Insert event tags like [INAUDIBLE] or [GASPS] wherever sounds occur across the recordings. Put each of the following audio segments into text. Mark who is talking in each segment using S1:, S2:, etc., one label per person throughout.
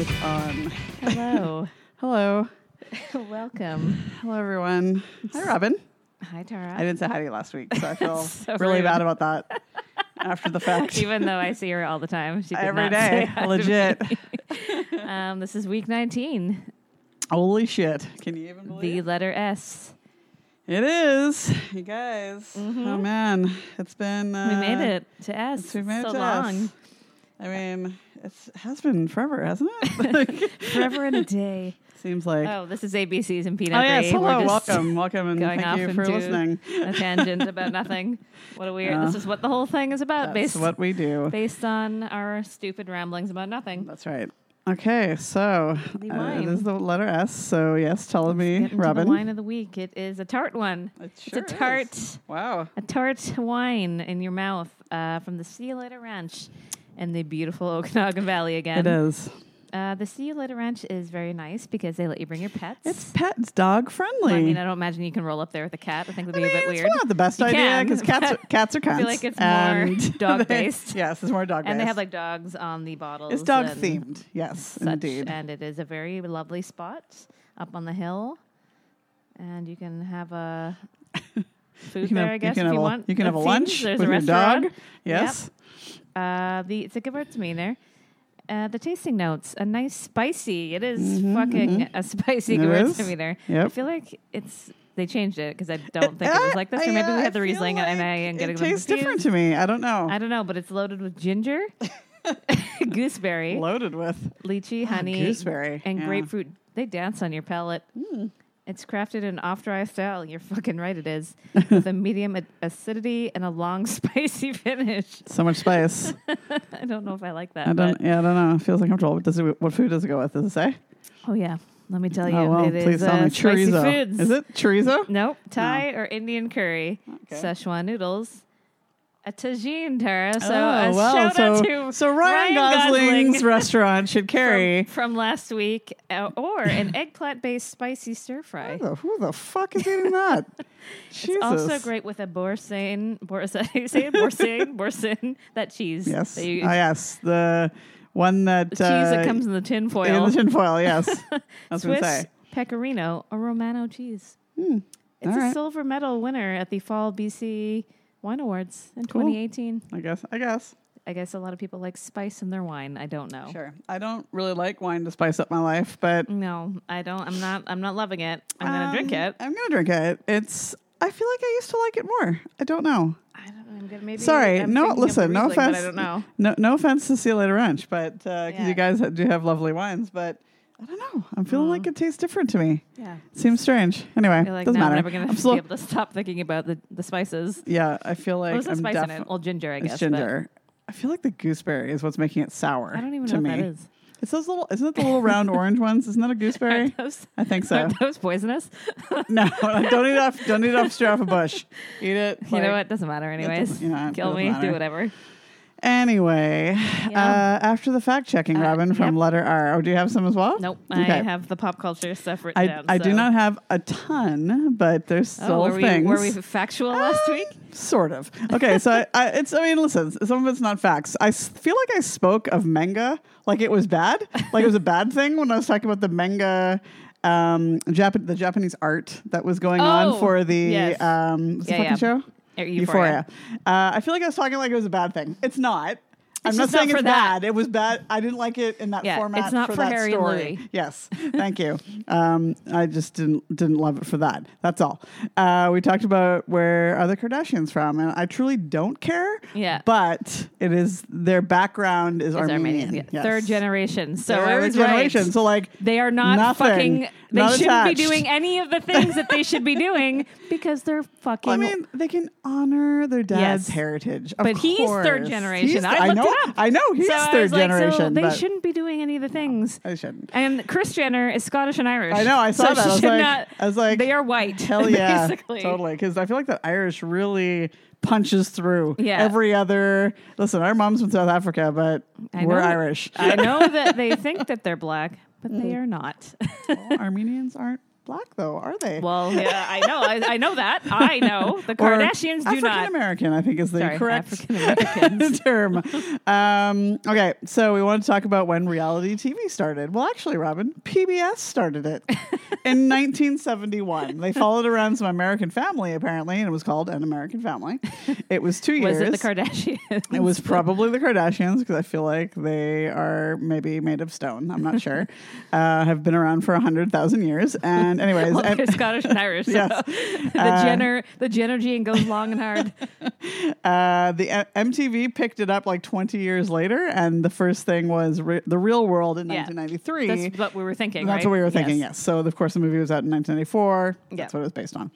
S1: [LAUGHS]
S2: Hello.
S1: Hello.
S2: Welcome.
S1: Hello, everyone. Hi, Robin.
S2: Hi, Tara.
S1: I didn't say hi to you last week, so I
S2: [LAUGHS]
S1: feel
S2: So
S1: really
S2: rude.
S1: bad about that after the
S2: [LAUGHS]
S1: fact.
S2: Even though I see her all the time, she did
S1: Every
S2: not say
S1: day.
S2: hi to
S1: Legit.
S2: me. [LAUGHS] um, this is week 19,
S1: Holy shit. Can you even believe
S2: the letter S.
S1: it? It is. You guys. Oh, man. It's been. Uh,
S2: Mm-hmm. We made it to S.
S1: it's- we made
S2: so
S1: it to us.
S2: long.
S1: I mean, it's, it has been forever, hasn't
S2: [LAUGHS]
S1: it? Like,
S2: Forever and a
S1: [LAUGHS]
S2: day.
S1: seems like.
S2: Oh, this is ABC's and Peanut
S1: Oh, yes.
S2: Green. We're
S1: Hello.
S2: just
S1: Welcome. Welcome. And
S2: going off
S1: thank you for
S2: into
S1: listening.
S2: A
S1: [LAUGHS]
S2: tangent about nothing. What a weird.
S1: Yeah.
S2: This is what the whole thing is about,
S1: That's
S2: based
S1: what we do.
S2: based on our stupid ramblings about nothing.
S1: That's right. Okay, so
S2: The
S1: uh,
S2: wine.
S1: it is the letter S. So yes, tell me,
S2: Get into
S1: Robin.
S2: The wine of the week. It is a tart one.
S1: It sure
S2: it's
S1: is.
S2: a tart.
S1: Wow.
S2: a tart wine in your mouth uh, from the Sea Later Ranch in the beautiful [LAUGHS] Okanagan Valley
S1: It
S2: again.
S1: is.
S2: Uh, the Sea Later Ranch is very nice because they let you bring your pets.
S1: It's pet. It's dog friendly.
S2: I mean, I don't imagine you can roll up there with a cat. I think it would be a bit
S1: it's
S2: weird.
S1: not the best
S2: You
S1: idea
S2: can,
S1: because cats are,
S2: but
S1: cats are cunts.
S2: [LAUGHS] I feel like it's more
S1: and
S2: [LAUGHS] dog-based.
S1: they- [LAUGHS] yes, it's more dog based.
S2: And they have like dogs on the bottles.
S1: it's dog
S2: and
S1: themed. Yes,
S2: such,
S1: indeed.
S2: And it is a very lovely spot up on the hill. And you can
S1: [LAUGHS]
S2: have a food there, I guess,
S1: you can
S2: if
S1: have
S2: you
S1: a,
S2: want.
S1: you can
S2: It
S1: have a
S2: seems
S1: lunch
S2: there's
S1: with
S2: a
S1: your
S2: restaurant.
S1: dog. Yes.
S2: Uh, the it's a good gewürztraminer. Uh, the tasting notes, a nice spicy. It is fucking [LAUGHS] a spicy
S1: It is.
S2: gewürztraminer. I
S1: Mm-hmm, Yep.
S2: feel like it's they changed
S1: [LAUGHS]
S2: it because I don't think it was like this, or
S1: I-
S2: maybe we
S1: I
S2: had the
S1: feel
S2: Riesling and I
S1: like
S2: am getting
S1: It
S2: them
S1: tastes different
S2: confused.
S1: to me. I don't know.
S2: I don't know, but it's loaded with
S1: [LAUGHS]
S2: ginger, gooseberry,
S1: Loaded with
S2: lychee, honey,
S1: ah, gooseberry,
S2: and
S1: yeah. Hmm.
S2: grapefruit. They dance on your palate. It's crafted in off-dry style. You're fucking right.
S1: [LAUGHS]
S2: It is with a medium a- acidity and a long [LAUGHS] spicy finish.
S1: so much
S2: [LAUGHS]
S1: spice.
S2: I don't know if I like that.
S1: I
S2: but-
S1: don't. Yeah, I don't know. It feels uncomfortable. What does it? What food does it go with? Does it say?
S2: Oh yeah, let me tell you,
S1: oh well,
S2: it is
S1: please tell
S2: uh,
S1: me
S2: spicy
S1: chorizo.
S2: foods.
S1: Is it chorizo?
S2: Nope, Thai or Indian curry,
S1: Okay.
S2: Szechuan noodles, a tagine, Tara. So
S1: oh
S2: a
S1: well,
S2: shout out
S1: so
S2: to
S1: so Ryan, Gosling's
S2: [LAUGHS]
S1: restaurant should carry.
S2: from, from last week, uh, or an eggplant-based spicy stir fry.
S1: Who the, who the fuck is eating
S2: [LAUGHS]
S1: that? Oh, Jesus.
S2: Also great with a boursin, boursin, [LAUGHS] boursin, boursin, that cheese.
S1: Yes.
S2: that you-
S1: Ah, yes. The one that uh,
S2: cheese that comes in the tin foil.
S1: in the tinfoil.
S2: [LAUGHS]
S1: Yes. I was going to
S2: Swiss
S1: say.
S2: pecorino, a Romano cheese. It's
S1: All
S2: a
S1: right.
S2: silver medal winner at the Fall BC Wine Awards in
S1: Cool.
S2: 2018.
S1: I guess. I guess.
S2: I guess a lot of people like spice in their wine. I don't know.
S1: Sure. I don't really like wine to spice up my life, but
S2: No, I don't. I'm not. I'm not loving it. I'm gonna drink
S1: um,
S2: it.
S1: I'm gonna drink it. It's. I feel like I used to like it more. I don't know.
S2: I don't. know. I'm gonna maybe.
S1: Sorry.
S2: I'm
S1: no.
S2: thinking of
S1: Listen. No
S2: Riesling, but
S1: offense.
S2: I don't know.
S1: No. No offense to Sea Later Ranch, but because
S2: Yeah.
S1: you guys do have lovely wines, but I don't know. I'm feeling like it tastes different to me.
S2: Yeah.
S1: Seems strange. Anyway,
S2: You're like,
S1: doesn't
S2: no,
S1: matter.
S2: I'm never gonna
S1: I'm still-
S2: be able to stop thinking about the, the spices.
S1: [LAUGHS] yeah, I feel like
S2: what was the
S1: I'm
S2: spice in it?
S1: defi-
S2: Well, ginger, I guess.
S1: it's
S2: but
S1: ginger. I feel like the gooseberry is what's making it sour.
S2: I don't even
S1: to
S2: know what
S1: me.
S2: that is.
S1: It's those little. Isn't it the little
S2: [LAUGHS]
S1: round orange ones? Isn't that a gooseberry?
S2: Those,
S1: I
S2: [LAUGHS]
S1: think so.
S2: are those poisonous?
S1: no, [LAUGHS] don't eat it off. Don't eat it off straight off a bush. Eat it.
S2: you know
S1: like-
S2: what? Doesn't matter anyways.
S1: doesn't- yeah, it
S2: Kill
S1: doesn't
S2: me.
S1: matter.
S2: Do whatever.
S1: Anyway,
S2: Yeah.
S1: uh, after the fact checking,
S2: Uh,
S1: Robin from
S2: yep.
S1: letter R. Oh, do you have some as well?
S2: Nope. I
S1: Okay.
S2: have the pop culture stuff written
S1: I,
S2: down.
S1: I do
S2: so-
S1: not have a ton, but there's still
S2: Oh, were
S1: things.
S2: we,
S1: [LAUGHS]
S2: were we factual last
S1: Uh,
S2: week?
S1: Sort of. Okay, so I, I, it's. I mean, listen, some of it's not facts. I s- feel like I spoke of manga like it was bad, like it was a
S2: [LAUGHS]
S1: bad thing when I was talking about the manga. Um, Jap- the Japanese art that was going
S2: Oh,
S1: on for the
S2: yes.
S1: um, what's the
S2: Yeah,
S1: fucking
S2: yeah.
S1: show
S2: Er,
S1: Euphoria. Uh, I feel like I was talking like it was a bad thing. It's not. I'm
S2: It's
S1: not
S2: just not
S1: saying it's
S2: for that.
S1: bad. It was bad. I didn't like it in that
S2: Yeah,
S1: format.
S2: it's not for
S1: that
S2: Harry and
S1: story.
S2: Louis.
S1: Yes, thank you. Um, I just didn't didn't love it for that. That's all. Uh, we talked about where are the Kardashians from, and I truly don't care.
S2: Yeah.
S1: but it is their background is,
S2: It's
S1: Armenian.
S2: Armenian. yeah.
S1: Yes.
S2: Third generation. So
S1: Third
S2: I was
S1: generation.
S2: right.
S1: So like
S2: They are not
S1: nothing,
S2: fucking. They
S1: not
S2: shouldn't
S1: attached.
S2: be doing any of the things that
S1: [LAUGHS]
S2: they should be doing because they're fucking.
S1: I mean, they can honor their dad's
S2: Yes.
S1: heritage. Of
S2: But he's
S1: course.
S2: third generation.
S1: He's-
S2: I looked
S1: know,
S2: it up.
S1: I know he's
S2: so I
S1: third
S2: was like, so
S1: generation.
S2: they
S1: but
S2: shouldn't be doing any of the things.
S1: I shouldn't.
S2: And Chris Jenner is Scottish and Irish.
S1: I know, I saw
S2: so
S1: that.
S2: she
S1: I was
S2: should
S1: like-
S2: not-
S1: I was like,
S2: they are white. [LAUGHS]
S1: Hell yeah,
S2: basically.
S1: totally. Because I feel like that Irish really punches through
S2: Yeah.
S1: every other. Listen, our mom's from South Africa, but
S2: I
S1: we're
S2: know-
S1: Irish. [LAUGHS] Mm.
S2: I know that they think that they're black, but they are not.
S1: Armenians aren't black, though, are they?
S2: Well, yeah, I know. I, I know that. I know. The Kardashians do
S1: African
S2: not.
S1: American, I think, is the
S2: Sorry,
S1: correct
S2: African
S1: [LAUGHS]
S2: Americans.
S1: term. Um, okay, so we want to talk about when reality TV started. Well, actually, Robin, PBS started
S2: [LAUGHS]
S1: it in 1971. They followed around some American family, apparently, and it was called An American Family. It was two
S2: Was
S1: years.
S2: it the [LAUGHS] Kardashians?
S1: It was probably the Kardashians because I feel like they are maybe made of stone. I'm not
S2: [LAUGHS]
S1: sure. Uh, have been around for hundred thousand years. And
S2: [LAUGHS]
S1: anyways,
S2: Well,
S1: and-
S2: they're Scottish and Irish. So
S1: um, [LAUGHS] Yes.
S2: [LAUGHS] the
S1: Uh,
S2: Jenner, the Jenner gene goes long
S1: [LAUGHS]
S2: and hard.
S1: uh, the M- MTV picked it up like 20 years later, and the first thing was re- the Real World in
S2: Yeah.
S1: 1993.
S2: That's what we were thinking.
S1: That's
S2: right?
S1: what we were thinking. Yes. So of course the movie was out in 1994. That's
S2: Yeah.
S1: what it was based on.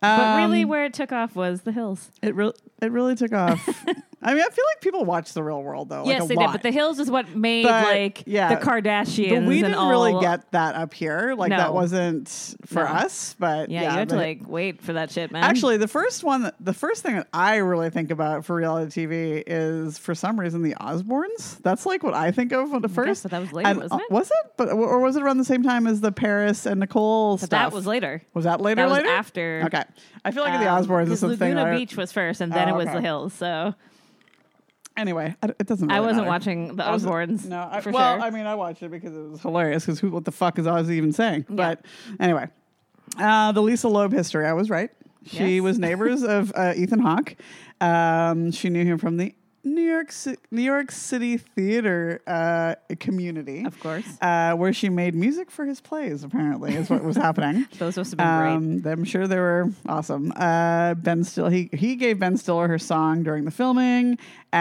S2: But
S1: Um,
S2: really, where it took off was the hills.
S1: it really it really took off.
S2: [LAUGHS]
S1: I mean, I feel like people watch the Real World though.
S2: yes,
S1: like a
S2: they
S1: lot.
S2: did. But the hills is what made
S1: But,
S2: like
S1: yeah.
S2: the Kardashians.
S1: But we
S2: and
S1: didn't
S2: all.
S1: really get that up here. Like that
S2: No.
S1: wasn't for
S2: No.
S1: us. But
S2: Yeah,
S1: yeah,
S2: you had to
S1: but-
S2: like wait for that shit, man.
S1: Actually, the first one, that- the first thing that I really think about for reality TV is, for some reason, the Osbournes. That's like what I think of when the first.
S2: but that was later,
S1: and,
S2: wasn't
S1: uh,
S2: it?
S1: Was it? But or was it around the same time as the Paris and Nicole
S2: But
S1: stuff?
S2: that was later.
S1: Was that later?
S2: That was
S1: later?
S2: after.
S1: Okay, I feel like the
S2: um,
S1: Osbournes is
S2: 'cause
S1: something.
S2: Laguna
S1: I-
S2: Beach was first, and then
S1: Oh,
S2: it was
S1: okay.
S2: the hills. So
S1: Anyway, I, it doesn't.
S2: I
S1: really
S2: wasn't
S1: matter.
S2: watching the
S1: I wasn't-
S2: Osbournes.
S1: No, I,
S2: for
S1: well,
S2: sure.
S1: I mean, I watched it because it was hilarious. Because who? What the fuck is Ozzy even saying? But anyway, uh, the Lisa Loeb history. I was right. She
S2: Yes.
S1: was neighbors
S2: [LAUGHS]
S1: of uh, Ethan Hawke. Um, she knew him from the New York Ci- New York City theater uh, community,
S2: Of course.
S1: uh, where she made music for his plays. Apparently, is what was happening.
S2: [LAUGHS]
S1: Um,
S2: Those must have been great.
S1: I'm sure they were awesome. Uh, ben Still, he he gave Ben Stiller her song during the filming,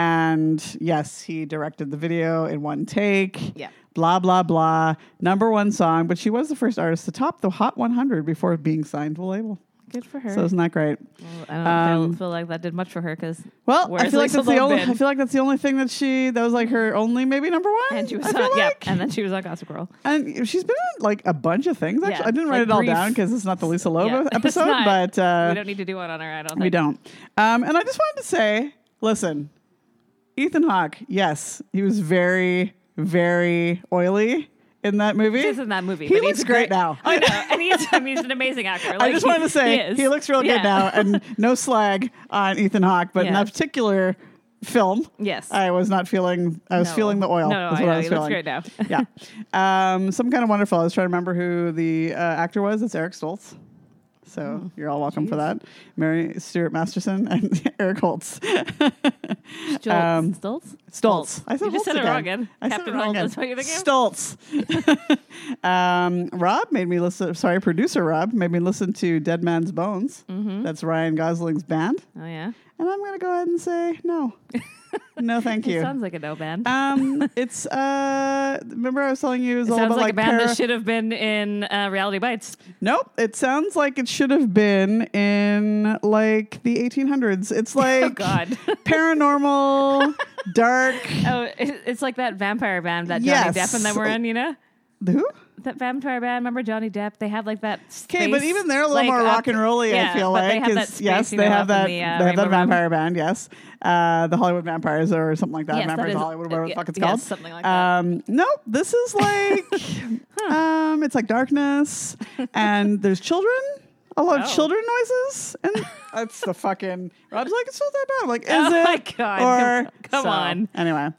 S1: and yes, he directed the video in one take.
S2: Yeah.
S1: Blah blah blah. Number one song, but she was the first artist to top the Hot 100 before being signed to a label.
S2: Good for her.
S1: So isn't that great?
S2: Well, I don't
S1: Um,
S2: feel, feel like that did much for her because
S1: Well, I
S2: Where's
S1: feel like
S2: Lisa
S1: that's the
S2: Loeb
S1: only.
S2: been?
S1: I feel like that's the only thing that she that was like her only maybe number one.
S2: and she was
S1: I
S2: on,
S1: feel
S2: yep,
S1: like.
S2: and then she was on Gossip Girl.
S1: And she's been in like a bunch of things. Actually,
S2: Yeah,
S1: I didn't write
S2: like
S1: it all
S2: brief-
S1: down because it's not the Lisa Loeb
S2: Yeah. [LAUGHS] It's
S1: episode,
S2: not.
S1: but uh,
S2: we don't need to do one on her. I don't.
S1: We
S2: Think.
S1: don't. Um, and I just wanted to say, listen, Ethan Hawke. Yes, he was very, very oily in that movie.
S2: He's in that movie.
S1: He
S2: but
S1: looks
S2: he's
S1: great,
S2: great
S1: now.
S2: [LAUGHS]
S1: [LAUGHS]
S2: I know, and he's I mean, he's an amazing actor.
S1: I
S2: Like,
S1: just wanted to say he,
S2: is.
S1: looks real
S2: Yeah.
S1: good now,
S2: [LAUGHS]
S1: and no slag on Ethan Hawke, but in
S2: Yeah.
S1: that particular film,
S2: Yes.
S1: I was not feeling. I was
S2: No.
S1: feeling the oil.
S2: No, no,
S1: is
S2: I
S1: what
S2: know.
S1: was
S2: He looks
S1: feeling.
S2: great [LAUGHS] now.
S1: yeah, um, some kind of wonderful. I was trying to remember who the uh, actor was. It's Eric Stoltz. So
S2: Oh,
S1: you're all welcome for that. Mary Stuart Masterson and [LAUGHS] Eric Holtz.
S2: Stoltz.
S1: Um,
S2: Stoltz.
S1: Stoltz. I said
S2: you
S1: Holtz
S2: just said it wrong again.
S1: I said
S2: Captain
S1: it wrong
S2: Holt.
S1: again.
S2: That's what you're thinking. of?
S1: Stoltz. [LAUGHS] um, Rob made me listen. Sorry, producer Rob made me listen to Dead Man's Bones.
S2: Mm-hmm.
S1: That's Ryan Gosling's band,
S2: oh yeah.
S1: and I'm gonna go ahead and say
S2: [LAUGHS]
S1: no, no, thank
S2: He
S1: you.
S2: sounds like a no band.
S1: um, it's uh, remember I was telling you it was all
S2: sounds
S1: about
S2: like,
S1: like,
S2: a band
S1: para-
S2: that should have been in uh, Reality Bites.
S1: Nope, it sounds like it should have been in like the 1800s. It's like
S2: [LAUGHS]
S1: [LAUGHS]
S2: Oh God.
S1: paranormal, dark.
S2: Oh, it- it's like that vampire band that Johnny
S1: Yes.
S2: Depp and them were in, you know?
S1: Who?
S2: That vampire band, remember Johnny Depp? They had like that.
S1: Okay, but
S2: space,
S1: even they're a little
S2: like,
S1: more
S2: up-
S1: rock and rolly.
S2: yeah,
S1: I feel
S2: but
S1: like
S2: They have that
S1: 'cause,
S2: space,
S1: yes,
S2: you know,
S1: they have
S2: up
S1: that.
S2: in the, uh,
S1: they have that
S2: Rainbow Room.
S1: vampire band. Yes, uh, the Hollywood Vampires or something like that.
S2: Yes, that
S1: vampires
S2: is-
S1: of Hollywood,
S2: uh,
S1: whatever the
S2: yeah,
S1: fuck it's
S2: yes,
S1: called.
S2: something like that.
S1: um, Nope, this
S2: [LAUGHS]
S1: is like, um, it's like darkness, and there's children. A lot of
S2: Oh.
S1: children noises, and
S2: [LAUGHS]
S1: that's the fucking. Rob's like, it's not that bad. I'm like, is
S2: Oh
S1: it?
S2: my God, come-
S1: Or
S2: come
S1: so,
S2: on.
S1: Anyway,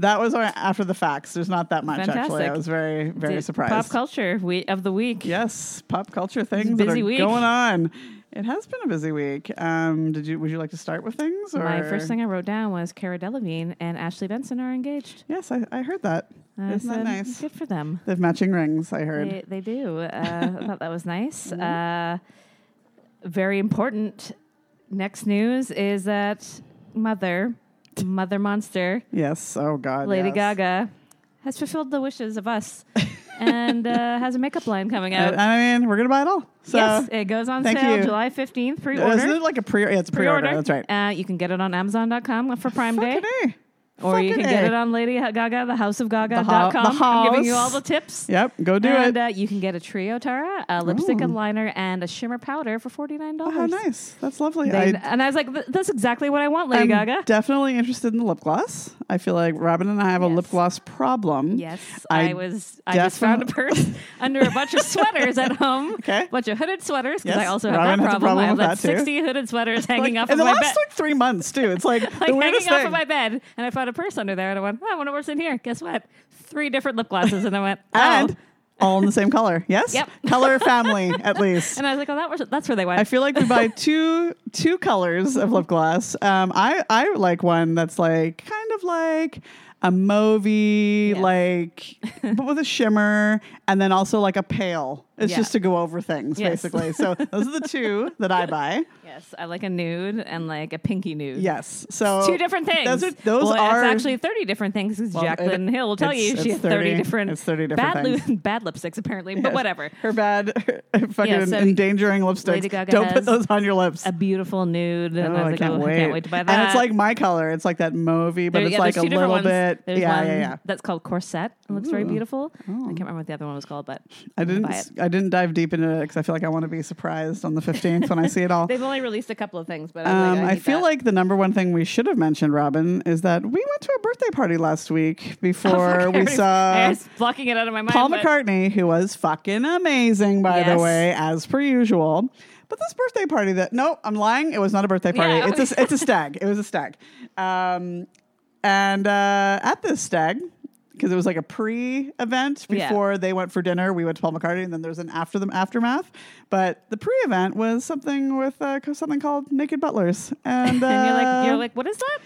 S1: that was our- after the facts. There's not that much actually.
S2: Fantastic.
S1: I was very, very
S2: Did-
S1: surprised.
S2: Pop culture we- of the week.
S1: Yes, pop culture things that
S2: busy
S1: are
S2: week.
S1: going on. It has been a busy week. Um, did you? Would you like to start with things? Or?
S2: My first thing I wrote down was Cara Delevingne and Ashley Benson are engaged.
S1: Yes, I, I heard that.
S2: I
S1: Isn't that
S2: said,
S1: nice?
S2: Good for them.
S1: They have matching rings. I heard.
S2: They, they do. Uh,
S1: [LAUGHS]
S2: I thought that was nice.
S1: Mm-hmm.
S2: Uh, very important. Next news is that Mother, Mother Monster,
S1: Yes. Oh God.
S2: Lady
S1: yes.
S2: Gaga, has fulfilled the wishes
S1: [LAUGHS]
S2: of us and uh, has a makeup line coming
S1: And-
S2: out.
S1: and I mean, we're gonna buy it all. So
S2: yes, it goes on
S1: thank
S2: sale
S1: you.
S2: July 15th, pre
S1: isn't
S2: order.
S1: it like a pre? Yeah, it's pre-order. That's right.
S2: Uh, you can get it on Amazon.com for Prime Day.
S1: Fucking A.
S2: Or you
S1: Fucking
S2: can get
S1: A.
S2: it on Lady Gaga, the House of Gaga.com.
S1: The ho- the
S2: I'm giving you all
S1: house.
S2: the tips.
S1: Yep, go do
S2: and
S1: it.
S2: Uh, you can get a trio Tara, a lipstick and liner, and a shimmer powder for forty nine
S1: oh,
S2: dollars.
S1: how nice. That's lovely.
S2: They-
S1: I,
S2: and I was like, "Th- "That's exactly what I want, uh, Lady
S1: am
S2: Gaga."
S1: definitely interested in the lip gloss. I feel like Robin and I have a
S2: Yes.
S1: lip gloss problem.
S2: Yes,
S1: I
S2: I, was. I just found a
S1: defin-
S2: purse
S1: [LAUGHS]
S2: under a bunch of sweaters at home.
S1: Okay.
S2: a bunch of hooded sweaters because
S1: Yes,
S2: I also have
S1: Robin
S2: that
S1: has a
S2: problem.
S1: problem
S2: I have
S1: with
S2: like
S1: that too.
S2: sixty hooded sweaters hanging
S1: Like,
S2: off
S1: in
S2: of
S1: the
S2: my
S1: last
S2: bed,
S1: like three months too. It's
S2: [LAUGHS]
S1: like,
S2: like
S1: the weirdest
S2: hanging
S1: thing.
S2: off of my bed, and I found a purse under there, and I went, "Oh, "I wonder what's in here." Guess what? Three different lip glosses, and I went, "Oh,"
S1: [LAUGHS] and all in the same
S2: [LAUGHS]
S1: color. Yes.
S2: Yep.
S1: Color family at least.
S2: And I was like, "Oh, that was that's where they went."
S1: I feel like we
S2: [LAUGHS]
S1: buy two two colors of lip gloss. Um, I I like one that's like kind of like a mauvey,
S2: Yeah. [LAUGHS]
S1: like but with a shimmer, and then also like a pale. It's
S2: Yeah.
S1: just to go over things
S2: Yes.
S1: basically.
S2: [LAUGHS]
S1: So those are the two that I buy.
S2: yes, I like a nude and like a pinky nude.
S1: Yes. So
S2: two different things.
S1: Those are those
S2: Well,
S1: are
S2: it's actually thirty different things. 'cause
S1: Well, it-
S2: Jacqueline Hill will tell
S1: it's-
S2: you she
S1: it's
S2: has thirty,
S1: 30
S2: different.
S1: it's 30 different
S2: bad,
S1: things.
S2: Lu- [LAUGHS] bad lipsticks apparently, but
S1: Yes.
S2: whatever.
S1: Her bad [LAUGHS] fucking
S2: so
S1: endangering lipsticks.
S2: Lady Gaga
S1: Don't put
S2: has
S1: those on your lips.
S2: A beautiful nude, and
S1: Oh,
S2: I was
S1: I
S2: like,
S1: can't,
S2: oh,
S1: wait.
S2: I can't wait to buy that.
S1: And it's like my color. It's like that mauvey, but
S2: There-
S1: it's
S2: yeah,
S1: like a
S2: there's two different
S1: little
S2: ones.
S1: bit.
S2: There's
S1: yeah,
S2: one
S1: yeah, yeah.
S2: That's called corset. It looks very beautiful. I can't remember what the other one was called, but
S1: I
S2: I'm gonna
S1: didn't.
S2: buy
S1: s-
S2: it.
S1: I didn't dive deep into it because I feel like I want to be surprised on the fifteenth when I see it
S2: [LAUGHS]
S1: all.
S2: They've only released a couple of things, but I, was
S1: Um,
S2: like, I,
S1: I
S2: need
S1: feel
S2: that. [LAUGHS]
S1: like the number one thing we should have mentioned, Robin, is that we went to a birthday party last week
S2: [LAUGHS] Oh,
S1: before
S2: fuck, I
S1: we
S2: already- I
S1: saw
S2: was blocking it out of my mind.
S1: Paul
S2: but-
S1: McCartney, who was fucking amazing, by the
S2: Yes.
S1: way, as per usual. But this birthday party that no, I'm lying. It was not a birthday party.
S2: Yeah.
S1: It's a it's a stag. It was a stag. Um, and uh, at this stag, because it was like a pre-event
S2: Yeah.
S1: before they went for dinner, we went to Paul McCartney, and then there's an after them aftermath. But the pre-event was something with uh, co- something called Naked Butlers, and, uh,
S2: [LAUGHS] And you're like, you're like, what is that?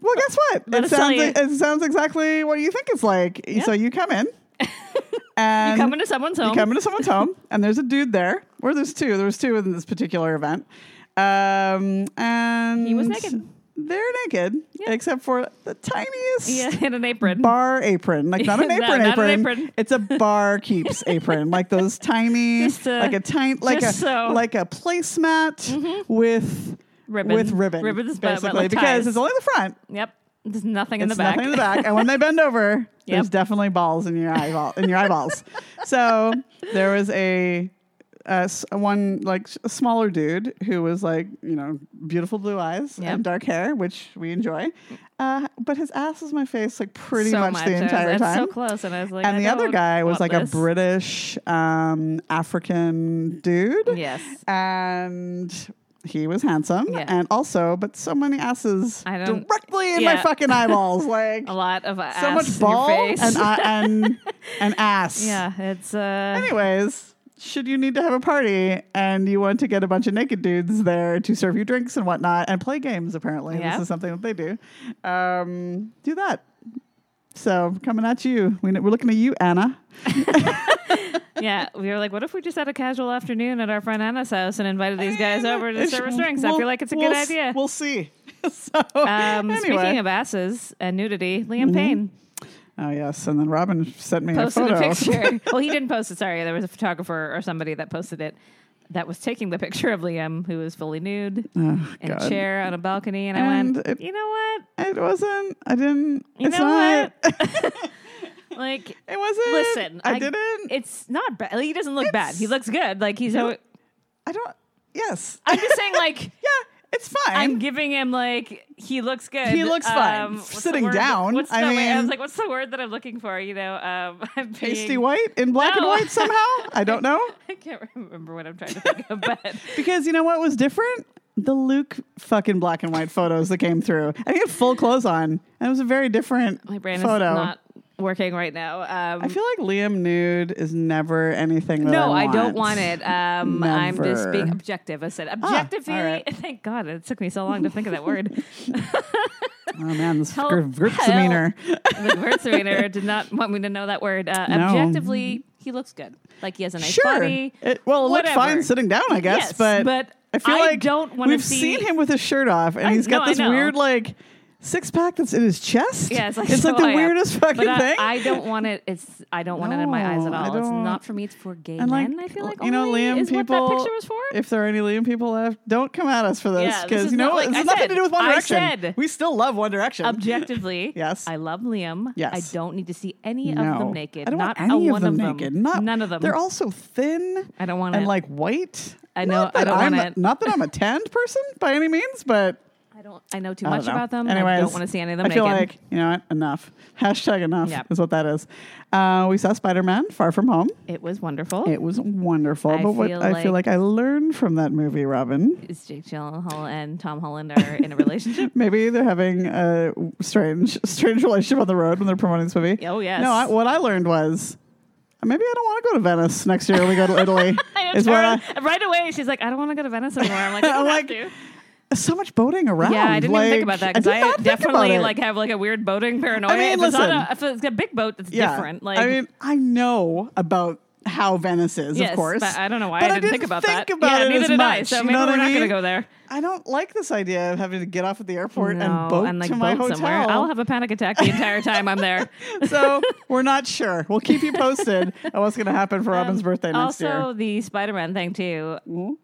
S1: well, guess what?
S2: Let
S1: It
S2: us tell
S1: sounds
S2: you.
S1: it sounds exactly what you think it's like. So you come
S2: [LAUGHS]
S1: in, and
S2: Coming to someone's home.
S1: you come into someone's home, and there's a dude there, or there's two. There was two in this particular event, um, and
S2: He was naked.
S1: They're naked,
S2: Yeah.
S1: except for the tiniest
S2: yeah, [LAUGHS] in
S1: [LAUGHS]
S2: an apron.
S1: bar apron, like not an
S2: [LAUGHS] No,
S1: apron,
S2: not
S1: apron.
S2: an apron.
S1: It's a bar keeps apron, like those tiny,
S2: Just, uh,
S1: like a tiny, like a
S2: just so. Mm-hmm.
S1: like a placemat with
S2: Ribbon.
S1: with ribbon,
S2: Ribbons, but- but
S1: basically,
S2: like
S1: because
S2: ties.
S1: it's only the front.
S2: Yep. There's nothing in
S1: It's
S2: the back.
S1: nothing in
S2: [LAUGHS]
S1: the back. And when they bend over, there's
S2: Yep.
S1: definitely balls in your eyeball in your
S2: [LAUGHS]
S1: eyeballs. So there was a, a s- one like s- a smaller dude who was like you know beautiful blue eyes
S2: Yep.
S1: and dark hair, which we enjoy. Uh, but his ass was my face like pretty
S2: so
S1: much, the
S2: I was-
S1: entire
S2: that's
S1: time.
S2: so close, and I was like,
S1: and
S2: I
S1: the other
S2: don't
S1: guy was
S2: want
S1: like
S2: this.
S1: a British um, African dude
S2: Yes.
S1: and he was handsome
S2: Yeah.
S1: and also but so many asses
S2: I don't-
S1: directly in my
S2: yeah.
S1: fucking
S2: [LAUGHS]
S1: eyeballs like
S2: A lot of ass
S1: so
S2: in
S1: much
S2: your
S1: ball
S2: face.
S1: and, I and and ass
S2: [LAUGHS] yeah, it's uh,
S1: anyways should you need to have a party and you want to get a bunch of naked dudes there to serve you drinks and whatnot and play games apparently
S2: Yeah.
S1: this is something that they do um, do that so coming at you We- we're looking at you anna
S2: yeah. We were like, what if we just had a casual afternoon at our friend Anna's house and invited these guys over to
S1: Eh, It's-
S2: serve us drinks? I
S1: we'll-
S2: feel like it's a
S1: we'll
S2: good
S1: s-
S2: idea.
S1: we'll
S2: [LAUGHS]
S1: see so
S2: um,
S1: anyway. Mm-hmm.
S2: Speaking of asses and nudity, Liam Payne
S1: Oh yes, and then Robin sent me
S2: posted
S1: a
S2: a,
S1: photo. [LAUGHS]
S2: picture. well, he didn't post it. Sorry, there was a photographer or somebody that posted it that was taking the picture of Liam, who was fully nude
S1: Oh,
S2: in
S1: God.
S2: a chair on a balcony, and,
S1: And
S2: I went,
S1: it-
S2: you know what?
S1: It wasn't. I didn't.
S2: You
S1: it's
S2: know
S1: not.
S2: what? like,
S1: [LAUGHS] It wasn't.
S2: listen,
S1: Eh, I, didn't.
S2: It's not bad. Like, he doesn't look bad. He
S1: It's-
S2: looks good. Like he's. alwa-
S1: I don't. Yes.
S2: I'm just saying, like.
S1: [LAUGHS] yeah. It's fine.
S2: I'm giving him like he looks good. um,
S1: He looks fine.
S2: what's the
S1: Sitting
S2: word?
S1: down,
S2: What's the
S1: I
S2: word? I
S1: mean-
S2: was like, what's the word that I'm looking for? You know, um, [LAUGHS] I'm being,
S1: Pasty white in black and
S2: No.
S1: white somehow. I don't
S2: [LAUGHS]
S1: know
S2: I can't remember what I'm trying to think of, [LAUGHS] but
S1: because you know what was different. The Luke fucking black and white photos that came through. And he had full clothes on, and it was a very different
S2: my brain
S1: photo.
S2: is not working right now. Um,
S1: I feel like Liam nude is never anything. That
S2: no,
S1: I,
S2: I, don't want it. Um, I'm just being
S1: Never.
S2: objective. I said objective
S1: Ah, all
S2: theory.
S1: right.
S2: [LAUGHS] Thank God it took me so long to think of that word. [LAUGHS]
S1: Oh man, this
S2: Hell-
S1: gr- group's
S2: hell.
S1: demeanor.
S2: the word surveyor did not want me to know that word. Uh,
S1: No.
S2: Objectively, he looks good. Like he has a nice body.
S1: It, well, it looked
S2: Whatever.
S1: fine sitting down, I guess.
S2: Yes,
S1: but,
S2: but
S1: I feel
S2: I
S1: like
S2: don't wanna
S1: we've
S2: see-
S1: seen him with his shirt off, and he's
S2: no,
S1: got
S2: I
S1: this
S2: know.
S1: weird like six pack that's in his chest.
S2: Yeah, it's like,
S1: it's like
S2: so
S1: the
S2: I am.
S1: weirdest fucking
S2: but I,
S1: thing.
S2: I don't want it. It's I don't want it in my eyes at
S1: No, I
S2: all. It's
S1: don't-
S2: not for me. It's for gay
S1: And, like,
S2: men. I feel
S1: l-
S2: like
S1: you know,
S2: only
S1: Liam,
S2: is what
S1: people-
S2: that picture was for.
S1: if there are any Liam people left, don't come at us for this
S2: Yeah, this
S1: because
S2: is
S1: you know
S2: not like
S1: this
S2: I
S1: has nothing
S2: said.
S1: to do with One
S2: I
S1: Direction.
S2: said.
S1: We still love One Direction.
S2: Objectively,
S1: [LAUGHS] Yes.
S2: I love Liam.
S1: Yes.
S2: I don't need to see any of
S1: no.
S2: them naked.
S1: I don't
S2: not
S1: want any
S2: a
S1: of
S2: one
S1: them
S2: of
S1: naked.
S2: them.
S1: Not,
S2: None of them.
S1: They're all so thin
S2: I don't want
S1: and
S2: it.
S1: like white.
S2: I know,
S1: Not that
S2: I don't
S1: I'm
S2: want
S1: a-
S2: it.
S1: Not that I'm a tanned person by any means, but
S2: I don't. I know too
S1: I don't
S2: much
S1: know.
S2: about them.
S1: Anyways,
S2: I don't want to see any of them
S1: I feel
S2: naked.
S1: like you know what? Enough. Hashtag enough
S2: Yep.
S1: is what that is. Uh, we saw Spider Man Far From Home.
S2: it was wonderful.
S1: It was wonderful.
S2: I
S1: but what
S2: feel
S1: I feel
S2: like-
S1: like I learned from that movie, Robin.
S2: Is Jake Gyllenhaal and Tom Holland are in
S1: [LAUGHS]
S2: a relationship?
S1: Maybe they're having a strange, strange relationship on the road when they're promoting this movie.
S2: Oh, yes.
S1: No, I, what I learned was maybe I don't want to go to Venice next year. when We go
S2: [LAUGHS]
S1: to Italy.
S2: I
S1: is what I,
S2: turned- right away, she's like, I don't want to go to Venice
S1: [LAUGHS]
S2: anymore. I'm like, I
S1: I'm
S2: don't have
S1: like,
S2: to.
S1: so much boating around.
S2: Yeah, I didn't even think
S1: Oh, Like,
S2: about that because
S1: did
S2: I,
S1: not think about
S2: definitely
S1: it.
S2: like have like a weird boating paranoia.
S1: I mean,
S2: if, it's not
S1: listen.
S2: a, if it's a big boat, that's different. Like,
S1: I mean, I know about how Venice is,
S2: yes,
S1: of course.
S2: but I don't know why
S1: But
S2: I, didn't think about that.
S1: about
S2: yeah,
S1: it
S2: neither
S1: as
S2: did I.
S1: much,
S2: So
S1: you
S2: maybe
S1: know
S2: we're
S1: what I
S2: not going to
S1: mean?
S2: go there.
S1: I don't like this idea of having to get off at the airport
S2: No,
S1: and boat
S2: like
S1: to my
S2: boat
S1: hotel.
S2: somewhere. I'll have a panic attack the entire time I'm there.
S1: so we're not sure. We'll keep you posted on what's going to happen for Robin's
S2: Um,
S1: birthday next
S2: also,
S1: year. Mm-hmm.
S2: the Spider-Man thing too, [LAUGHS]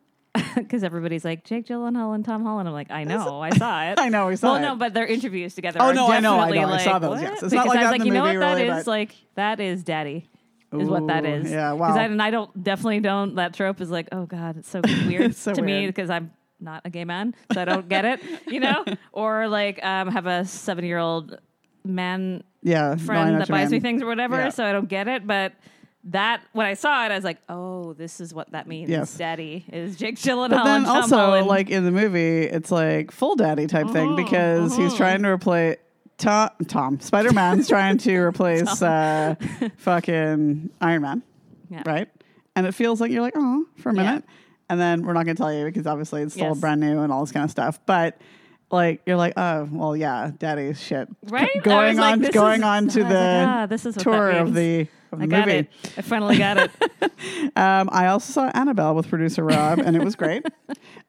S2: because everybody's like Jake Gyllenhaal and Tom Holland. I'm like, I know,
S1: [LAUGHS]
S2: I saw it.
S1: I know, we saw
S2: well,
S1: it.
S2: no, but their interviews together.
S1: Oh,
S2: are
S1: no, I know, I
S2: definitely
S1: know. I
S2: Like,
S1: saw those,
S2: What?
S1: yes. It's
S2: because
S1: not like
S2: I
S1: that
S2: was
S1: in
S2: like,
S1: the
S2: you know
S1: movie,
S2: what that
S1: really,
S2: is?
S1: but-
S2: Like that is daddy. Is what that
S1: Ooh,
S2: is.
S1: yeah,
S2: Because
S1: wow.
S2: I, and I don't definitely don't. That trope is like, oh god,
S1: [LAUGHS]
S2: it's so weird
S1: It's so
S2: to me
S1: weird.
S2: because I'm not a gay man, so I don't get it. You
S1: [LAUGHS]
S2: know, or like um, have a seven year old man
S1: yeah,
S2: friend
S1: no, I know what
S2: that
S1: you
S2: buys me
S1: mean.
S2: things or whatever,
S1: Yeah.
S2: so I don't get it. But that when I saw it, I was like, oh, this is what that means.
S1: Yes.
S2: Daddy is Jake Gyllenhaal.
S1: But then
S2: and Tom
S1: also,
S2: Holland.
S1: like in the movie, it's like full daddy type
S2: Oh,
S1: thing because he's trying to replace Tom. Tom Spider Man's trying to
S2: [LAUGHS]
S1: replace uh, fucking Iron Man,
S2: Yeah.
S1: right? And it feels like you're like, oh, for a
S2: Yeah.
S1: minute, and then we're not going to tell you because obviously it's still
S2: Yes.
S1: brand new and all this kind of stuff, but. Like you're like oh well yeah daddy's shit
S2: Right? I was
S1: going
S2: like,
S1: on
S2: this
S1: going
S2: is-
S1: on to the
S2: I was like, ah, this is what that
S1: tour of
S2: means.
S1: the of the
S2: I got
S1: movie
S2: it. I finally
S1: [LAUGHS]
S2: got it.
S1: um, I also saw Annabelle with producer Rob, and it was
S2: [LAUGHS]
S1: great.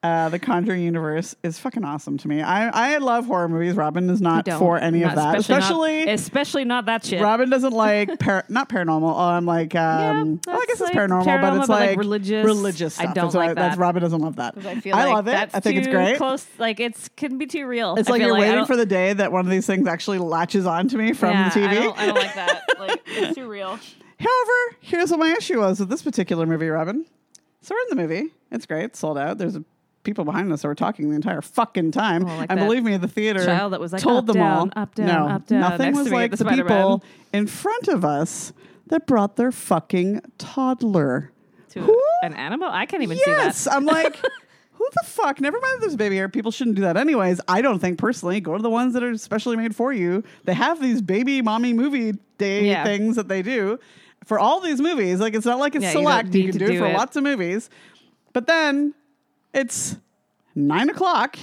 S1: Uh, the Conjuring universe is fucking awesome to me. I, I love horror movies. Robin is not
S2: Don't.
S1: for any
S2: Not
S1: of that,
S2: especially
S1: especially.
S2: not, especially not that shit.
S1: Robin doesn't like par- not paranormal. Um, like um, well, I
S2: that's
S1: guess
S2: like
S1: it's paranormal, but
S2: paranormal,
S1: it's
S2: but, like,
S1: like
S2: religious.
S1: Religious
S2: I
S1: stuff.
S2: don't
S1: that's
S2: like
S1: why- That's
S2: that.
S1: Robin doesn't love that.
S2: I feel like
S1: love it.
S2: that's
S1: I think it's
S2: too
S1: great.
S2: Close, like it's can be too real.
S1: It's
S2: I
S1: like
S2: feel
S1: you're
S2: I
S1: waiting
S2: don't-
S1: for the day that one of these things actually latches onto me from
S2: yeah,
S1: the TV.
S2: I don't, I don't
S1: [LAUGHS]
S2: like that. Like it's too real.
S1: However, here's what my issue was with this particular movie, Robin. So we're in the movie. It's great. It's sold out. There's people behind us that were talking the entire fucking time.
S2: Oh, like
S1: and
S2: that
S1: believe me, the theater
S2: child that was like,
S1: told
S2: up,
S1: them
S2: down,
S1: all.
S2: up, down,
S1: no,
S2: up, down,
S1: Nothing
S2: next
S1: was
S2: to me at
S1: like
S2: the
S1: the
S2: Spider-Man.
S1: people in front of us that brought their fucking toddler.
S2: To
S1: Who?
S2: an animal, I can't even
S1: Yes.
S2: see
S1: I'm
S2: [LAUGHS]
S1: like, who the fuck? Never mind that there's a baby hair. People shouldn't do that anyways. I don't think personally. Go to the ones that are specially made for you. They have these baby mommy movie day
S2: Yeah.
S1: things that they do for all these movies. Like it's not like it's
S2: Yeah, you don't
S1: select. You,
S2: need
S1: can
S2: to
S1: do it
S2: do
S1: for
S2: it.
S1: lots of movies. But then it's nine o'clock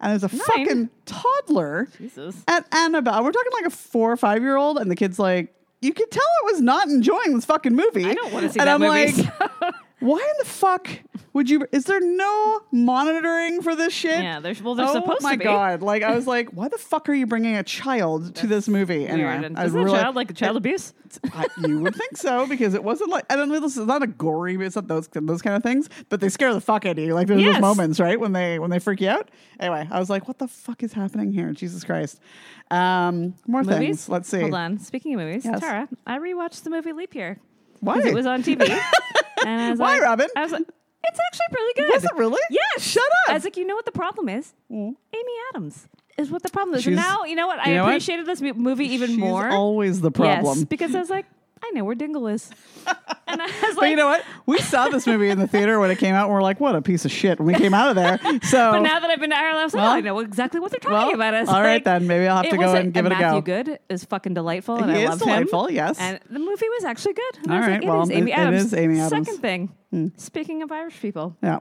S1: and there's a fucking toddler
S2: that. Jesus.
S1: at Annabelle. We're talking like a four or five year old, and the kid's like, you could tell it was not enjoying this fucking movie.
S2: I don't want to see
S1: and I'm
S2: that movie.
S1: like,
S2: [LAUGHS] so-
S1: why in the fuck would you? Is there no monitoring for this shit?
S2: Yeah, there's- well, there's
S1: oh
S2: supposed to
S1: my
S2: be.
S1: god! Like
S2: [LAUGHS]
S1: I was like, why the fuck are you bringing a child to this movie?
S2: Weird.
S1: Anyway,
S2: And
S1: I
S2: Doesn't
S1: really-
S2: a child like a child abuse?
S1: I, you would think so because it wasn't like I don't know. This is not a gory. It's not those those kind of things. But they scare the fuck out of you. Like there's
S2: Yes.
S1: those moments, right, when they when they freak you out. Anyway, I was like, what the fuck is happening here? Jesus Christ! Um, more
S2: Movies.
S1: things. Let's see.
S2: Hold on. Speaking of movies,
S1: Yes.
S2: Tara, I rewatched the movie Leap Year. 'Cause
S1: Why?
S2: It was on
S1: [LAUGHS]
S2: TV. and I was
S1: Why,
S2: like,
S1: Robin?
S2: I was like, it's actually pretty good.
S1: Was it really?
S2: Yes.
S1: Shut up.
S2: I was like, you know what the problem is? Amy Adams is what the problem is. and
S1: She's-
S2: now, you know what?
S1: you
S2: I
S1: know what?
S2: appreciated this mu- movie even
S1: She's
S2: more.
S1: Always the problem.
S2: Yes, because I was like, I know where Dingle
S1: [LAUGHS]
S2: is. and I was like,
S1: But you know what? We saw this movie in the theater when it came out, and we're like, "What a piece of shit!" When we came out of
S2: [LAUGHS]
S1: there, so
S2: But now that I've been to Ireland, I was like,
S1: Well-
S2: oh, I know exactly what they're talking
S1: well,
S2: about. It's
S1: all right
S2: like-
S1: then. Maybe I'll have to
S2: It
S1: go
S2: was
S1: and give it a
S2: Matthew
S1: go.
S2: Good is fucking delightful, and
S1: He
S2: I
S1: is
S2: love
S1: delightful,
S2: him.
S1: yes.
S2: and the movie was actually good. And
S1: All
S2: I was
S1: right,
S2: like, it
S1: well,
S2: is Amy
S1: it- it
S2: Adams.
S1: is Amy Adams. Hmm.
S2: Second thing, speaking of Irish people, [LAUGHS]
S1: Yeah.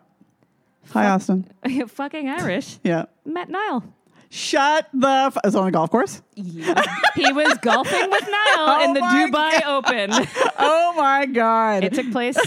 S1: Hi, Austin.
S2: fucking Irish,
S1: Yeah.
S2: Matt Nile.
S1: Shut the. F- it's on a golf
S2: [LAUGHS]
S1: course.
S2: he was
S1: [LAUGHS]
S2: golfing with Nile in the
S1: Oh my
S2: Dubai Open.
S1: oh my god! [LAUGHS]
S2: It took place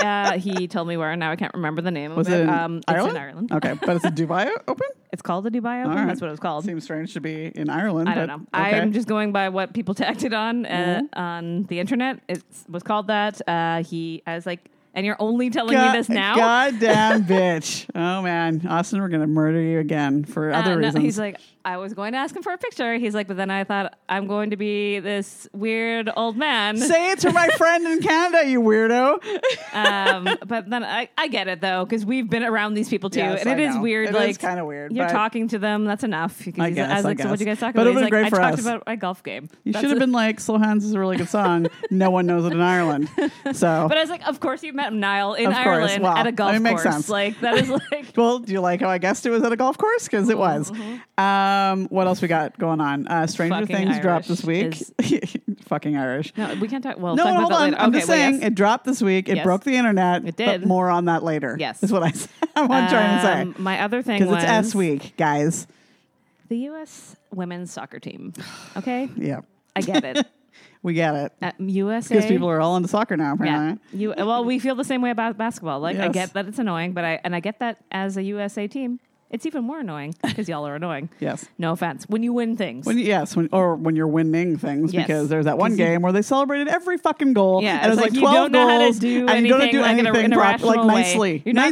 S2: uh, he told me where, and now I can't remember the name
S1: Was
S2: of
S1: it
S2: it.
S1: in
S2: um,
S1: Ireland?
S2: It's in Ireland.
S1: Okay, but it's a Dubai Open.
S2: It's called the Dubai Open.
S1: right.
S2: [LAUGHS] That's what it was called.
S1: Seems strange to be in Ireland.
S2: I don't
S1: but
S2: know.
S1: okay. Mm-hmm.
S2: I'm just going by what people [LAUGHS] tagged it on uh, on the internet. It was called that. Uh, he, I was like, and you're only telling
S1: God-
S2: me this now. [LAUGHS]
S1: Goddamn bitch! Oh man, Austin, we're gonna murder you again for
S2: Uh,
S1: other
S2: no,
S1: reasons.
S2: He's like, I was going to ask him for a picture. He's like, but then I thought I'm going to be this weird old
S1: [LAUGHS]
S2: man.
S1: Say it to my friend in Canada, you weirdo.
S2: um, but then I, I get it though because we've been around these people too,
S1: Yes,
S2: and it
S1: I
S2: is
S1: know.
S2: weird.
S1: It is
S2: like
S1: kinda weird,
S2: You're
S1: but-
S2: talking to them. That's enough. Because
S1: I
S2: he's-
S1: guess,
S2: was
S1: I
S2: like, so what you
S1: guess.
S2: guys talk
S1: But it
S2: about? He's
S1: would've been great
S2: like,
S1: for
S2: I talked
S1: us.
S2: about my golf game.
S1: You
S2: That's
S1: should have
S2: it.
S1: been like, "Slow Hands" is a really good
S2: [LAUGHS]
S1: song. no one knows it in Ireland, so.
S2: But I was like, of course you met Niall in
S1: Of course,
S2: Ireland
S1: wow.
S2: at a golf
S1: I mean, makes
S2: course.
S1: sense.
S2: Like that is like
S1: well, do you like how I guessed it was at a golf course? Because it was. Um, what else we got going on? Uh, Stranger
S2: Mm-hmm. Fucking
S1: Things dropped
S2: Irish
S1: this week. [LAUGHS] Fucking Irish.
S2: [LAUGHS] no, we can't talk. Well,
S1: No,
S2: talk about
S1: hold
S2: that
S1: on.
S2: later.
S1: I'm
S2: okay,
S1: just
S2: well,
S1: saying
S2: yes.
S1: it dropped this week. It
S2: Yes.
S1: broke the internet. But
S2: It did.
S1: more on that later.
S2: Yes.
S1: is what I s- [LAUGHS] I'm trying to
S2: Um,
S1: say.
S2: My other thing
S1: Because
S2: was
S1: it's S week, guys.
S2: The U.S. women's
S1: [SIGHS]
S2: soccer team. Okay,
S1: Yeah,
S2: I get it.
S1: [LAUGHS] we get it.
S2: Uh, USA.
S1: Because people are all into soccer now,
S2: yeah,
S1: apparently.
S2: you. Well, we feel the same way about basketball. Like I
S1: Yes.
S2: get that it's annoying, but I and I get that as a USA team, it's even more annoying because y'all are
S1: [LAUGHS]
S2: annoying.
S1: Yes.
S2: No offense. When you win things,
S1: When, yes, when or when you're winning things
S2: Yes.
S1: because there's that one
S2: 'Cause you-
S1: game where they celebrated every fucking goal.
S2: Yeah,
S1: and it was
S2: it's
S1: like,
S2: like you
S1: 12
S2: don't know how to
S1: goals,
S2: do
S1: and you don't
S2: anything,
S1: do
S2: like, in a-
S1: anything
S2: in a
S1: prop- like
S2: rational way.
S1: nicely,
S2: You're not-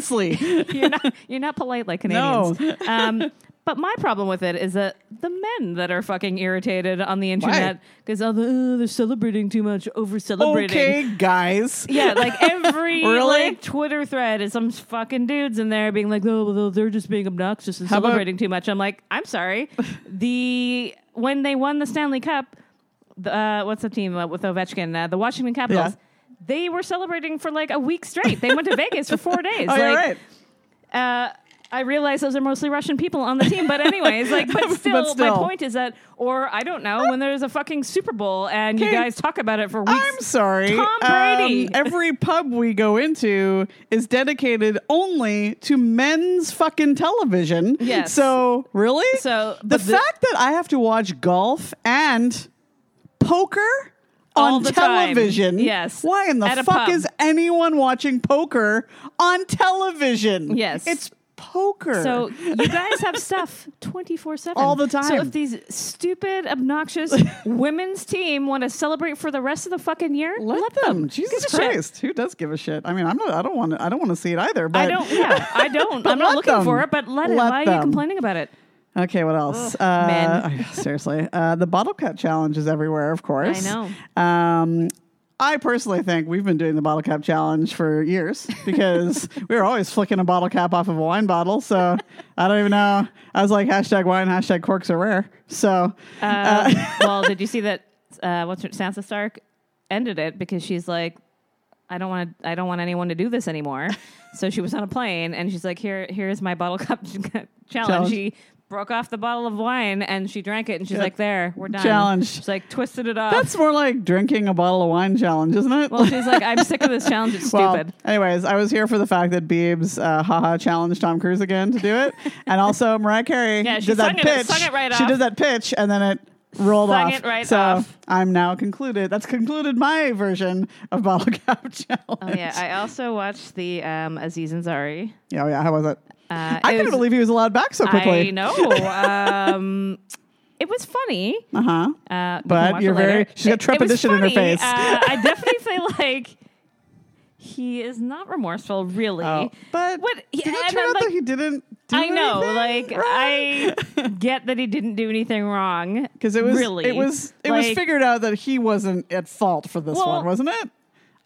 S1: nicely.
S2: [LAUGHS] you're not you're not polite like Canadians.
S1: [LAUGHS]
S2: Um, but my problem with it is that the men that are fucking irritated on the internet because oh, the, uh, they're celebrating too much, over celebrating.
S1: okay, guys.
S2: Yeah,
S1: [LAUGHS]
S2: like every
S1: Really?
S2: like Twitter thread is some fucking dudes in there being like, oh, well, they're just being obnoxious and
S1: How about-
S2: celebrating too much. I'm like,
S1: [LAUGHS]
S2: I'm sorry. the when they won the Stanley Cup, the, uh, what's the team uh, with Ovechkin? Uh, the Washington Capitals.
S1: Yeah.
S2: They were celebrating for like a week straight. They went to Vegas for four days.
S1: [LAUGHS] Oh,
S2: like,
S1: you're right.
S2: uh, I realize those are mostly Russian people on the team, but
S1: [LAUGHS]
S2: anyways, like, but still,
S1: still.
S2: my point is that, or I don't know, when there's a fucking Super Bowl and you
S1: Okay.
S2: guys talk about it for weeks.
S1: I'm sorry.
S2: Tom Brady.
S1: Um, every pub we go into is dedicated only to men's fucking television.
S2: Yes.
S1: So really,
S2: So,
S1: the
S2: but the-
S1: fact that I have to watch golf and poker.
S2: All
S1: on
S2: the time.
S1: television.
S2: Yes.
S1: Why in the
S2: At a
S1: fuck
S2: pub.
S1: is anyone watching poker on television?
S2: Yes.
S1: It's poker.
S2: So you guys
S1: [LAUGHS]
S2: have stuff 24 7.
S1: All the
S2: So
S1: time.
S2: if these
S1: [LAUGHS]
S2: stupid, obnoxious women's team want to celebrate for the rest of the fucking year,
S1: let,
S2: let,
S1: them.
S2: them.
S1: Jesus
S2: Give a shit.
S1: Christ. Who does give a shit? I mean, I'm not I don't want to I don't want to see it either, but
S2: I don't, yeah,
S1: [LAUGHS]
S2: I don't.
S1: let
S2: I'm not looking
S1: them.
S2: for it, but let, it.
S1: Let
S2: Why are
S1: them.
S2: you complaining about it?
S1: Okay, what else? Uh,
S2: Ugh, men.
S1: [LAUGHS] I- seriously, uh, the bottle cap challenge is everywhere, of course.
S2: I
S1: know. Um, I personally think we've been doing the bottle cap challenge for years
S2: [LAUGHS]
S1: because we were always flicking a bottle cap off of a wine bottle. So I don't even know. I was like hashtag wine, hashtag corks are rare. So Uh, [LAUGHS]
S2: Um, well, did you see that? Uh, what's her, Sansa Stark ended it because she's like, I don't want to. I don't want anyone to do
S1: [LAUGHS]
S2: this anymore. so she was on a plane and she's like, here, here's my bottle cup [LAUGHS] challenge.
S1: Challenge.
S2: She broke off the bottle of wine and she drank it and she's
S1: Yeah.
S2: like, there, we're done.
S1: Challenge.
S2: She's like, twisted it off.
S1: that's more like drinking a bottle of wine challenge, isn't it?
S2: [LAUGHS] well, she's like, I'm sick of this challenge. It's
S1: Well, [LAUGHS]
S2: stupid.
S1: anyways, I was here for the fact that Biebs uh, haha challenged Tom Cruise again to do it, and also [LAUGHS] Mariah Carey
S2: Yeah, she
S1: did that
S2: sung it-
S1: pitch.
S2: sung it right
S1: she
S2: off.
S1: did that pitch, and then it rolled
S2: Sung
S1: off.
S2: it right
S1: so
S2: off.
S1: I'm now concluded. That's concluded my version of bottle [LAUGHS] cap challenge.
S2: Oh yeah, I also watched the um, Aziz Ansari.
S1: yeah, oh, yeah. How was it?
S2: Uh,
S1: I
S2: it
S1: couldn't
S2: was-
S1: believe he was allowed back so quickly.
S2: I know. Um, it was funny.
S1: Uh huh.
S2: Uh, we
S1: But
S2: can watch
S1: you're
S2: it later.
S1: very- she's got
S2: It- it was
S1: trepidation in her
S2: funny.
S1: face.
S2: Uh,
S1: [LAUGHS]
S2: I definitely feel like he is not remorseful, really.
S1: Oh, but
S2: what? he-
S1: did it
S2: and
S1: turn
S2: I'm
S1: out that
S2: like-
S1: he didn't? Do
S2: I know, like
S1: anything wrong? [LAUGHS]
S2: I get that he didn't do anything wrong
S1: because it was
S2: really
S1: it was it was
S2: Like,
S1: figured out that he wasn't at fault for this
S2: Well,
S1: one, wasn't it?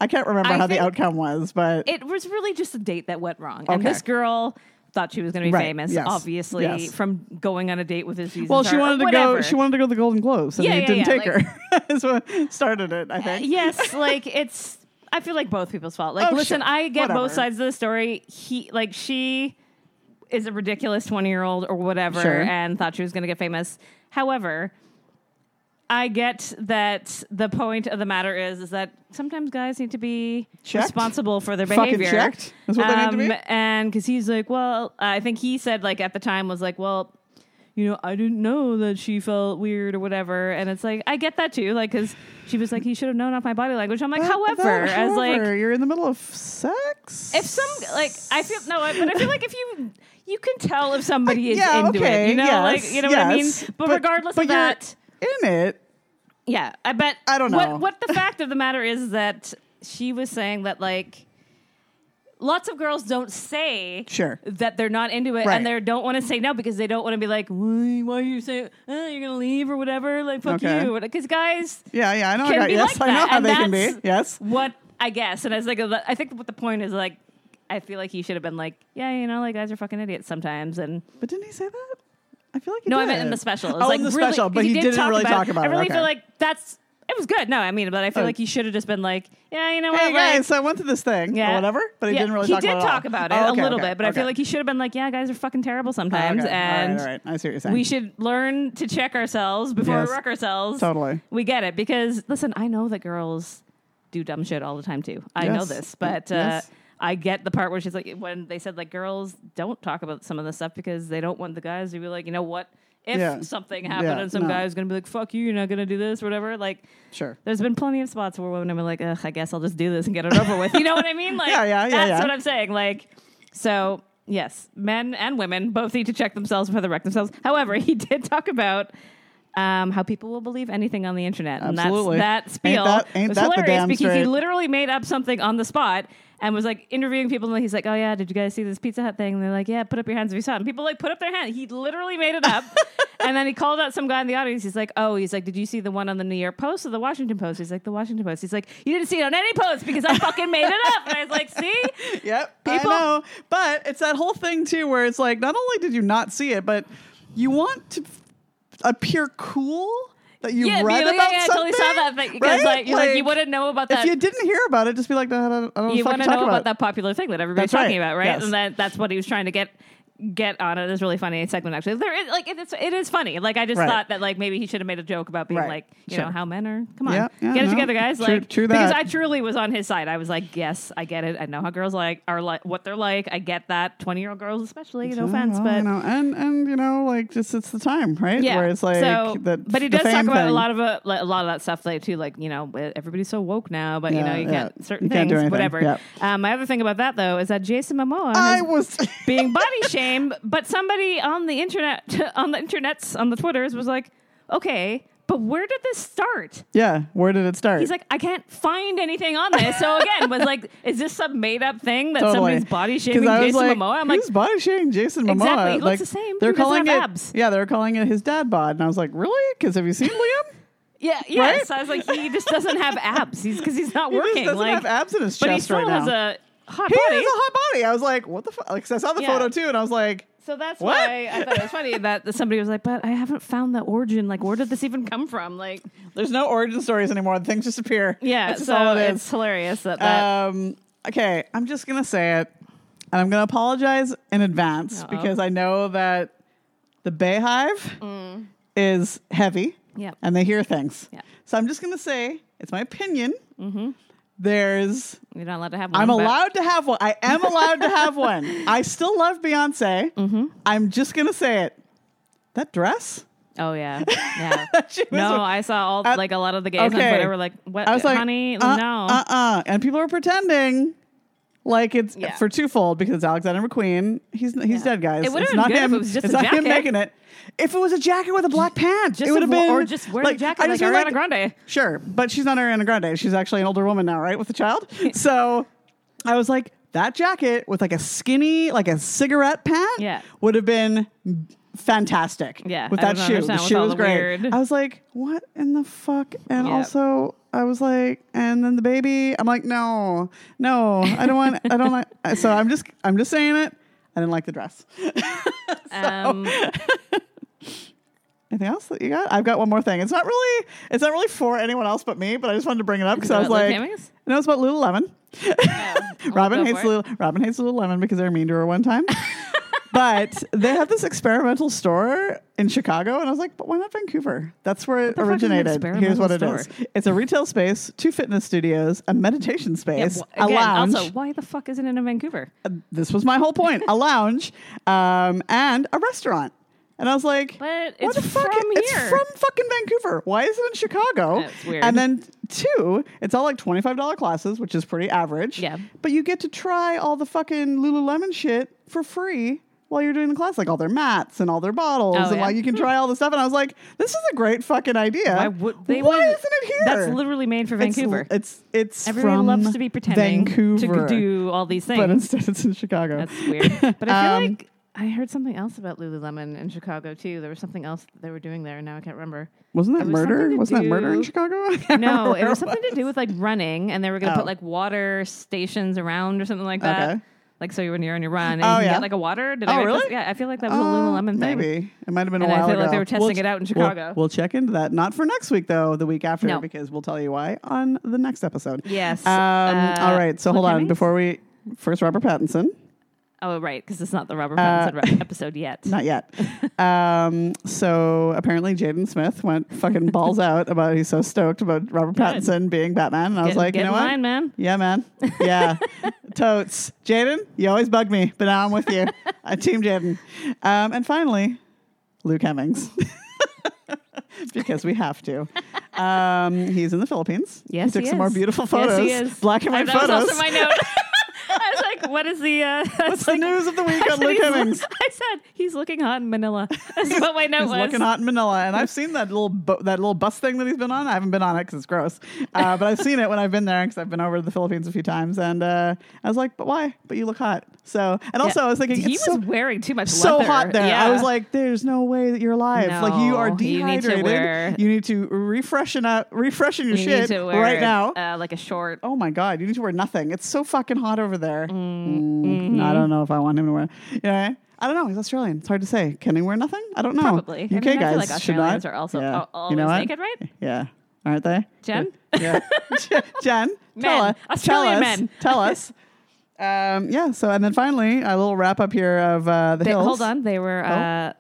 S1: I can't remember
S2: I
S1: how the
S2: think-
S1: outcome was, but
S2: It was really just a date that went wrong, and
S1: Okay.
S2: this girl thought she was going to be
S1: Right,
S2: famous,
S1: yes,
S2: obviously,
S1: yes.
S2: from going on a date with his.
S1: well, she wanted to go. She wanted to go to the Golden Globes, and
S2: Yeah,
S1: he
S2: yeah,
S1: didn't
S2: yeah,
S1: take
S2: like-
S1: her. [LAUGHS] That's what started it, I think.
S2: yes, like it's. I feel like both people's fault. Like,
S1: Oh,
S2: listen,
S1: sure.
S2: I get
S1: Whatever.
S2: both sides of the story. He, like, she is a ridiculous twenty-year-old or whatever,
S1: Sure.
S2: and thought she was going to get famous. However, I get that the point of the matter is is that sometimes guys need to be
S1: Checked?
S2: responsible for their
S1: Fucking
S2: behavior. Um,
S1: checked? Is what they need to be?
S2: And because he's like, well, I think he said like at the time was like, well, you know, I didn't know that she felt weird or whatever. And it's like, I get that too. Like, cause she was like, he should have known off my body language. I'm like,
S1: But-
S2: however,
S1: but
S2: as like,
S1: however, you're in the middle of sex.
S2: if some like I feel no, I- but I feel like if you you can tell if somebody is
S1: Uh, Yeah,
S2: into it,
S1: okay,
S2: you know,
S1: yes,
S2: like you know what I mean.
S1: yes.
S2: But,
S1: But-
S2: regardless
S1: but
S2: of
S1: you're-
S2: that,
S1: in it,
S2: yeah, I bet
S1: I don't know.
S2: what what the fact of the matter is that she was saying that like lots of girls don't say
S1: Sure.
S2: that they're not into it
S1: Right.
S2: and they don't want to say no because they don't want to be like why, why are you saying uh, you're gonna leave or whatever like fuck
S1: Okay.
S2: you because guys
S1: yeah, yeah, I know. I
S2: can
S1: got-
S2: be
S1: yes,
S2: like
S1: I know
S2: that,
S1: how
S2: and
S1: they can be.
S2: that's
S1: Yes,
S2: what I guess. And I was like, I think what the point is like, I feel like he should have been like, yeah, you know, like guys are fucking idiots sometimes. And
S1: but didn't he say that? I feel like he
S2: no,
S1: did.
S2: I meant in the special. It was
S1: Oh,
S2: like
S1: in the
S2: really-
S1: special, but he,
S2: did
S1: didn't really talk about
S2: I
S1: it.
S2: really
S1: okay.
S2: feel like that's it was good. No, I mean, but I feel
S1: Oh.
S2: like he should have just been like, yeah, you know what,
S1: Hey
S2: like,
S1: guys, so I went to this thing
S2: yeah,
S1: or whatever, but he
S2: yeah,
S1: didn't really
S2: He
S1: talk
S2: did
S1: about it.
S2: talk about it
S1: Oh,
S2: a
S1: okay,
S2: little
S1: okay,
S2: bit, but I
S1: okay. Oh,
S2: feel like he should have been like, yeah, guys are fucking terrible sometimes,
S1: Okay, all right,
S2: and
S1: all right, I see what you're saying.
S2: we should learn to check ourselves before
S1: Yes.
S2: we wreck ourselves.
S1: Totally.
S2: We get it because listen, I know that girls do dumb shit all the time too. I know
S1: Yes.
S2: this, but uh,
S1: Yes.
S2: I get the part where she's like, when they said like girls don't talk about some of this stuff because they don't want the guys to be like, you know what, if
S1: Yeah.
S2: something happened
S1: Yeah,
S2: and some
S1: no.
S2: guy's gonna be like, fuck you, you're not gonna do this, or whatever. Like,
S1: sure.
S2: there's been plenty of spots where women have been like, ugh, I guess I'll just do this and get it over with. You know what I mean?
S1: [LAUGHS]
S2: Like,
S1: Yeah, yeah, yeah,
S2: that's
S1: yeah.
S2: what I'm saying. Like, so yes, men and women both need to check themselves before they wreck themselves. However, he [LAUGHS] did talk about um, how people will believe anything on the internet, and
S1: Absolutely.
S2: that's that
S1: Ain't
S2: spiel
S1: that- ain't
S2: was
S1: that the
S2: hilarious
S1: damn
S2: because he
S1: straight.
S2: literally made up something on the spot. And was like interviewing people, and he's like, "Oh yeah, did you guys see this Pizza Hut thing?" And they're like, "Yeah, put up your hands if you saw it." And people like put up their hand. He literally made
S1: [LAUGHS]
S2: it up, and then he called out some guy in the audience. He's like, "Oh, he's like, did you see the one on the New York Post or the Washington Post?" He's like, "The Washington Post." He's like, "You didn't see it on any post because I fucking made it up." And I was like, "See,
S1: Yep.
S2: People-
S1: I know. But it's that whole thing too where it's like not only did you not see it, but you want to f- appear cool that [LAUGHS] you
S2: yeah,
S1: read
S2: yeah,
S1: about
S2: yeah, I
S1: something.
S2: totally saw that thing because
S1: right?
S2: like, you're like,
S1: Like,
S2: you wouldn't know about that."
S1: If you didn't hear about it, just be like, "No, I don't, I don't
S2: you
S1: fucking
S2: want to
S1: talk
S2: know about
S1: it."
S2: that popular thing that everybody's
S1: That's
S2: talking
S1: right.
S2: about, right?
S1: Yes.
S2: And that, that's what he was trying to get get on it. It's a really funny segment, actually. There is like it's it is funny. Like I just
S1: Right.
S2: thought that like maybe he should have made a joke about being
S1: Right.
S2: like you
S1: Sure.
S2: know how men are. Come on,
S1: Yeah, yeah,
S2: get it
S1: no.
S2: together, guys.
S1: True-
S2: like
S1: true
S2: because
S1: that.
S2: I truly was on his side. I was like, yes, I get it. I know how girls like are like what they're like. I get that. Twenty year old girls, especially.
S1: Yeah,
S2: No offense,
S1: well,
S2: but
S1: you know, and and you know, like just it's the time, right?
S2: yeah.
S1: Where it's like
S2: so,
S1: the,
S2: but he
S1: the
S2: does talk
S1: fame
S2: about a
S1: thing.
S2: lot of uh, like, a lot of that stuff like too, like you know everybody's so woke now, but you
S1: Yeah,
S2: know you
S1: yeah.
S2: can't certain
S1: You can't
S2: things,
S1: do anything.
S2: whatever.
S1: Yep.
S2: Um, my other thing about that though is that Jason Momoa
S1: I
S2: has
S1: was [LAUGHS]
S2: being body shamed, but somebody on the internet [LAUGHS] on the internets on the twitters was like, okay, but where did this start?
S1: Yeah, where did it start?
S2: He's like, I can't find anything on this. So again, was like, is this some made up thing that somebody's body
S1: 'Cause
S2: shaming
S1: I was
S2: Jason
S1: like,
S2: Momoa? I'm like,
S1: who's body shaming Jason Momoa?
S2: Exactly, he looks
S1: like,
S2: the same.
S1: They're
S2: He doesn't
S1: calling it.
S2: have abs.
S1: Yeah, they're calling it his dad bod, and I was like, really? Because have you seen
S2: [LAUGHS]
S1: Liam?
S2: yeah, yes. I was like, he just doesn't have abs. He's because he's not
S1: He just
S2: working.
S1: doesn't
S2: like,
S1: have abs in his
S2: but he
S1: chest
S2: still
S1: right
S2: has
S1: now.
S2: a hot
S1: he
S2: body.
S1: has a hot body. I was like, what the fuck? Because I saw the
S2: Yeah.
S1: photo too, and I was like,
S2: so that's
S1: What?
S2: why I thought it was funny that somebody was like, "But I haven't found the origin. Like, where did this even come from? Like,
S1: there's no origin stories anymore. The things just appear.
S2: yeah."
S1: That's just
S2: so
S1: all it
S2: it's
S1: is.
S2: hilarious that that.
S1: Um, okay, I'm just gonna say it, and I'm gonna apologize in advance
S2: Uh-oh.
S1: because I know that the Bayhive is heavy,
S2: Mm. Yep.
S1: and they hear things.
S2: Yeah.
S1: So I'm just gonna say it's my opinion.
S2: Mm-hmm.
S1: There's
S2: You're not allowed to have. One,
S1: I'm
S2: but-
S1: allowed to have one. I am allowed to have
S2: [LAUGHS]
S1: one. I still love Beyonce.
S2: Mm-hmm.
S1: I'm just gonna say it. That dress. [LAUGHS]
S2: Oh yeah, yeah.
S1: She was
S2: no,
S1: a-
S2: I saw all
S1: Uh,
S2: like a lot of the gays
S1: okay.
S2: on Twitter were like, "What,
S1: I was like,
S2: honey?
S1: uh,
S2: no."
S1: uh, uh, and people are pretending like it's
S2: Yeah.
S1: for twofold because it's Alexander McQueen. He's he's
S2: Yeah.
S1: dead, guys.
S2: It would've
S1: It's
S2: been
S1: not
S2: good if
S1: him.
S2: it was just
S1: it's
S2: a
S1: not him
S2: jacket.
S1: making it. If it was a jacket with a black pant,
S2: Just
S1: it would have
S2: a-
S1: been
S2: or just wear the jacket
S1: I
S2: like
S1: just mean,
S2: Ariana Grande.
S1: Sure, but she's not Ariana Grande. She's actually an older woman now, right, with a
S2: [LAUGHS]
S1: child. so I was like, that jacket with like a skinny, like a cigarette pant,
S2: Yeah.
S1: would have been. Fantastic.
S2: Yeah,
S1: With
S2: I
S1: that
S2: don't
S1: shoe. The
S2: understand with
S1: shoe
S2: all
S1: was
S2: the
S1: great.
S2: weird-
S1: I was like, what in the fuck? And
S2: Yeah.
S1: also, I was like, and then the baby. I'm like, no, no, I don't want. I don't like. [LAUGHS] So I'm just, I'm just saying it. I didn't like the dress. [LAUGHS]
S2: um,
S1: Anything else that you got? I've got one more thing. It's not really, it's not really for anyone else but me. But I just wanted to bring it up because I was
S2: about
S1: like,
S2: Leukaemias?
S1: no, it's about Lululemon.
S2: yeah. [LAUGHS] I'll
S1: Robin
S2: go
S1: hates
S2: for it.
S1: Lul- Robin hates Lululemon because they're mean to her one
S2: [LAUGHS]
S1: time. but they have this experimental store in Chicago, and I was like, but why not Vancouver? That's where it
S2: fuck is an
S1: originated. Here's what
S2: experimental
S1: it is: it's a retail space, two fitness studios, a meditation
S2: Yeah,
S1: space,
S2: wh-
S1: a
S2: again,
S1: lounge.
S2: also, why the fuck isn't it in Vancouver?
S1: this was my whole point: a lounge um, and a restaurant. And I was like,
S2: But
S1: what
S2: it's
S1: the fuck?
S2: from
S1: It's
S2: here.
S1: from fucking Vancouver. Why is it in Chicago?
S2: That's weird.
S1: And then two, it's all like twenty five dollar classes, which is pretty average.
S2: Yeah.
S1: But you get to try all the fucking Lululemon shit for free while you're doing the class, like all their mats and all their bottles,
S2: Oh,
S1: and
S2: yeah.
S1: like you can try all the stuff. And I was like, this is a great fucking idea.
S2: Why would- they
S1: Why
S2: wouldn't-
S1: isn't it here?
S2: That's literally made for
S1: It's-
S2: Vancouver.
S1: It's it's,
S2: Everyone
S1: from
S2: loves to be pretending
S1: Vancouver,
S2: to do all these
S1: but
S2: things.
S1: instead it's in Chicago.
S2: That's weird.
S1: [LAUGHS]
S2: But I feel
S1: Um,
S2: like I heard something else about Lululemon in Chicago too. There was something else they were doing there, and now I can't remember.
S1: Wasn't that
S2: It was something
S1: murder?
S2: to
S1: Wasn't that murder in
S2: do-
S1: Chicago? [LAUGHS] I can't
S2: No,
S1: remember [LAUGHS]
S2: it was
S1: where
S2: something to do with like running, and they were going to
S1: Oh.
S2: put like water stations around or something like that.
S1: Okay.
S2: Like so, when you're on your run, and
S1: Oh,
S2: you can
S1: yeah.
S2: get like a water. Did
S1: Oh,
S2: I make
S1: really?
S2: This? Yeah, I feel like that was a
S1: Uh,
S2: Lululemon thing.
S1: Maybe it might have been
S2: And
S1: a
S2: I
S1: while
S2: feel
S1: ago.
S2: like they were testing it out in
S1: we'll-
S2: Chicago.
S1: We'll check into that. Not for next week though. The week after,
S2: No.
S1: because we'll tell you why on the next episode.
S2: Yes.
S1: Um,
S2: Uh,
S1: all right. So hold
S2: Cliff
S1: on
S2: Hemmings?
S1: before we first Robert Pattinson.
S2: Oh, right, because it's not the Robert
S1: Uh,
S2: Pattinson re-
S1: [LAUGHS]
S2: episode yet.
S1: Not
S2: [LAUGHS]
S1: yet. um, so apparently Jaden Smith went fucking
S2: [LAUGHS]
S1: balls out about he's so stoked about Robert
S2: Good.
S1: Pattinson being Batman, and I was
S2: Get-
S1: like,
S2: get
S1: you know
S2: in
S1: what?
S2: line, man.
S1: Yeah, man.
S2: [LAUGHS]
S1: Yeah. Totes. Jaden, you always bug me, but now I'm with
S2: [LAUGHS]
S1: you. I team Jaden. Um, and finally, Luke
S2: [LAUGHS]
S1: Hemmings. because we have to. Um, he's in the Philippines.
S2: Yes,
S1: He took
S2: he
S1: some more
S2: is.
S1: beautiful
S2: Yes,
S1: photos.
S2: he is.
S1: Black and
S2: I-
S1: white
S2: that was
S1: photos.
S2: also my note. [LAUGHS] I
S1: [LAUGHS]
S2: was like, what is the. Uh, [LAUGHS] I
S1: What's
S2: was
S1: the
S2: like-
S1: news of the
S2: [LAUGHS] I
S1: week on
S2: said,
S1: Luke
S2: he's-
S1: Hemmings?
S2: I said, he's looking hot in Manila. [LAUGHS] That's what my note
S1: He's
S2: was.
S1: looking hot in Manila, and I've seen that little bo- that little bus thing that he's been on. I haven't been on it because it's gross, uh, but I've seen it when I've been there because I've been over to the Philippines a few times, and uh, I was like, "But why? But you look hot." So, and also I was thinking,
S2: he
S1: it's
S2: was
S1: so,
S2: wearing too much
S1: so
S2: leather.
S1: hot there.
S2: Yeah.
S1: I was like, "There's no way that you're alive. like you are
S2: No, you need to
S1: dehydrated. You need to,
S2: wear-
S1: refreshen up, refreshen your
S2: you need
S1: shit
S2: to wear
S1: right now."
S2: Uh, like a short.
S1: Oh my god, you need to wear nothing. It's so fucking hot over there. Mm,
S2: mm-hmm.
S1: I don't know if I want him to wear. Yeah, I don't know. He's Australian. It's hard to say. Can he wear nothing? I don't know.
S2: Probably.
S1: UK
S2: I mean, I feel
S1: guys
S2: like
S1: should
S2: Australians
S1: not.
S2: are also
S1: yeah.
S2: al- always
S1: you know what?
S2: naked, right?
S1: Yeah, aren't they?
S2: Jen?
S1: Yeah,
S2: [LAUGHS]
S1: Yeah. [LAUGHS] Jen. Tell
S2: Men.
S1: us.
S2: Australian
S1: tell us,
S2: men.
S1: Tell
S2: [LAUGHS]
S1: us. Um, yeah. So and then finally, a little wrap up here of uh, the
S2: They,
S1: hills.
S2: hold on. They were. Uh,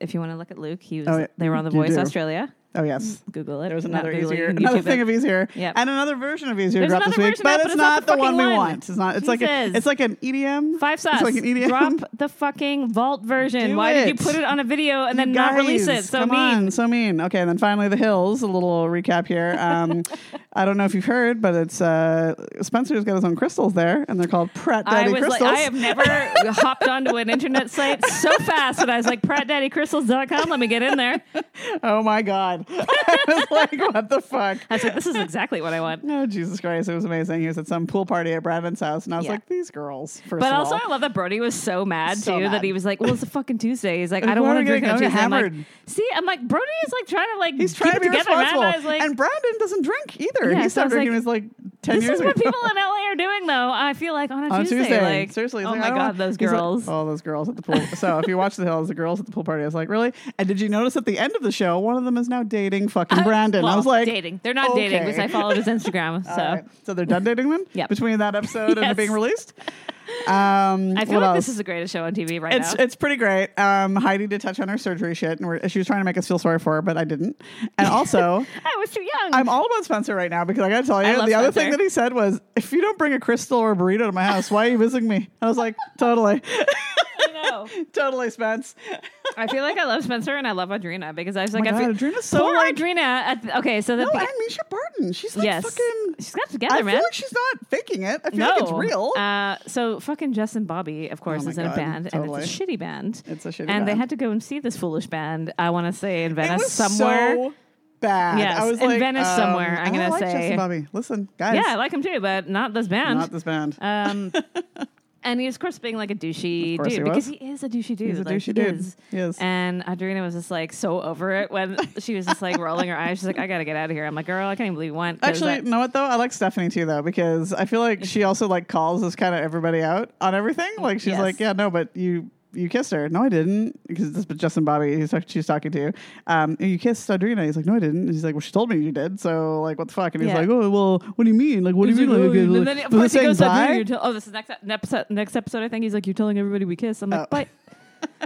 S2: if you want to look at Luke, he was.
S1: Oh, yeah.
S2: They were on The
S1: You
S2: Voice
S1: do.
S2: Australia.
S1: Oh yes.
S2: Google it.
S1: There was
S2: Not
S1: another
S2: Google it,
S1: easier,
S2: you can
S1: another
S2: YouTube
S1: thing
S2: it.
S1: of easier,
S2: Yep.
S1: and another version of easier
S2: There's
S1: dropped this
S2: another
S1: week,
S2: version
S1: but
S2: up,
S1: it's, not, the, one
S2: fucking
S1: we
S2: one.
S1: want. It's not. It's like a,
S2: Jesus.
S1: it's like an EDM.
S2: Five stars.
S1: It's like an E EDM.
S2: Drop the fucking vault
S1: [LAUGHS]
S2: version.
S1: Do
S2: Why did you
S1: it.
S2: put it on a video and then not
S1: Guys,
S2: release it? So
S1: come
S2: mean.
S1: on, so mean. Okay, and then finally the hills. A little recap here.
S2: [LAUGHS]
S1: Um, I don't know if you've heard, but it's uh, Spencer's got his own crystals there, and they're called Pratt
S2: I
S1: Daddy
S2: was
S1: crystals.
S2: like, I have never
S1: [LAUGHS]
S2: hopped onto an internet site so fast that I was like, prattdaddycrystals.com. Let me get in there. I
S1: [LAUGHS] oh my god! I was like, what the fuck?
S2: was like, this is exactly what
S1: [LAUGHS]
S2: I want.
S1: Oh Jesus Christ! It was amazing. He was at some pool party at Bradman's house, and I was
S2: Yeah.
S1: like, these girls. First
S2: But
S1: of
S2: also,
S1: all.
S2: I love that Brody was so mad
S1: So
S2: too
S1: mad.
S2: that he was like, "Well, it's a fucking Tuesday." He's like,
S1: Like,
S2: "I don't
S1: what
S2: want
S1: are
S2: to
S1: we
S2: drink on
S1: gonna go?
S2: Tuesday."
S1: He's
S2: I'm like,
S1: hammered.
S2: "See, I'm like Brody is like trying to like
S1: He's trying
S2: keep
S1: to be
S2: it together, man."
S1: responsible,
S2: I was like,
S1: and Brandon doesn't drink either.
S2: Yeah,
S1: he
S2: so I
S1: started drinking
S2: was like,
S1: his like ten
S2: "This
S1: years
S2: is what
S1: ago.
S2: people in LA are doing, though." I feel like on
S1: [LAUGHS]
S2: a
S1: on Tuesday.
S2: Tuesday, like
S1: Seriously, he's
S2: oh
S1: like, I
S2: my
S1: don't
S2: god,
S1: want-
S2: those
S1: he's like,
S2: girls.
S1: oh, those girls at the pool. so if you watch the hills, the girls at the pool party. I was like, really? And did you notice at the end of the show, one of them is now dating fucking Brandon?
S2: [LAUGHS] Well,
S1: I was like,
S2: dating. They're not dating because
S1: okay.
S2: I
S1: [LAUGHS]
S2: followed his Instagram.
S1: All
S2: So
S1: right. so they're done dating then.
S2: [LAUGHS] Yep.
S1: Between that episode and it
S2: Yes.
S1: being
S2: [LAUGHS]
S1: released. Um,
S2: I feel
S1: what
S2: like
S1: else?
S2: this is the greatest show on TV right
S1: It's
S2: now.
S1: it's pretty great. Um, Heidi did touch on her surgery shit, and we're, she was trying to make us feel sorry for her, but I didn't.
S2: [LAUGHS]
S1: And also,
S2: [LAUGHS] I was too young.
S1: I'm all about Spencer right now because I got to tell you,
S2: I
S1: the
S2: love
S1: other
S2: Spencer.
S1: thing that he said was, "If you don't bring a crystal or a burrito to my house, why are you visiting me?" And I was like, [LAUGHS] "Totally,
S2: I know.
S1: totally, Spence."
S2: I feel like I love Spencer and I love Audrina because I was like,
S1: Oh my
S2: I feel
S1: God, Audrina's so,
S2: poor
S1: like-
S2: Audrina. At the, okay, so the
S1: No, and Misha Barton, she's like
S2: yes,
S1: fucking.
S2: she's got it
S1: I
S2: together,
S1: feel
S2: man.
S1: like she's not faking it. I feel
S2: no,
S1: like it's real.
S2: Uh, so fucking Justin Bobby, of course,
S1: Oh my
S2: is in
S1: God,
S2: a band, and it's a
S1: totally.
S2: shitty band.
S1: It's a shitty
S2: and
S1: band.
S2: they had to go and see this foolish band. I want to say in
S1: it
S2: Venice
S1: was
S2: somewhere.
S1: so bad.
S2: Yes,
S1: I was
S2: in
S1: like,
S2: Venice
S1: um,
S2: somewhere, I'm
S1: I
S2: gonna
S1: like
S2: say-
S1: Justin Bobby. Listen, guys,
S2: yeah, I like him too, but not this band.
S1: not this band. [LAUGHS]
S2: Um, and he was, of course, being like a douchey
S1: course
S2: dude
S1: he was.
S2: because he is a douchey dude.
S1: He's a
S2: like,
S1: douchey
S2: he
S1: dude.
S2: Is.
S1: He is.
S2: And Adrina was just like so over it when she was just like rolling her eyes. She's like, I gotta get out of here. I'm like, girl, I can't even believe you went. 'cause
S1: Actually,
S2: that-
S1: you know what though? I like Stephanie too though because I feel like she also like calls us kind of everybody out on everything. Like she's
S2: Yes.
S1: like, yeah, no, but you you kissed her. No, I didn't because this but Justin Bobby he's talk- she's talking to. Um, you kissed Adrina. He's like, no, I didn't. And he's like, well, she told me you did. So like, what the fuck? And he's
S2: Yeah. "Oh,
S1: like, oh, well, what do you mean? Like, what do you mean? Like,
S2: and
S1: like,
S2: then, of
S1: was I
S2: course, he
S1: saying
S2: goes, "Adrina,
S1: bye?"
S2: you're tell- oh, this is next, next episode. Next episode, I think he's like, you're telling everybody we kiss. I'm like,
S1: Oh.
S2: but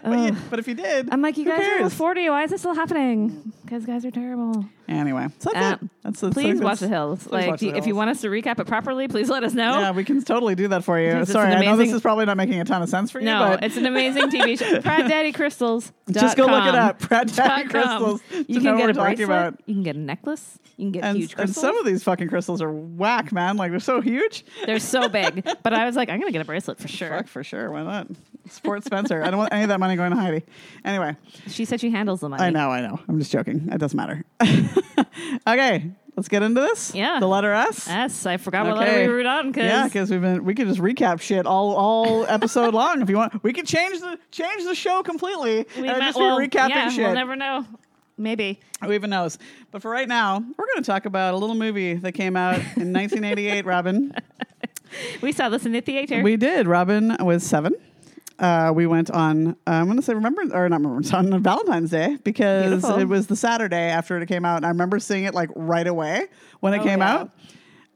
S1: But, you- but if you did,
S2: I'm like, you
S1: who
S2: guys are
S1: cares?
S2: almost 40. Why is this still happening? Because guys are terrible.
S1: [LAUGHS] Anyway, so that's
S2: Uh,
S1: it. That's the
S2: Please watch
S1: segments.
S2: The Hills.
S1: Please
S2: Like,
S1: watch The
S2: you- if you
S1: Hills.
S2: want us to recap it properly, please let us know.
S1: Yeah, we can totally do that for you.
S2: Because it's
S1: Sorry, I
S2: an
S1: know this
S2: amazing-
S1: is probably not making a ton of sense for you,
S2: no,
S1: but
S2: it's an
S1: [LAUGHS]
S2: amazing TV show. PradDaddyCrystals.
S1: just go look it up. [LAUGHS] Pratt Daddy
S2: Dot com.
S1: crystals. to know
S2: You can
S1: what
S2: get
S1: we're
S2: a
S1: talking
S2: bracelet.
S1: about.
S2: You can get a necklace. You can get
S1: And,
S2: huge
S1: and
S2: crystals.
S1: some of these fucking crystals are whack, man. Like they're so huge. [LAUGHS]
S2: They're so big. But I was like, I'm gonna get a bracelet for sure.
S1: Fuck for sure. Why not? Sport Spencer. I don't want any of that money going to Heidi. Anyway,
S2: She said she handles the money.
S1: I know, I know. I'm just joking. It doesn't matter. [LAUGHS] okay, let's get into this.
S2: Yeah.
S1: The letter S.
S2: Yes, I forgot what letter we were on because
S1: yeah, because we've been we could just recap shit all all episode long if you want. We could change the change the show completely
S2: we
S1: and
S2: might-
S1: just
S2: well,
S1: be recapping
S2: yeah,
S1: shit.
S2: We'll never know. Maybe.
S1: Who even knows? But for right now, we're going to talk about a little movie that came out
S2: [LAUGHS]
S1: in 1988. Robin,
S2: We saw this in the theater.
S1: we did. Robin was seven. Uh, we went on. Uh, I'm going to say Remembrance or not Remembrance [LAUGHS] on Valentine's Day because
S2: Beautiful.
S1: it was the Saturday after it came out. And I remember seeing it like right away when it
S2: Oh,
S1: came
S2: yeah.
S1: out.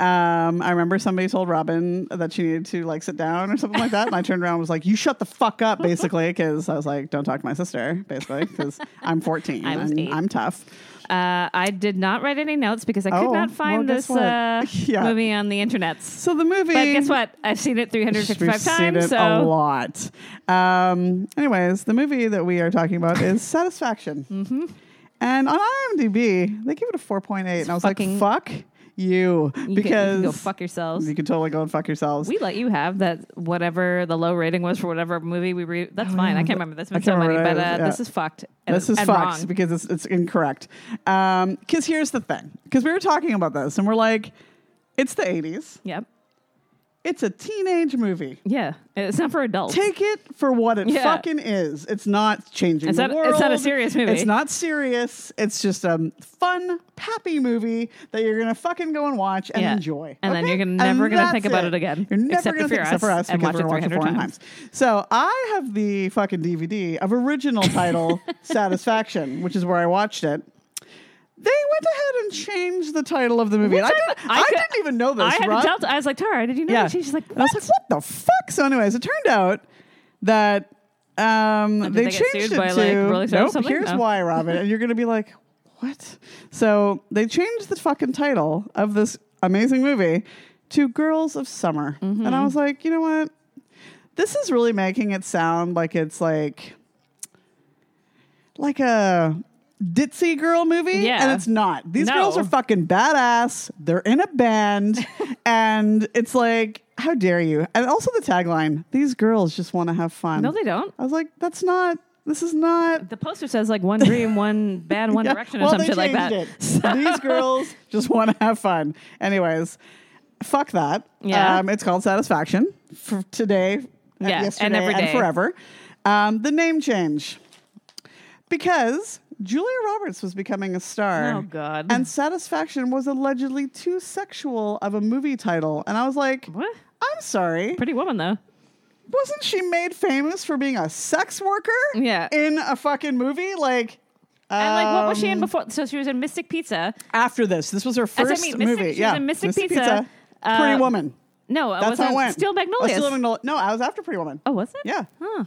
S1: Um, I remember somebody told Robin that she needed to like sit down or something like that, and I turned around and was like, "You shut the fuck up," basically, because I was like, "Don't talk to my sister," basically, because I'm
S2: [LAUGHS]
S1: 14
S2: I was
S1: and
S2: eight.
S1: I'm tough.
S2: uh, I did not write any notes because I could
S1: Oh,
S2: not find
S1: well, guess
S2: this
S1: what?
S2: uh,
S1: [LAUGHS] Yeah.
S2: movie on the internets.
S1: So the movie.
S2: But guess what? I've seen it 355
S1: We've
S2: times.
S1: seen it
S2: so
S1: a lot. Um, anyways, the movie that we are talking about
S2: [LAUGHS]
S1: is Satisfaction. Mm-hmm. And on IMDb, they give it a 4.8. and I was like,
S2: fucking-
S1: fuck you.
S2: you can- you
S1: because
S2: can go fuck yourselves.
S1: you can totally go and fuck yourselves.
S2: We let you have that whatever the low rating was for whatever movie we re- that's fine. I can't remember. That's been
S1: Oh, can't
S2: so many,
S1: remember
S2: but
S1: what it
S2: uh,
S1: is, yeah.
S2: this is fucked. And,
S1: this is
S2: and
S1: fucked
S2: wrong.
S1: because it's, it's incorrect. Because here's the thing. Because we were talking about this and we're like, it's the 80s.
S2: Yep.
S1: It's a teenage movie.
S2: Yeah. It's not for adults.
S1: Take it for what it
S2: Yeah.
S1: fucking is. It's not changing
S2: It's
S1: the
S2: not-
S1: world.
S2: it's not a serious movie.
S1: It's not serious. It's just a fun, happy movie that you're gonna fucking go and watch and
S2: Yeah.
S1: enjoy.
S2: And then
S1: okay?
S2: you're gonna- never
S1: And
S2: gonna
S1: that's
S2: think about it again,
S1: You're never
S2: except
S1: gonna
S2: if
S1: think
S2: you're
S1: except for
S2: us
S1: us
S2: and
S1: because
S2: watch
S1: we're
S2: it
S1: gonna watch it
S2: 300
S1: four times.
S2: times.
S1: So I have the fucking DVD of original
S2: [LAUGHS]
S1: title Satisfaction, which is where I watched it. They went ahead and changed the title of the movie. And I, didn't, I,
S2: I could-
S1: didn't even know this.
S2: I had
S1: Rob.
S2: to tell. I was like, Tara, did you know?
S1: Yeah.
S2: that? She's like,
S1: And I was like, what the fuck? So, anyways, it turned out that um,
S2: did
S1: they,
S2: they get
S1: changed
S2: sued
S1: it
S2: by,
S1: to.
S2: like, Rolling Stone or
S1: nope,
S2: something? Oh.
S1: here's
S2: No.
S1: why, Robin. And you're going to be like, what? So, they changed the fucking title of this amazing movie to Girls of Summer.
S2: Mm-hmm.
S1: And I was like, you know what? This is really making it sound like it's like like a ditzy girl movie
S2: Yeah.
S1: and it's not these
S2: No.
S1: girls are fucking badass they're in a
S2: [LAUGHS]
S1: band and it's like how dare you and also the tagline these girls just want to have fun
S2: no, they don't.
S1: i was like that's not this is not
S2: The poster says like one
S1: [LAUGHS]
S2: dream, one band, one
S1: Yeah.
S2: direction, or
S1: well,
S2: some
S1: they
S2: shit like that.
S1: changed
S2: [LAUGHS]
S1: it. these girls just want to have fun anyways fuck that
S2: Yeah.
S1: um, it's called satisfaction for today and
S2: Yeah, and
S1: yesterday
S2: every
S1: and
S2: day.
S1: forever um, the name change because Julia Roberts was becoming a star.
S2: Oh, God.
S1: And Satisfaction was allegedly too sexual of a movie title, and I was like,
S2: What?
S1: "I'm sorry,
S2: Pretty Woman though.
S1: wasn't she made famous for being a sex worker?
S2: Yeah.
S1: in a fucking movie like."
S2: And like, what was she in
S1: um,
S2: before? So she was in Mystic Pizza.
S1: After this, this was her
S2: I mean,
S1: first
S2: Mystic-
S1: movie.
S2: she was
S1: yeah,
S2: in Mystic Pizza, uh,
S1: Pretty Woman.
S2: No, I
S1: That's how it
S2: was
S1: went.
S2: Steel
S1: Oh,
S2: Magnolias.
S1: Steel Magnolias. No, I was after Pretty Woman.
S2: oh, was it?
S1: Yeah,
S2: Huh.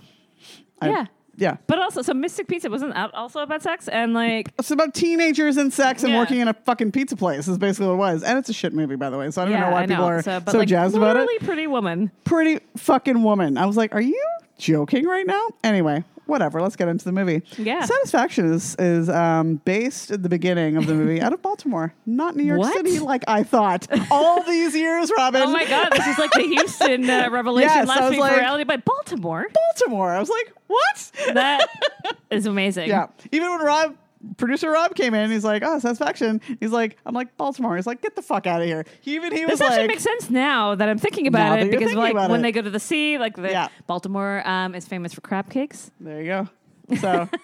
S1: I-
S2: yeah.
S1: yeah.
S2: But also, so Mystic Pizza wasn't out also about sex
S1: [LAUGHS]
S2: and like
S1: It's about teenagers and sex and
S2: Yeah.
S1: working in a fucking pizza place is basically what it was. And it's a shit movie, by the way. So I don't
S2: yeah,
S1: know why
S2: I
S1: people are so,
S2: so, but like,
S1: jazzed about it.
S2: literally Pretty Woman.
S1: Pretty fucking woman. I was like, are you joking right now? Anyway, whatever. Let's get into the movie.
S2: Yeah.
S1: Satisfaction is, is um, based at the beginning of the movie out of Baltimore, not New York
S2: What?
S1: City like I thought. All these years, Robin.
S2: [LAUGHS] Oh my God, this is like the
S1: [LAUGHS]
S2: Houston uh, revelation
S1: Yes, I
S2: last
S1: was
S2: week
S1: like-
S2: for reality, but Baltimore.
S1: Baltimore. I was like, what?
S2: That is amazing.
S1: Yeah. Even when Rob, producer Rob came in, he's like, oh, satisfaction. He's like, I'm like, Baltimore. He's like, get the fuck out of here. He, even he was
S2: This actually
S1: like,
S2: makes sense now that I'm thinking
S1: Now
S2: about
S1: that
S2: it
S1: you're
S2: because
S1: thinking
S2: like
S1: about
S2: when
S1: it.
S2: they go to the sea, like the
S1: Yeah.
S2: Baltimore um, is famous for crab cakes.
S1: there you go. So. [LAUGHS]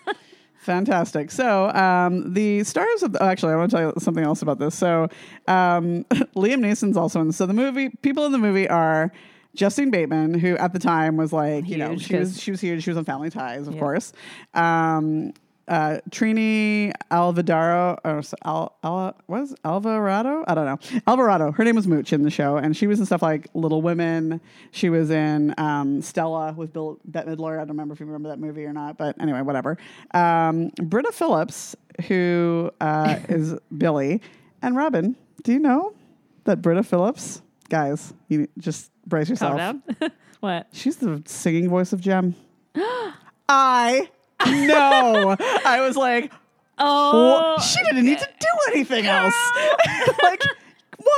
S1: Fantastic. So um, the stars of the, oh, actually, I want to tell you something else about this. So um, [LAUGHS] Liam Neeson's also in. this. So the movie people in the movie are Justine Bateman, who at the time was like, you know,
S2: Huge,
S1: she was
S2: 'cause-
S1: she was huge. She was on Family Ties, of
S2: Yeah.
S1: course. Um, uh, Trini Alvadaro or s- Al, Al was Alvarado? I don't know. Alvarado. Her name was Mooch in the show, and she was in stuff like Little Women. She was in um, Stella with Bill Bette Midler. I don't remember if you remember that movie or not, but anyway, whatever. Um, Britta Phillips, who uh, is [LAUGHS] Billy, and Robin. Do you know that Britta Phillips? Guys, you just brace yourself.
S2: Calm down. Oh, [LAUGHS] what?
S1: She's the singing voice of Jem. [GASPS] I know. I was like,
S2: Oh,
S1: well, she didn't need to do anything else. [LAUGHS] like,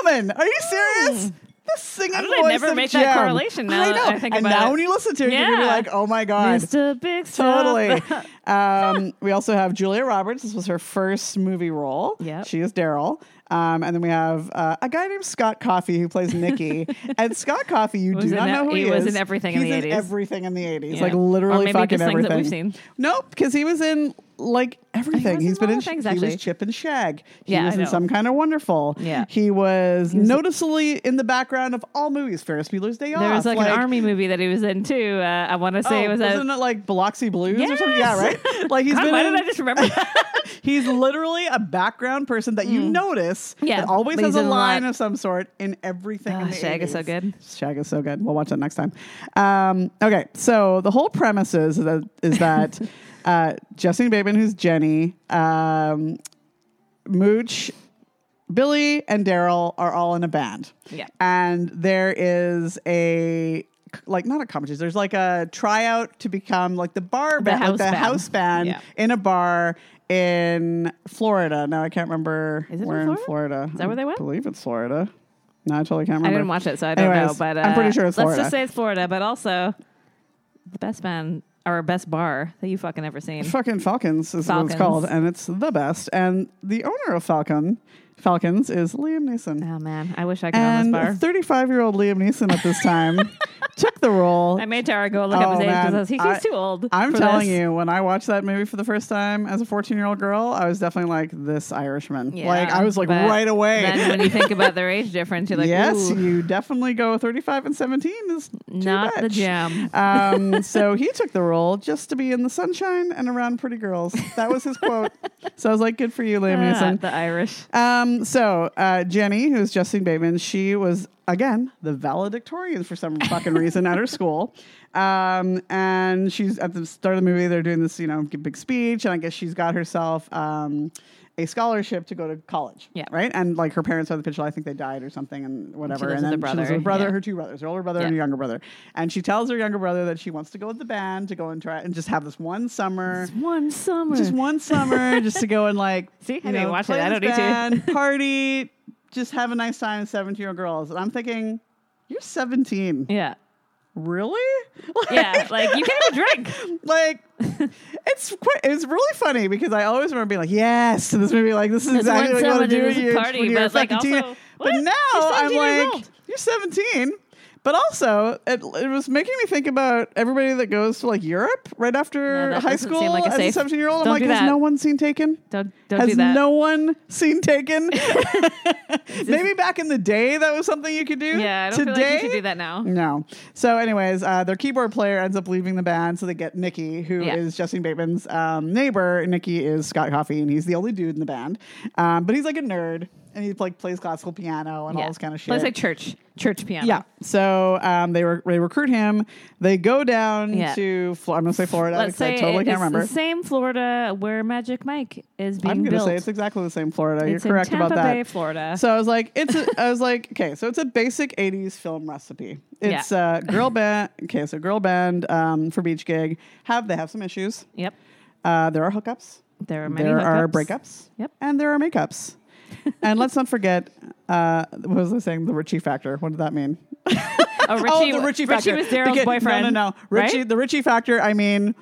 S1: woman, are you serious? The singing
S2: Mm. did I
S1: voice
S2: never
S1: of
S2: make
S1: Jem.
S2: that correlation now
S1: I know.
S2: that I think
S1: and
S2: about
S1: now
S2: it.
S1: when you listen to it, you're gonna be
S2: Yeah.
S1: like, oh my god.
S2: Mr. Big Stuff.
S1: [LAUGHS] Totally. um, we also have Julia Roberts. This was her first movie role.
S2: Yep.
S1: She is Daryl. Um, and then we have uh, a guy named Scott Coffey who plays
S2: [LAUGHS]
S1: Nicky. and Scott Coffey, you
S2: Was
S1: do
S2: in
S1: not
S2: e-
S1: know who he,
S2: he was
S1: is.
S2: in everything in
S1: He's
S2: the 80s.
S1: Everything in the eighties,
S2: Yeah.
S1: like literally
S2: Or maybe
S1: fucking
S2: just things
S1: everything.
S2: that we've seen.
S1: Nope, because he was in like everything.
S2: was in
S1: He's
S2: a
S1: been
S2: lot
S1: in.
S2: of things,
S1: he
S2: actually.
S1: was Chip and Shag. He
S2: Yeah,
S1: was
S2: I
S1: in
S2: know.
S1: some kind of wonderful.
S2: Yeah.
S1: He was noticeably in the background of all movies. Ferris Bueller's Day Off.
S2: [LAUGHS] There was like, an army movie that he was in too. Uh, I want to say it was
S1: not
S2: a.
S1: Oh, it like Biloxi Blues or something? Yeah,
S2: Yes.
S1: right. Like he's
S2: God,
S1: been.
S2: why
S1: in,
S2: did I just remember that?
S1: He's literally a background person that you notice.
S2: Mm. Yeah,
S1: that always
S2: but
S1: has
S2: he's
S1: a
S2: in a lot.
S1: line of some sort in everything. in
S2: Ah,
S1: the
S2: Shag is so
S1: 80s.
S2: good.
S1: Shag is so good. We'll watch that next time. Um, okay, so the whole premise is that is
S2: [LAUGHS]
S1: that uh, Justine Bateman, who's Jenny, um, Mooch, Billy, and Daryl are all in a band.
S2: Yeah.
S1: and there is a like not a competition. There's like a tryout to become like the bar band, like
S2: house
S1: the
S2: band.
S1: house band
S2: Yeah.
S1: in a bar in Florida. Now I can't remember
S2: Is it in
S1: where
S2: Florida?
S1: Florida.
S2: Is that where they went?
S1: I believe it's Florida. No, I totally can't remember.
S2: I didn't watch it, so I don't know.
S1: Anyways,
S2: But uh,
S1: I'm pretty sure it's
S2: Let's
S1: Florida.
S2: just say it's Florida, but also the best band or best bar that you fucking ever seen.
S1: Fucking Falcons is what
S2: Falcons.
S1: it's called, and it's the best. And the owner of Falcon Falcons is Liam Neeson.
S2: Oh man, I wish I could own this
S1: And
S2: bar.
S1: 35 year old Liam Neeson at this
S2: [LAUGHS]
S1: time took the role.
S2: I made Tara go look up
S1: Oh,
S2: his age
S1: man.
S2: because he's
S1: I-
S2: too old.
S1: I'm
S2: for
S1: telling
S2: this.
S1: you, when I watched that movie for the first time as a 14 year old girl, I was definitely like this Irishman.
S2: Yeah,
S1: like I was like
S2: but
S1: right away.
S2: Then when you think
S1: [LAUGHS]
S2: about their age difference, you're like,
S1: yes,
S2: [LAUGHS] ooh,
S1: you definitely go 35 and 17 is too
S2: not the
S1: much.
S2: gem. [LAUGHS]
S1: Um, so he took the role just to be in the sunshine and around pretty girls. That was his
S2: [LAUGHS]
S1: quote. So I was like, good for you, Liam
S2: Ah,
S1: Neeson.
S2: the Irish.
S1: Um, so uh, Jenny, who's Justine Bateman, she was again the valedictorian for some fucking reason
S2: [LAUGHS]
S1: at her school. Um, and she's at the start of the movie, they're doing this, you know, big speech, and I guess she's got herself um, a scholarship to go to college.
S2: Yeah.
S1: Right. And like her parents are the picture, I think they died or something, and whatever.
S2: lives
S1: And, then
S2: with her
S1: she lives
S2: brother,
S1: with her brother,
S2: yeah.
S1: her two brothers, her older brother and
S2: Yeah.
S1: her younger brother. And she tells her younger brother that she wants to go with the band to go and try and just have this one summer
S2: One summer.
S1: just one summer just to go and like
S2: Hmm. [LAUGHS] See? I
S1: you
S2: didn't watch it.
S1: play
S2: I
S1: this
S2: don't need to. [LAUGHS]
S1: band, party just have a nice time with 17 year old girls and i'm thinking you're 17
S2: yeah.
S1: really [LAUGHS]
S2: Yeah. Like you can't even drink.
S1: like it's quite it's really funny because i always remember being like yes to this movie like this is
S2: This
S1: exactly what
S2: one
S1: you want to
S2: summer
S1: do
S2: there
S1: when
S2: was a
S1: you're,
S2: party,
S1: when you're
S2: but, like,
S1: fucking teen-
S2: also,
S1: but
S2: what?
S1: now
S2: You're
S1: i'm
S2: 17 years
S1: like
S2: old.
S1: you're 17 but also, it, it was making me think about everybody that goes to like Europe right after
S2: No, that
S1: high
S2: doesn't seem
S1: school
S2: like a
S1: as a
S2: safe-
S1: 17 year old. I'm
S2: don't
S1: like,
S2: do
S1: has
S2: that.
S1: no one seen Taken?
S2: Don't don't
S1: Has
S2: do that.
S1: no one seen Taken?
S2: [LAUGHS]
S1: [LAUGHS] Maybe back in the day that was something you could do.
S2: yeah, I don't
S1: Today, Mm,
S2: feel like you should do that now.
S1: No. So, anyways, uh, their keyboard player ends up leaving the band, so they get Nikki, who is
S2: Yeah.
S1: Justin Bateman's um, neighbor. Nikki is Scott Coffey, and he's the only dude in the band. Um, but he's like a nerd, and he like plays classical piano and all this kind of shit.
S2: But it's like church, church piano.
S1: yeah. So um, they re- they recruit him. They go down
S2: Yeah.
S1: to Flo- I'm gonna say Florida.
S2: Let's
S1: because
S2: say
S1: I totally
S2: it-
S1: can't
S2: it's
S1: remember.
S2: the same Florida where Magic Mike is being
S1: I'm gonna
S2: built.
S1: say it's exactly the same Florida.
S2: It's
S1: You're correct
S2: in Tampa
S1: about that.
S2: Bay, Florida.
S1: So I was like, it's. A, I was like, okay, so it's a basic '80s film recipe. It's uh, girl band. Okay, so girl band um, for beach gig. Have they have some issues?
S2: yep.
S1: Uh, there are hookups.
S2: There are many
S1: there are
S2: hookups.
S1: breakups.
S2: Yep.
S1: And there are
S2: [LAUGHS]
S1: makeups. and let's not forget. Uh, what was I saying? The Richie factor. What did that mean?
S2: Oh, Richie,
S1: [LAUGHS] oh, the Richie factor.
S2: was Daryl's
S1: Because-
S2: boyfriend.
S1: No, no, no. Richie.
S2: right?
S1: The Richie factor. I mean,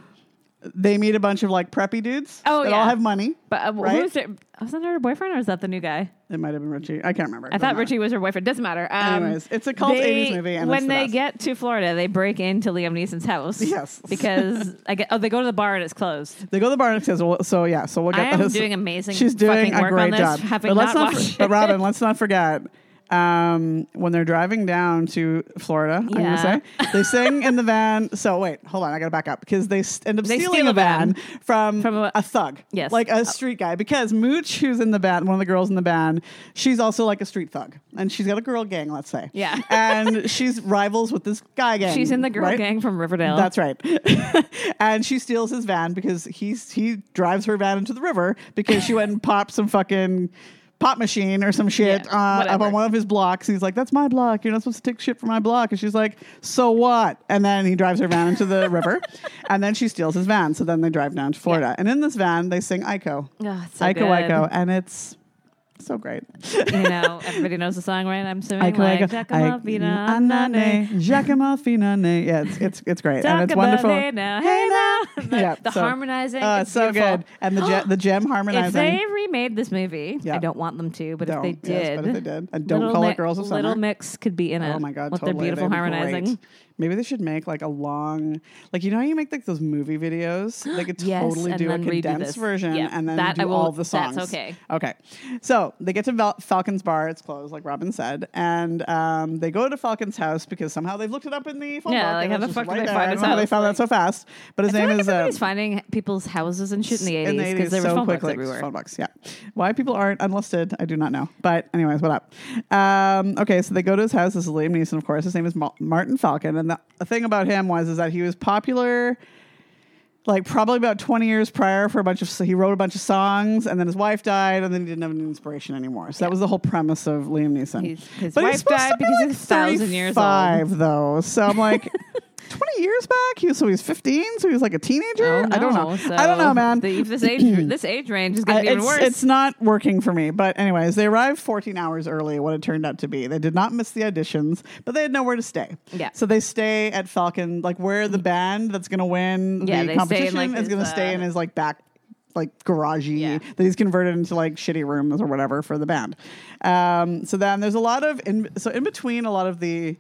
S1: they meet a bunch of like preppy dudes
S2: Oh,
S1: that
S2: yeah.
S1: all have money.
S2: But uh,
S1: right?
S2: who's there? Wasn't her boyfriend, or is that the new guy?
S1: It might have been Richie. I can't remember.
S2: I thought
S1: Richie.
S2: Richie was her boyfriend. Doesn't matter. Um,
S1: Anyways, it's a cult 80s movie, and
S2: when
S1: it's the
S2: they
S1: best.
S2: get to Florida, they break into Liam Neeson's house.
S1: Yes.
S2: [LAUGHS] because I get, oh, they go to the bar and it's closed.
S1: They go to the bar and it says, well, so yeah, so we'll get
S2: I am
S1: this.
S2: doing amazing
S1: She's doing
S2: fucking
S1: a
S2: work on
S1: great
S2: this,
S1: job.
S2: having
S1: but let's
S2: [LAUGHS] not
S1: for-
S2: watched
S1: but
S2: it.
S1: Robin, let's not forget um, when they're driving down to Florida, I'm going to
S2: Yeah.
S1: say, they sing in the van. So wait, hold on. I got to back up because they s- end up
S2: They
S1: stealing
S2: steal
S1: a
S2: a
S1: van,
S2: van.
S1: from,
S2: From
S1: a,
S2: a-
S1: thug.
S2: Yes.
S1: Like a street guy. Because Mooch, who's in the band, one of the girls in the band, she's also like a street thug. And she's got a girl gang, let's say.
S2: Yeah.
S1: And she's rivals with this guy gang.
S2: She's in the girl
S1: right?
S2: gang from Riverdale.
S1: That's right. [LAUGHS] and she steals his van because he's he drives her van into the river because she went and popped some fucking pop machine or some shit
S2: Yeah,
S1: uh, up
S2: whatever.
S1: on one of his blocks. He's like, "That's my block. You're not supposed to take shit from my block." And she's like, "So what?" And then he drives her van into
S2: [LAUGHS]
S1: the river, and then she steals his van. So then they drive down to Florida, and in this van they sing Ico,
S2: oh, it's so
S1: Ico,
S2: good.
S1: Ico, and it's so great.
S2: You
S1: [LAUGHS]
S2: know, everybody knows the song, right? I'm assuming.
S1: Ico,
S2: like,
S1: Ico,
S2: Giacomo
S1: Ico,
S2: Vina, Anane.
S1: Anane, Giacomo Finane. Yeah, it's it's it's great and
S2: Talk [LAUGHS]
S1: it's
S2: about
S1: wonderful.
S2: it now, hey now. [LAUGHS] The,
S1: Yeah,
S2: the
S1: so-
S2: harmonizing.
S1: Oh,
S2: it's
S1: it's so
S2: beautiful.
S1: good. And the gem, the gem harmonizing.
S2: [GASPS] If they remade this movie,
S1: Yeah.
S2: I don't want them to, but if
S1: Don't.
S2: they
S1: Yes,
S2: did,
S1: but if they did. And don't
S2: Little
S1: call
S2: Mi-
S1: it Girls of
S2: Little
S1: Summer.
S2: Mix could be in it.
S1: oh my god,
S2: with
S1: totally.
S2: their beautiful
S1: That'd be
S2: harmonizing.
S1: great. Maybe they should make like a long, like you know how you make like those movie videos. They could
S2: [GASPS] Yes,
S1: totally
S2: and
S1: do a
S2: then redo
S1: condensed
S2: this.
S1: version
S2: Yeah,
S1: and then
S2: that
S1: do
S2: I will-
S1: all the songs.
S2: that's okay.
S1: Okay. So they get to Val- Falcon's bar. It's closed, like Robin said, and um, they go to Falcon's house because somehow they've looked it up in the phone book.
S2: Yeah, like,
S1: and
S2: how
S1: it's
S2: the
S1: just
S2: fuck did
S1: right
S2: they
S1: there.
S2: find
S1: I don't
S2: his
S1: know how they
S2: house?
S1: found
S2: Like-
S1: that so fast? But his
S2: I feel
S1: name
S2: like
S1: is. uh,
S2: everybody's finding people's houses and shit in the
S1: in the
S2: eighties because
S1: 80s
S2: there were
S1: so
S2: phone books
S1: quickly.
S2: everywhere.
S1: Phone books, yeah. Why people aren't unlisted, I do not know. But anyways, what up? Um, okay, so they go to his house. This is Liam Neeson, of course. His name is Ma- Martin Falcon, and the, the thing about him was is that he was popular. Like probably about twenty years prior, for a bunch of so he wrote a bunch of songs, and then his wife died, and then he didn't have any inspiration anymore. So that was the whole premise of Liam Neeson.
S2: He's- his
S1: but
S2: wife
S1: he's supposed
S2: died
S1: to be
S2: because
S1: like
S2: he's 1,000 years old.
S1: 35 though, so I'm like, [LAUGHS] twenty years back. He was so he was fifteen, so he was like a teenager.
S2: Oh,
S1: I don't know.
S2: no. So
S1: I don't know, man.
S2: The,
S1: [CLEARS THROAT]
S2: this age this age range is
S1: I-
S2: getting even
S1: it's,
S2: worse.
S1: it's not working for me. But anyways, they arrived 14 hours early, what it turned out to be. They did not miss the auditions, but they had nowhere to stay.
S2: Yeah.
S1: So they stay at Falcon, like where the band that's going to win
S2: Yeah,
S1: the
S2: they stay
S1: competition
S2: in, like,
S1: is going to
S2: his,
S1: stay
S2: uh,
S1: in his like back like garagey
S2: Yeah.
S1: that he's converted into like shitty rooms or whatever for the band. Um, so then there's a lot of in, so in between a lot of the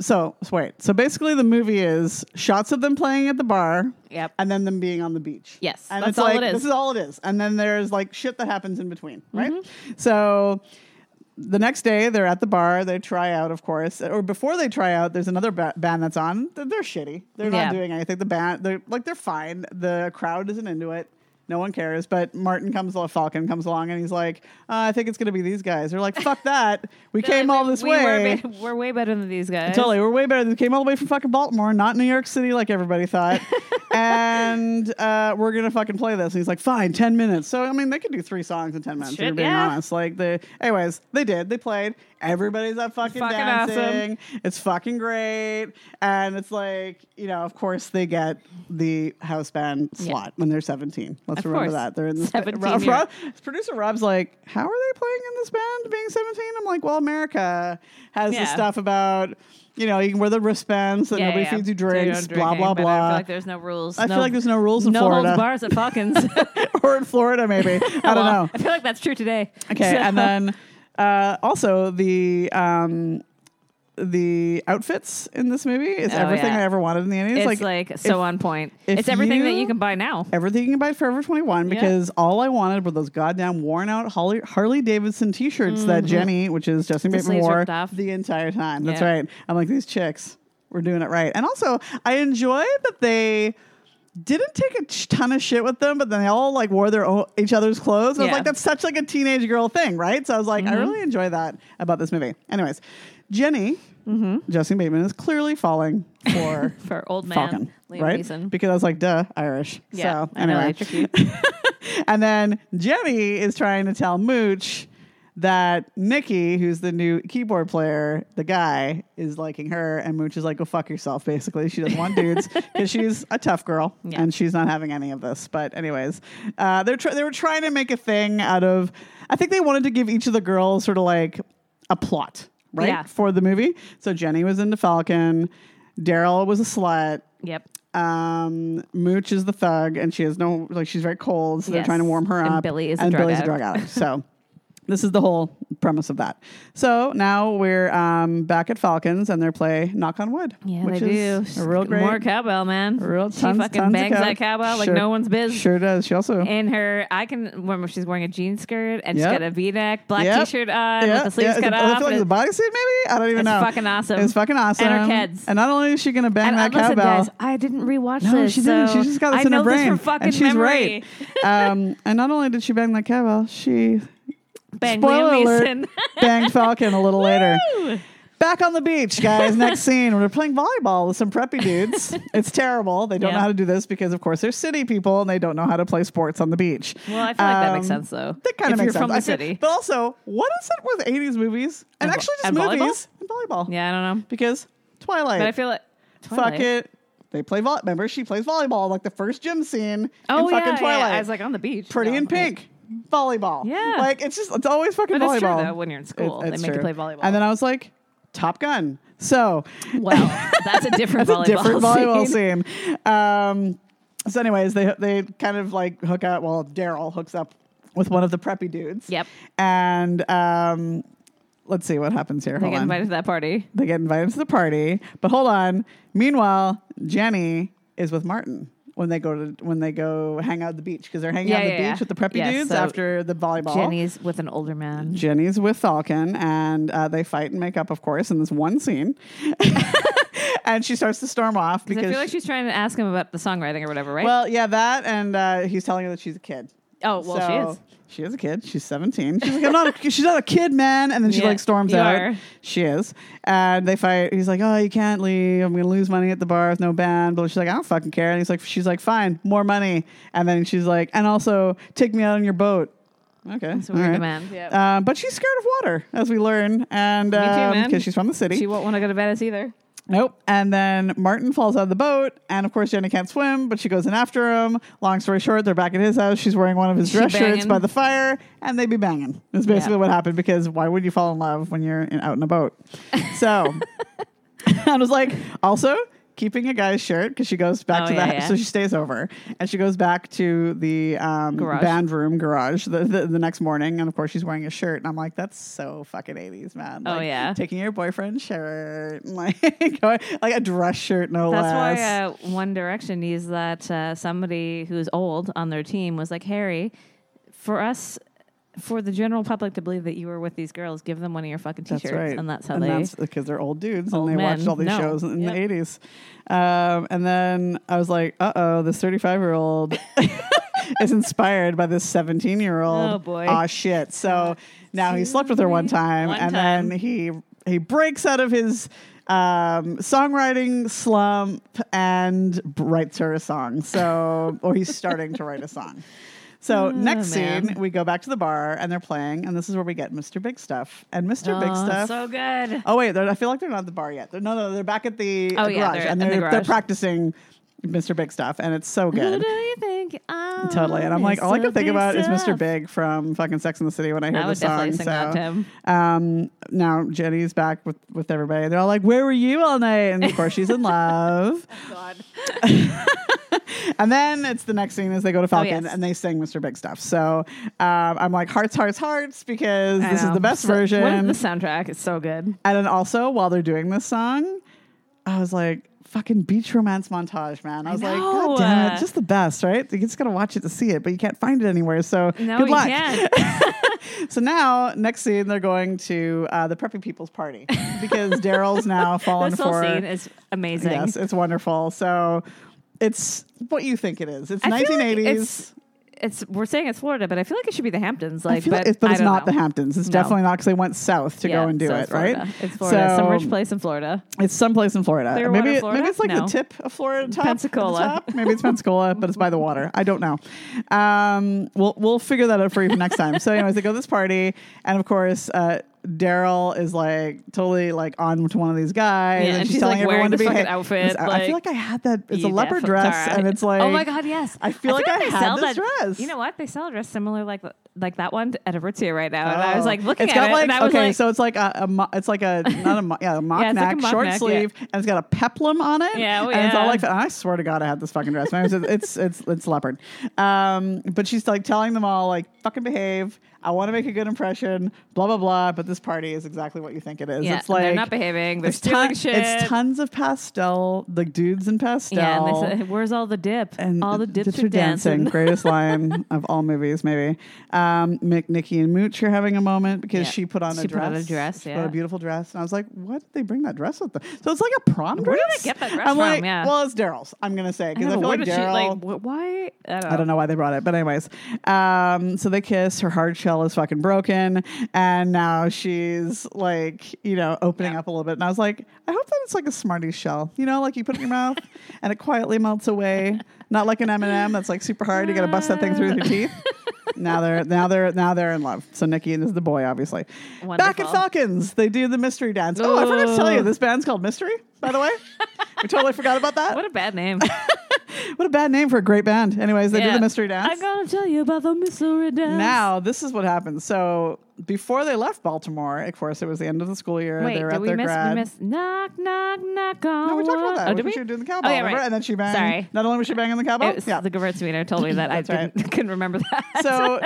S1: so so wait so basically the movie is shots of them playing at the bar
S2: Yep.
S1: and then them being on the beach
S2: Yes,
S1: and
S2: that's
S1: it's
S2: all
S1: like
S2: it is. Mm-hmm.
S1: this is all it is and then there's like shit that happens in between right so the next day they're at the bar they try out of course or before they try out there's another ba- band that's on they're, they're shitty they're not
S2: Yeah.
S1: doing anything the band they're like they're fine the crowd isn't into it no one cares but martin comes along falcon comes along and he's like uh, i think it's going to be these guys they're like fuck that we came all this
S2: [LAUGHS] we
S1: way
S2: Were, be- we're way better than these guys.
S1: Totally, we're way better. They came all the way from fucking Baltimore, not New York City like everybody
S2: [LAUGHS]
S1: thought. and uh, we're gonna fucking play this. And he's like, fine, ten minutes. So I mean, they could do three songs in ten minutes. if
S2: Shit,
S1: you're being
S2: yeah.
S1: honest, like the, anyways, they did. They played. Everybody's up fucking,
S2: Fucking awesome.
S1: dancing. It's fucking great. And it's like, you know, of course they get the house band
S2: Yeah.
S1: slot when they're seventeen. Let's
S2: Of
S1: remember
S2: course.
S1: that they're in this. [LAUGHS]
S2: 17
S1: Rob,
S2: year-
S1: Rob- producer Rob's like, how are they playing in this band being seventeen? I'm like, well, America has this
S2: Yeah.
S1: stuff about you know you can wear the wristbands that
S2: Yeah,
S1: nobody
S2: yeah,
S1: feeds you
S2: so don't
S1: drinks,
S2: drink
S1: blah
S2: it,
S1: blah
S2: but I
S1: blah.
S2: feel like there's no rules.
S1: I feel like there's no rules in
S2: no
S1: Florida.
S2: holds
S1: [LAUGHS]
S2: bars at Falcons. I
S1: or in Florida,
S2: [LAUGHS]
S1: maybe I don't know.
S2: I feel like that's true today.
S1: Okay,
S2: So-
S1: and
S2: [LAUGHS]
S1: then uh, also the. Um, the outfits in this movie is
S2: Oh,
S1: everything
S2: yeah.
S1: I ever wanted in the 80s.
S2: it's like, so on point.
S1: if
S2: It's everything that
S1: you-
S2: you can buy now.
S1: everything you can buy at Forever 21 because all I wanted were those goddamn worn out Harley, Harley Davidson t shirts that Jenny, which is Justin
S2: Mm-hmm. The
S1: Bateman,
S2: sleeves
S1: wore
S2: ripped off.
S1: the entire time. That's
S2: Yeah.
S1: right. I'm like, these chicks were doing it right. And also, I enjoy that they didn't take a ch- ton of shit with them, but then they all like wore their own, each other's clothes. I was
S2: Yeah. Mm-hmm.
S1: like, that's such like a teenage girl thing, right? So I was like, I really enjoy that about this movie. Anyways, Jenny,
S2: Mm-hmm.
S1: Justin Bateman, is clearly falling
S2: [LAUGHS]
S1: for
S2: for old man
S1: Falcon,
S2: Liam
S1: right?
S2: Neeson.
S1: Because I was like, duh, Irish.
S2: yeah,
S1: so
S2: I know,
S1: anyway,
S2: they
S1: [LAUGHS]
S2: trick you.
S1: and then Jenny is trying to tell Mooch that Nikki, who's the new keyboard player, the guy, is liking her, and Mooch is like, "Go fuck yourself." Basically, she doesn't want dudes
S2: [LAUGHS]
S1: because she's a tough girl,
S2: Yeah.
S1: and she's not having any of this. But anyways, uh, they're tr- they were trying to make a thing out of. I think they wanted to give each of the girls sort of like a plot, right,
S2: Yeah.
S1: for the movie. So Jenny was into Falcon. Daryl was a slut
S2: Yep.
S1: um mooch is the thug and she has no like she's very cold so they're
S2: Yes.
S1: trying to warm her
S2: And
S1: up
S2: Billy is a
S1: and
S2: drug [LAUGHS]
S1: billy's a
S2: addict.
S1: drug addict so This is the whole premise of that. So now we're um, back at Falcons and their play Knock on Wood.
S2: Yeah,
S1: which
S2: they
S1: is
S2: do.
S1: A real great.
S2: More cowbell, man.
S1: real
S2: she
S1: tons-
S2: fucking
S1: tons of
S2: bangs
S1: cow-
S2: that cowbell like
S1: Sure.
S2: no one's biz.
S1: Sure does. She also.
S2: In her, I can remember she's wearing a jean skirt and she's
S1: Yep.
S2: got a V-neck, black
S1: Yep.
S2: T-shirt on with the sleeves
S1: Is
S2: cut
S1: it- I
S2: off.
S1: feel like
S2: and-
S1: it's a bodysuit, maybe? I don't even
S2: It's
S1: know.
S2: fucking awesome.
S1: It's fucking awesome.
S2: And her kids.
S1: And not only is she going to bang
S2: and
S1: that
S2: uh, listen,
S1: cowbell.
S2: guys, I didn't rewatch
S1: No,
S2: this.
S1: Oh, she didn't. She
S2: so
S1: just got this
S2: I
S1: in
S2: know
S1: her brain.
S2: This from fucking
S1: and she's
S2: memory.
S1: right. Um, and not only did she bang that cowbell, she
S2: Bang,
S1: spoiler
S2: Liam
S1: alert,
S2: Neeson.
S1: [LAUGHS] banged Falcon a little
S2: [LAUGHS]
S1: later. Back on the beach, guys. Next scene, we're playing volleyball with some preppy
S2: [LAUGHS]
S1: dudes. it's terrible. They don't
S2: Yeah.
S1: know how to do this because, of course, they're city people and they don't know how to play sports on the beach.
S2: Well, I feel like that makes
S1: Um,
S2: sense though.
S1: That kind
S2: if
S1: of makes
S2: you're
S1: sense.
S2: from the
S1: I feel-
S2: city.
S1: but also, what is it with 80s movies and,
S2: And vo-
S1: actually just
S2: and volleyball?
S1: movies and volleyball?
S2: Yeah, I don't know.
S1: Because Twilight.
S2: But I feel like
S1: Fuck it. They play volleyball. Remember, she plays volleyball like the first gym scene
S2: Oh
S1: in
S2: yeah,
S1: fucking
S2: yeah,
S1: Twilight.
S2: I was like on the beach.
S1: Pretty
S2: No,
S1: in
S2: like-
S1: pink. Volleyball.
S2: Yeah.
S1: Like it's just it's always fucking
S2: But it's true
S1: volleyball.
S2: though. When you're in school,
S1: It-
S2: they
S1: it's
S2: make you
S1: true.
S2: play volleyball.
S1: And then I was like, Top Gun. So [LAUGHS]
S2: Well, that's a different
S1: that's a
S2: volleyball [LAUGHS]
S1: different volleyball
S2: scene.
S1: scene. Um, so, anyways, they they kind of like hook up. Well, Daryl hooks up with one of the preppy dudes.
S2: Yep.
S1: And um, let's see what happens here.
S2: They
S1: Hold
S2: get
S1: on.
S2: invited to that party.
S1: They get invited to the party, but hold on. Meanwhile, Jenny is with Martin when they go to when they go hang out at the beach because they're hanging out at
S2: Yeah,
S1: the
S2: yeah,
S1: beach
S2: yeah.
S1: with the preppy
S2: Yeah,
S1: dudes
S2: so
S1: after the volleyball.
S2: Jenny's with an older man.
S1: Jenny's with Falcon, and uh, they fight and make up, of course, in this one scene. [LAUGHS] and she starts to storm off
S2: I
S1: because
S2: feel like she's trying to ask him about the songwriting or whatever, right?
S1: well, yeah, that, and uh, he's telling her that she's a kid.
S2: oh well, she is.
S1: So She is a kid. She's 17. She's like, I'm not a, [LAUGHS] she's not a kid, man. And then she
S2: Yeah,
S1: like storms
S2: you
S1: out.
S2: are.
S1: She is. And they fight. He's like, Oh, you can't leave. I'm gonna lose money at the bar with no band. But she's like, I don't fucking care. And he's like, She's like, Fine, more money. And then she's like, And also take me out on your boat. Okay.
S2: That's a weird demand, yeah.
S1: Um, but she's scared of water, as we learn, and because
S2: man.
S1: she's from the city.
S2: She won't want to go to Venice either.
S1: Nope. And then Martin falls out of the boat, and of course Jenny can't swim, but she goes in after him. Long story short, they're back at his house. She's wearing one of his
S2: She
S1: dress shirts
S2: banging.
S1: by the fire, and they be banging. Is basically
S2: Yeah.
S1: what happened because why would you fall in love when you're in, out in a boat? So [LAUGHS] I was like, also keeping a guy's shirt because she goes back
S2: Oh,
S1: to
S2: yeah,
S1: that.
S2: yeah.
S1: So she stays over, and she goes back to the um,
S2: Garage.
S1: band room garage the, the the next morning, and of course she's wearing a shirt, and I'm like, that's so fucking 80s, man.
S2: Oh,
S1: Like,
S2: yeah.
S1: taking your boyfriend's shirt, [LAUGHS] and like going, like a dress shirt, no
S2: That's
S1: less.
S2: why uh, One Direction needs that uh, somebody who's old on their team was like, Harry, for us, for the general public to believe that you were with these girls, give them one of your fucking
S1: that's
S2: t-shirts,
S1: right,
S2: and that's how
S1: and
S2: they.
S1: that's because they're old dudes
S2: Old
S1: and they watched
S2: men.
S1: all these
S2: No.
S1: shows in
S2: Yep.
S1: the eighties. Um, and then I was like, "Uh oh, this thirty-five-year-old
S2: [LAUGHS]
S1: is inspired by this seventeen-year-old."
S2: Oh, boy.
S1: Aw, shit! So now he slept with her one time,
S2: One
S1: and
S2: time.
S1: then he he breaks out of his um, songwriting slump and b- writes her a song. So, or he's starting to write a song.
S2: [LAUGHS]
S1: So next
S2: Oh, man.
S1: scene, we go back to the bar and they're playing, and this is where we get Mr. Big Stuff. And Mr. Big
S2: Oh,
S1: Stuff
S2: so good.
S1: Oh wait, they're- I feel like they're not at the bar yet. They're, no, no, they're back at the
S2: Oh,
S1: uh, garage,
S2: yeah, they're
S1: and
S2: in
S1: they're
S2: the
S1: they're
S2: garage.
S1: practicing Mr. Big stuff, and it's
S2: [LAUGHS]
S1: so
S2: Who
S1: good.
S2: do you think? I'm
S1: Totally, and I'm like, all I can
S2: Mr.
S1: think about is Mr.
S2: Stuff?
S1: Big from fucking Sex in the City when I hear
S2: I
S1: the
S2: would
S1: song.
S2: definitely sing that to him.
S1: so, um, now Jenny's back with with everybody. They're all like, "Where were you all night?" And of course, she's
S2: [LAUGHS]
S1: in love.
S2: God.
S1: [LAUGHS] And then it's the next scene is they go to Falcon
S2: Oh, yes.
S1: and they sing Mr. Big Stuff. So um, I'm like hearts, hearts, hearts because
S2: I
S1: this is
S2: know.
S1: the best
S2: So-
S1: version.
S2: What is the soundtrack? It's so good.
S1: And then also while they're doing this song, I was like, fucking beach romance montage, man. I was like,
S2: know.
S1: God damn it, just the best, right? You just gotta watch it to see it, but you can't find it anywhere. So
S2: No,
S1: good
S2: you
S1: luck. [LAUGHS]
S2: can't.
S1: So now, next scene, they're going to uh, the preppy people's
S2: [LAUGHS]
S1: party because Daryl's now fallen
S2: this whole
S1: for.
S2: scene is amazing.
S1: Yes, it's wonderful. So it's what you think it is. It's
S2: I feel like
S1: 1980s.
S2: it's, it's we're saying it's Florida, but I feel like it should be the Hamptons. Like,
S1: I feel
S2: but,
S1: like it's, but
S2: I
S1: it's
S2: don't
S1: not
S2: know.
S1: the Hamptons. It's
S2: No.
S1: definitely not because they went south to
S2: Yeah,
S1: go and do
S2: so
S1: it,
S2: it's Florida.
S1: right?
S2: It's Florida, some
S1: So-
S2: rich place in Florida.
S1: It's someplace in Florida.
S2: Clearwater,
S1: maybe,
S2: Florida?
S1: maybe it's like
S2: No.
S1: the tip of Florida, top, at the
S2: Pensacola.
S1: top. Maybe it's Pensacola, but it's by the water. I don't know. Um, we'll we'll figure that out for you for next time. So, anyways, they go to this party, and of course, uh, Daryl is like totally like on to one of these guys,
S2: Yeah, and she's,
S1: telling
S2: like,
S1: everyone
S2: wearing
S1: to
S2: the
S1: be.
S2: fucking
S1: hey-
S2: outfit,
S1: I- I feel
S2: like,
S1: like I had that. It's a
S2: You
S1: leopard
S2: defi-
S1: dress,
S2: sorry.
S1: and it's like
S2: [LAUGHS] oh my god, yes.
S1: I feel like I
S2: they
S1: had
S2: sell
S1: this
S2: that-
S1: dress.
S2: You know what? They sell a dress similar like like that one at Aritzia right now, and I was like
S1: Oh.
S2: looking
S1: it's
S2: at
S1: got
S2: it,
S1: like
S2: and I was
S1: okay,
S2: like,
S1: so it's like a, a mo- it's like
S2: [LAUGHS]
S1: a not a mo- yeah a mock
S2: Yeah, it's like
S1: neck
S2: a mock
S1: short
S2: neck, yeah.
S1: sleeve, and it's got a peplum on it.
S2: Yeah, oh,
S1: and it's all
S2: yeah.
S1: like that. And I swear to God, I had this fucking dress. Man, it's, it's it's it's leopard. Um, but she's like telling them all like fucking behave. I want to make a good impression, blah blah blah. But this party is exactly what you think it is.
S2: Yeah,
S1: It's like
S2: they're not behaving. They're
S1: it's,
S2: stealing
S1: ton-
S2: shit.
S1: it's tons of pastel, the dudes in pastel.
S2: Yeah, and they said, "Where's all the dip?
S1: and
S2: all the dips, are,
S1: [LAUGHS]
S2: dancing." [LAUGHS]
S1: Greatest line of all movies, maybe. Um, Mick, Nikki, and Mooch are having a moment because
S2: Yeah.
S1: she put on a
S2: She
S1: dress.
S2: put on a dress,
S1: She put on
S2: yeah.
S1: a beautiful dress, and I was like, "What did they bring that dress with them?" So it's like a prom dress.
S2: did they get that dress
S1: I'm
S2: from?
S1: Like,
S2: Yeah.
S1: Well, it's Daryl's. I'm gonna say
S2: I
S1: because I,
S2: don't know,
S1: feel
S2: where
S1: like
S2: did she- like,
S1: Daryl.
S2: wh- why? I don't,
S1: I don't know why they brought it, but anyways, um, so they kiss. Her hard shell is fucking broken, and now she's like, you know, opening
S2: Yeah.
S1: up a little bit. And I was like, I hope that it's like a Smarties shell, you know, like you put it in your
S2: [LAUGHS]
S1: mouth and it quietly melts away, not like an M and m that's like super hard. You got to bust that thing through with your
S2: [LAUGHS]
S1: teeth. now they're now they're now they're in love. So Nikki is the boy, obviously. Back at
S2: Wonderful.
S1: Falcons, they do the mystery dance. Oh, I forgot to tell you,
S2: Ooh.
S1: this band's called Mystery. By
S2: [LAUGHS]
S1: the way, we totally forgot about that.
S2: What a bad name.
S1: What a bad name for a great band. Anyways, [LAUGHS] they do
S2: Yeah.
S1: the mystery dance.
S2: I'm gonna tell you about the mystery dance.
S1: Now, this is what happened. So, before they left Baltimore, of course, it was the end of the school year.
S2: Wait,
S1: they were
S2: did
S1: at
S2: we
S1: their
S2: miss?
S1: grad.
S2: We missed. Knock, knock, knock on.
S1: no, we talked about
S2: wood.
S1: that. It
S2: Oh,
S1: was
S2: did
S1: when
S2: we?
S1: She was doing the cowbell,
S2: Oh, yeah,
S1: remember?
S2: right.
S1: And then she banged.
S2: Sorry.
S1: Not only was she banging the cowbell,
S2: It was [LAUGHS]
S1: yeah.
S2: the Gewurztraminer told
S1: [LAUGHS]
S2: me that I
S1: That's right.
S2: didn't, [LAUGHS] couldn't remember
S1: [LAUGHS]
S2: that.
S1: so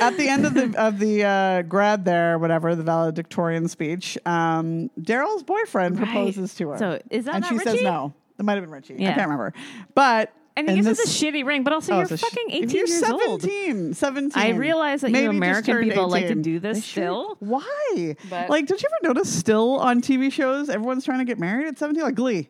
S1: at the end of the of the uh, grad there, whatever the valedictorian speech, um, Daryl's boyfriend
S2: Right.
S1: proposes to her.
S2: So is that
S1: and
S2: not
S1: she says
S2: Richie?
S1: no. It might have been Richie. I
S2: Yeah.
S1: can't remember. But
S2: and he
S1: in
S2: gives
S1: this-
S2: us a shitty ring, but also
S1: Oh,
S2: you're
S1: it's a sh-
S2: fucking 18
S1: if you're
S2: years old.
S1: 17, 17.
S2: I realize that you
S1: maybe just
S2: American
S1: turned
S2: people like to
S1: 18.
S2: do this
S1: They should.
S2: still.
S1: Why?
S2: But-
S1: like, don't you ever notice still on TV shows, everyone's trying to get married at 17? Like Glee.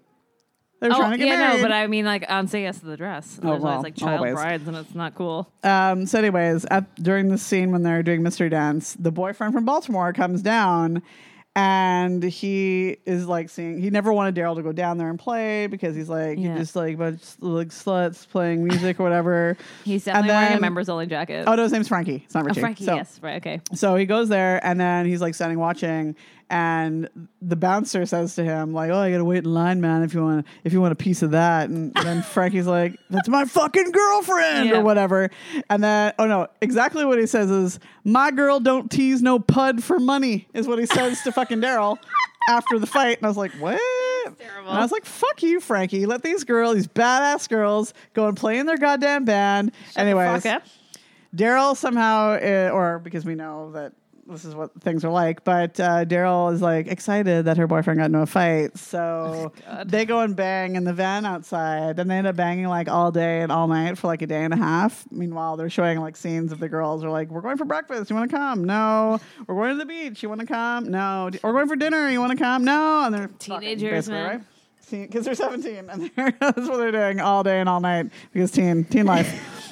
S1: They're
S2: Oh,
S1: trying to get
S2: yeah,
S1: married.
S2: no, but I mean, like, on Say Yes to the Dress.
S1: Oh,
S2: There's
S1: well,
S2: always, like, child
S1: always.
S2: brides, and it's not cool.
S1: Um, so, anyways, at, during the scene when they're doing mystery dance, the boyfriend from Baltimore comes down, and he is like seeing. He never wanted Daryl to go down there and play because he's like
S2: Yeah.
S1: you just like bunch of, like sluts playing music or whatever.
S2: [LAUGHS] He's
S1: And
S2: definitely wearing
S1: then-
S2: a members only jacket.
S1: Oh no, his name's Frankie. It's not
S2: Oh,
S1: Richie.
S2: Frankie,
S1: so,
S2: yes. Right, okay.
S1: so he goes there, and then he's like standing watching, and the bouncer says to him like, "Oh, you gotta wait in line, man, if you want if you want a piece of that." And
S2: [LAUGHS]
S1: then Frankie's like, "That's my fucking girlfriend,"
S2: Yeah.
S1: or whatever. And then, oh no, exactly what he says is, "My girl don't tease no pud for money," is what he says to fucking Daryl after the fight. And I was like, "What?"
S2: terrible.
S1: And I was like, "Fuck you, Frankie! Let these girls, these badass girls, go and play in their goddamn band." Anyways,
S2: Fuck up.
S1: Daryl somehow, uh, or because we know that this is what things are like, but uh, Daryl is like excited that her boyfriend got into a fight. So
S2: God.
S1: they go and bang in the van outside, and they end up banging like all day and all night for like a day and a half. Meanwhile, they're showing like scenes of the girls are like, "We're going for breakfast. You want to come? No. We're going to the beach. You want to come? No. "D- We're going for dinner. You want to come? No." And they're fucking,
S2: Teenagers,
S1: basically,
S2: man.
S1: right? Because they're 17 and [LAUGHS] they're, that's what they're doing all day and all night because teen, teen life.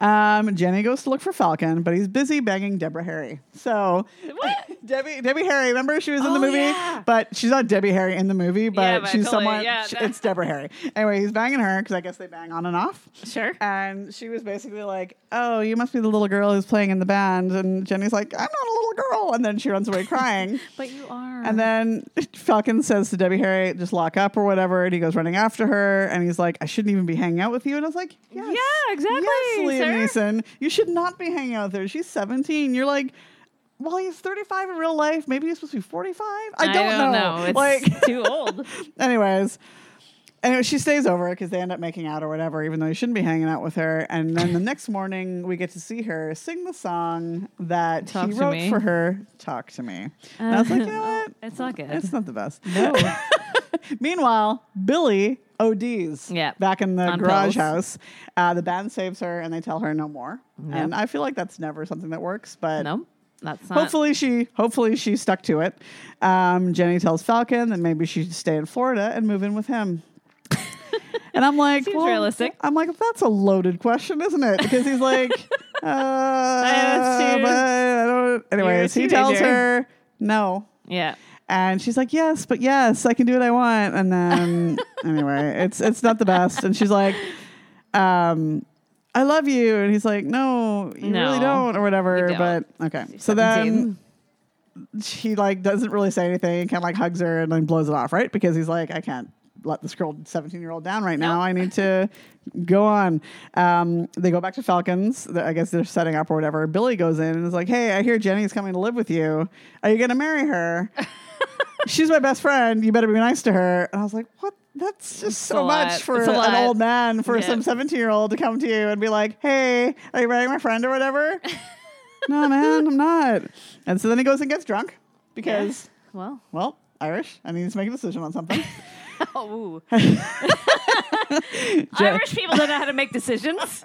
S1: Um, Jenny goes to look for Falcon, but he's busy banging Deborah Harry. So Debbie Debbie Harry, remember she was in the
S2: Oh,
S1: movie,
S2: yeah.
S1: but she's not Debbie Harry in the movie, but,
S2: Yeah, but
S1: she's
S2: totally,
S1: someone.
S2: yeah,
S1: sh-
S2: that-
S1: it's Deborah Harry. Anyway, he's banging her because I guess they bang on and off.
S2: Sure.
S1: And she was basically like, "Oh, you must be the little girl who's playing in the band." And Jenny's like, "I'm not a little girl," and then she runs away
S2: [LAUGHS]
S1: crying.
S2: But you are.
S1: And then Falcon says to Debbie Harry, just lock up or whatever. And he goes running after her. And he's like, I shouldn't even be hanging out with you. And I was like, yes,
S2: Yeah, exactly,
S1: Yes, Liam
S2: sir."
S1: Neeson. You should not be hanging out with her. She's 17. You're like, well, he's 35 in real life. Maybe he's supposed to be 45. I don't, know.
S2: It's
S1: Like, [LAUGHS]
S2: too old.
S1: anyways. Anyway, she stays over because they end up making out or whatever, even though you shouldn't be hanging out with her. And then the next morning, we get to see her sing the song that
S2: Talk
S1: he
S2: to
S1: wrote
S2: me.
S1: for her, "Talk to Me." And I was like, you know
S2: [LAUGHS]
S1: what?
S2: It's not good.
S1: It's not the best. No. [LAUGHS] Meanwhile, Billy ODs
S2: Yeah.
S1: back in the
S2: On
S1: garage
S2: pills.
S1: house. Uh, the band saves her and they tell her no more. And I feel like that's never something that works, but
S2: no, that's not.
S1: hopefully she hopefully she stuck to it. Um, Jenny tells Falcon that maybe she should stay in Florida and move in with
S2: [LAUGHS]
S1: him. And I'm like,
S2: Seems
S1: well,
S2: realistic.
S1: I'm like, that's a loaded question, isn't it? Because he's
S2: [LAUGHS]
S1: like, uh,
S2: too-
S1: but I don't. Anyways, he tells
S2: teenager.
S1: her no.
S2: Yeah.
S1: And she's like, "Yes, but yes, I can do what I want." And
S2: [LAUGHS]
S1: then anyway, it's it's not the best. And she's like, um, "I love you," and he's like, "No, you really
S2: No,
S1: don't," or whatever.
S2: you don't.
S1: But okay, so then she like doesn't really say anything, kind of like hugs her and then blows it off, right? Because he's like, I can't let this girl, 17 year old down right now.
S2: Nope.
S1: I need to go on. Um, they go back to Falcons. The- I guess they're setting up or whatever. Billy goes in and is like, Hey, I hear Jenny's coming to live with you. Are you going to marry her? She's my best friend. You better be nice to her. And I was like, What? That's just so
S2: a
S1: much
S2: lot.
S1: for
S2: It's a
S1: an
S2: lot.
S1: old man, for
S2: Yeah. [LAUGHS]
S1: some 17 year old to come to you and be like, Hey, are you marrying my friend or whatever? no, man, I'm not. And so then he goes and gets drunk because,
S2: Well,
S1: well, Irish, and he needs to make a decision on something. [LAUGHS]
S2: [LAUGHS] oh,
S1: Jen-
S2: Irish people don't know how to make [LAUGHS] decisions.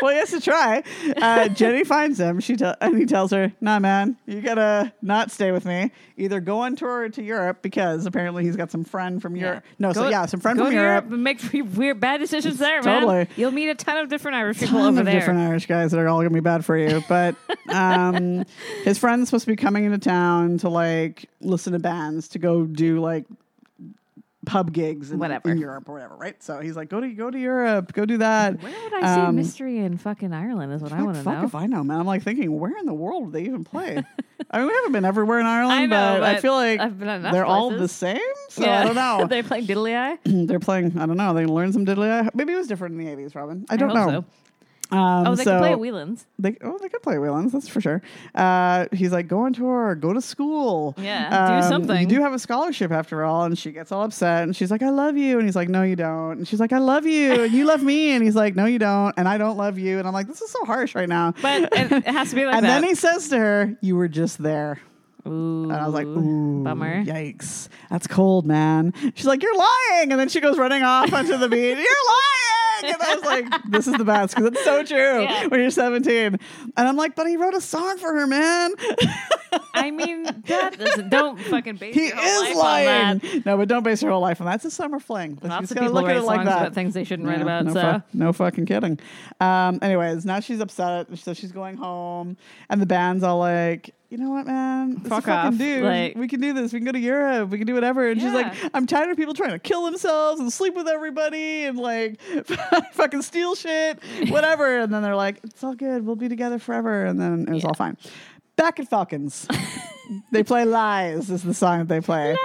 S1: well, he has to try.
S2: [LAUGHS]
S1: Uh, Jenny finds him. She te- and he tells her, "Nah, man, you gotta not stay with me. Either go on tour to Europe because apparently he's got some friend from Europe. No, so
S2: Go-
S1: yeah, some friend
S2: go
S1: from
S2: to
S1: Europe.
S2: and make [LAUGHS] free- weird bad decisions there,
S1: Totally.
S2: man. You'll meet a ton of different Irish people
S1: Ton
S2: over
S1: of
S2: there.
S1: different Irish guys that are all gonna be bad for you.
S2: [LAUGHS]
S1: But um, his friend's supposed to be coming into town to like listen to bands to go do like pub gigs in,
S2: Whatever.
S1: in Europe or whatever, right? So he's like, go to go to Europe, go do that.
S2: Where would I
S1: Um,
S2: see mystery in fucking Ireland? Is what I
S1: Like,
S2: want to
S1: fuck
S2: know.
S1: if I know, man. I'm like thinking, where in the world would they even play? I mean, we haven't been everywhere in Ireland,
S2: [LAUGHS] I know,
S1: but, I
S2: but
S1: feel like
S2: I've been on enough
S1: they're all the
S2: places.
S1: same. So I don't
S2: [LAUGHS]
S1: know. [CLEARS THROAT]
S2: They're playing diddly eye.
S1: they're playing. I don't know. They learned some diddly. eye. Maybe it was different in the 80s, Robin. I don't
S2: hope
S1: know.
S2: so.
S1: Um,
S2: Oh, they
S1: so
S2: can play
S1: [LAUGHS]
S2: at Whelan's.
S1: They, oh, they could play Waylands, that's for sure. Uh, he's like, go on tour, go to school. Um,
S2: Yeah, do something.
S1: You do have a scholarship after all. And she gets all upset and she's like, I love you. And he's like, No, you don't. And she's like, I love you. And you love me. And he's like, No, you don't. And I don't love you. And I'm like, This is so harsh right now.
S2: But it, it has to be like
S1: And
S2: that.
S1: then he says to her, "You were just there."
S2: Ooh,
S1: And I was like, "Ooh,
S2: bummer.
S1: yikes, that's cold, man." She's like, "You're lying," and then she goes running off onto the beach.
S2: [LAUGHS]
S1: You're lying, and I was like, "This is the best because it's so true."
S2: Yeah.
S1: When you're 17, and I'm like, "But he wrote a song for her, man.
S2: I mean, that doesn't. Don't fucking base
S1: he
S2: your whole
S1: is
S2: life on that.
S1: lying." No, but don't base your whole life on that. It's a summer fling. Like, you
S2: Lots
S1: just
S2: of
S1: gotta
S2: people
S1: look at
S2: write
S1: it like
S2: songs
S1: that.
S2: about things they shouldn't write
S1: Yeah,
S2: about.
S1: No,
S2: so
S1: fu- no fucking kidding. Um, anyways, now she's upset, so she's going home, and the band's all like, "You know what, man? This is a
S2: Fuck
S1: fucking
S2: off,
S1: dude.
S2: like-
S1: we can do this. We can go to Europe. We can do whatever." And she's
S2: Yeah.
S1: like, "I'm tired of people trying to kill themselves and sleep with everybody and like [LAUGHS] fucking steal shit, whatever." and then they're like, "It's all good. We'll be together forever." And then it was all fine. Back at
S2: [LAUGHS]
S1: Falcons, they play "Lies" is the song that they play.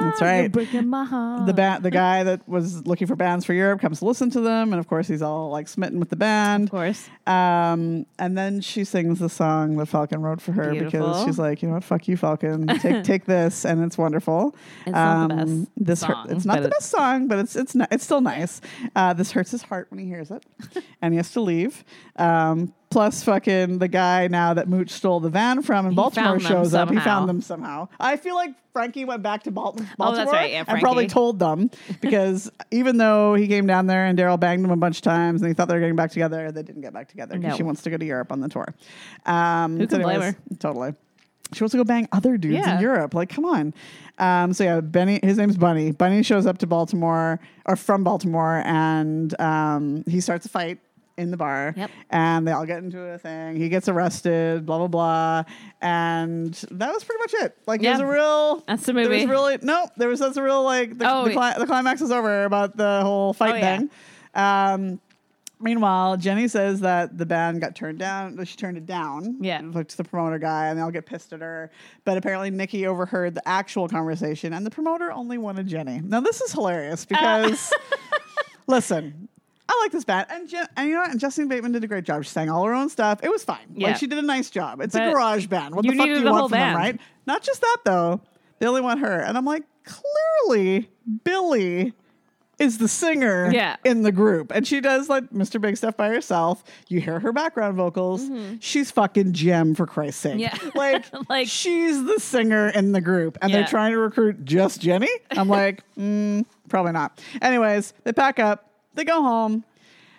S1: That's
S2: Ah, You're
S1: right.
S2: breaking my heart.
S1: the band, the guy that was looking for bands for Europe comes to listen to them, and of course he's all like smitten with the band.
S2: Of course.
S1: Um, and then she sings the song that Falcon wrote for her because
S2: Beautiful.
S1: she's like, you know what, fuck you, Falcon,
S2: [LAUGHS]
S1: take take this, and it's wonderful. Um,
S2: It's not the best
S1: this hurt-
S2: song,
S1: it's not
S2: but
S1: the
S2: it-
S1: best song, but it's it's ni- it's still nice. Uh, this hurts his heart when he hears
S2: [LAUGHS]
S1: it, and he has to leave. Um, plus, fucking the guy now that Mooch stole the van from in Baltimore
S2: found them
S1: shows up. He
S2: somehow.
S1: found them somehow. I feel like Frankie went back to Bal- Baltimore
S2: Oh, that's right, yeah,
S1: and probably
S2: Frankie.
S1: told them
S2: [LAUGHS]
S1: because even though he came down there and Daryl banged him a bunch of times and he thought they were getting back together, they didn't get back together. 'cause
S2: No.
S1: She wants to go to Europe on the tour. Um,
S2: Who can blame
S1: Totally. She wants to go bang other dudes in
S2: Yeah.
S1: Europe. Like, come on. Um, so yeah, Benny. His name's Bunny. Bunny shows up to Baltimore or from Baltimore, and um, he starts a fight in the bar.
S2: Yep.
S1: And they all get into a thing. He gets arrested. Blah blah blah. And that was pretty much it. Like, it was
S2: Yeah.
S1: a real.
S2: That's the
S1: There was
S2: movie.
S1: really
S2: [LAUGHS]
S1: no. There was that's a real like the,
S2: Oh,
S1: the,
S2: yeah.
S1: cli- the climax is over about the whole fight
S2: Oh, yeah.
S1: thing. Um, meanwhile, Jenny says that the band got turned down. that She turned it down.
S2: Yeah.
S1: looked to the promoter guy, and they all get pissed at her. But apparently, Nikki overheard the actual conversation, and the promoter only wanted Jenny. Now this is hilarious
S2: Uh,
S1: because listen. I like this band, and, Jen- and you know what? And Justine Bateman did a great job. She sang all her own stuff. It was fine.
S2: Yeah.
S1: Like she did a nice job. It's a
S2: But
S1: garage band. What
S2: you
S1: the fuck do
S2: needed
S1: you
S2: the
S1: want
S2: whole
S1: from them,
S2: band.
S1: right? Not just that though. They only want her. And I'm like, clearly Billy is the singer
S2: Yeah.
S1: in the group. And she does like Mr. Big Stuff by herself. You hear her background vocals. She's fucking gem for Christ's sake.
S2: Mm-hmm. Yeah.
S1: Like,
S2: [LAUGHS] Like-
S1: she's the singer in the group. And
S2: Yeah.
S1: they're trying to recruit just Jenny. I'm
S2: [LAUGHS]
S1: like, mm, probably not. Anyways, they pack up, they go home.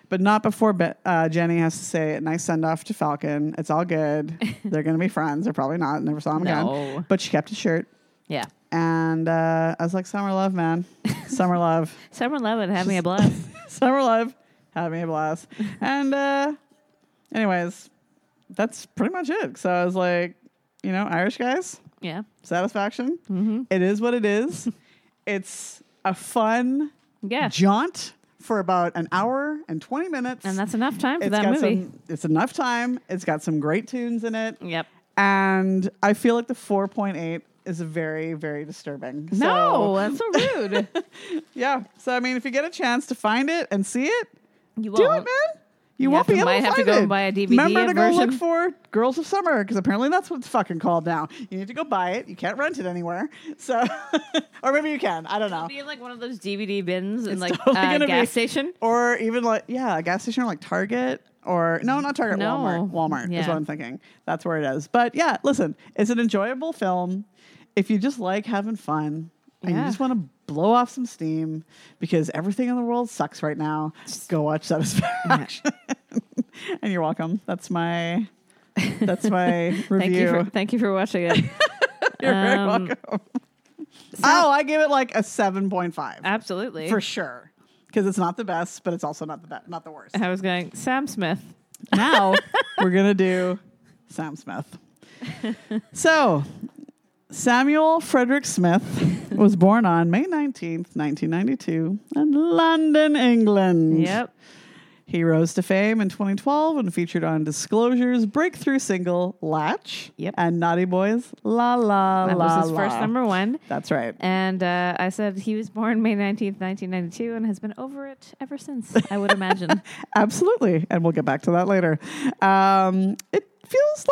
S1: But not before Be- uh, Jenny has to say a nice send off to Falcon. It's all
S2: [LAUGHS]
S1: good. They're going to be friends. They're probably not. Never saw him
S2: No.
S1: again. But she kept his shirt.
S2: [LAUGHS] yeah.
S1: And uh, I was like, Summer Love, man.
S2: [LAUGHS]
S1: Summer Love.
S2: Summer Love and Have Me
S1: [LAUGHS]
S2: a Blast.
S1: Summer Love. Had me a blast. And, uh, anyways, that's pretty much it. So I was like, you know, Irish guys,
S2: Yeah.
S1: satisfaction.
S2: Mm-hmm.
S1: It is what it is. [LAUGHS] it's a fun
S2: Yeah.
S1: jaunt for about an hour and 20 minutes.
S2: And that's enough time for
S1: It's
S2: that
S1: got
S2: movie.
S1: some. It's enough time. It's got some great tunes in it,
S2: Yep.
S1: and I feel like the four point eight is very very disturbing.
S2: no, that's so rude.
S1: So, yeah. So I mean, if you get a chance to find it and see it,
S2: [LAUGHS] You
S1: do it,
S2: won't.
S1: man. You, won't
S2: have to-
S1: be able
S2: might
S1: to
S2: have to
S1: find
S2: go
S1: it.
S2: and buy a DVD
S1: Remember to go look
S2: version.
S1: for Girls of Summer because apparently that's what it's fucking called now. You need to go buy it. You can't rent it anywhere. So, [LAUGHS] or maybe you can. I don't know.
S2: Be in like one of those DVD bins in like
S1: totally
S2: a
S1: gonna
S2: gas
S1: be-
S2: station.
S1: Or even like yeah, a gas station or like Target. or no, not Target,
S2: No.
S1: Walmart. Walmart is
S2: Yeah.
S1: what I'm thinking. That's where it is. But yeah, listen, it's an enjoyable film. If you just like having fun and you
S2: Yeah.
S1: just want to blow off some steam because everything in the world sucks right now, just go watch Satisfaction. [LAUGHS] and you're welcome. That's my that's my review.
S2: [LAUGHS] Thank you, for, thank you for watching it.
S1: [LAUGHS] You're very
S2: Um,
S1: welcome. oh, I give it like a seven point five
S2: Uh, Absolutely.
S1: for sure because it's not the best, but it's also not the best, not the worst.
S2: I was going, Sam Smith. [LAUGHS]
S1: now we're gonna do Sam Smith. so Samuel Frederick Smith was born on May 19th, 1992, in London, England.
S2: Yep.
S1: He rose to fame in 2012 and featured on Disclosure's breakthrough single Latch
S2: Yep.
S1: and Naughty Boy's La La
S2: That
S1: La.
S2: was his
S1: La.
S2: first number one.
S1: That's right.
S2: And uh, I said he was born May 19th, 1992, and has been over it ever since, I
S1: [LAUGHS]
S2: would imagine.
S1: Absolutely. And we'll get back to that later. Um, it feels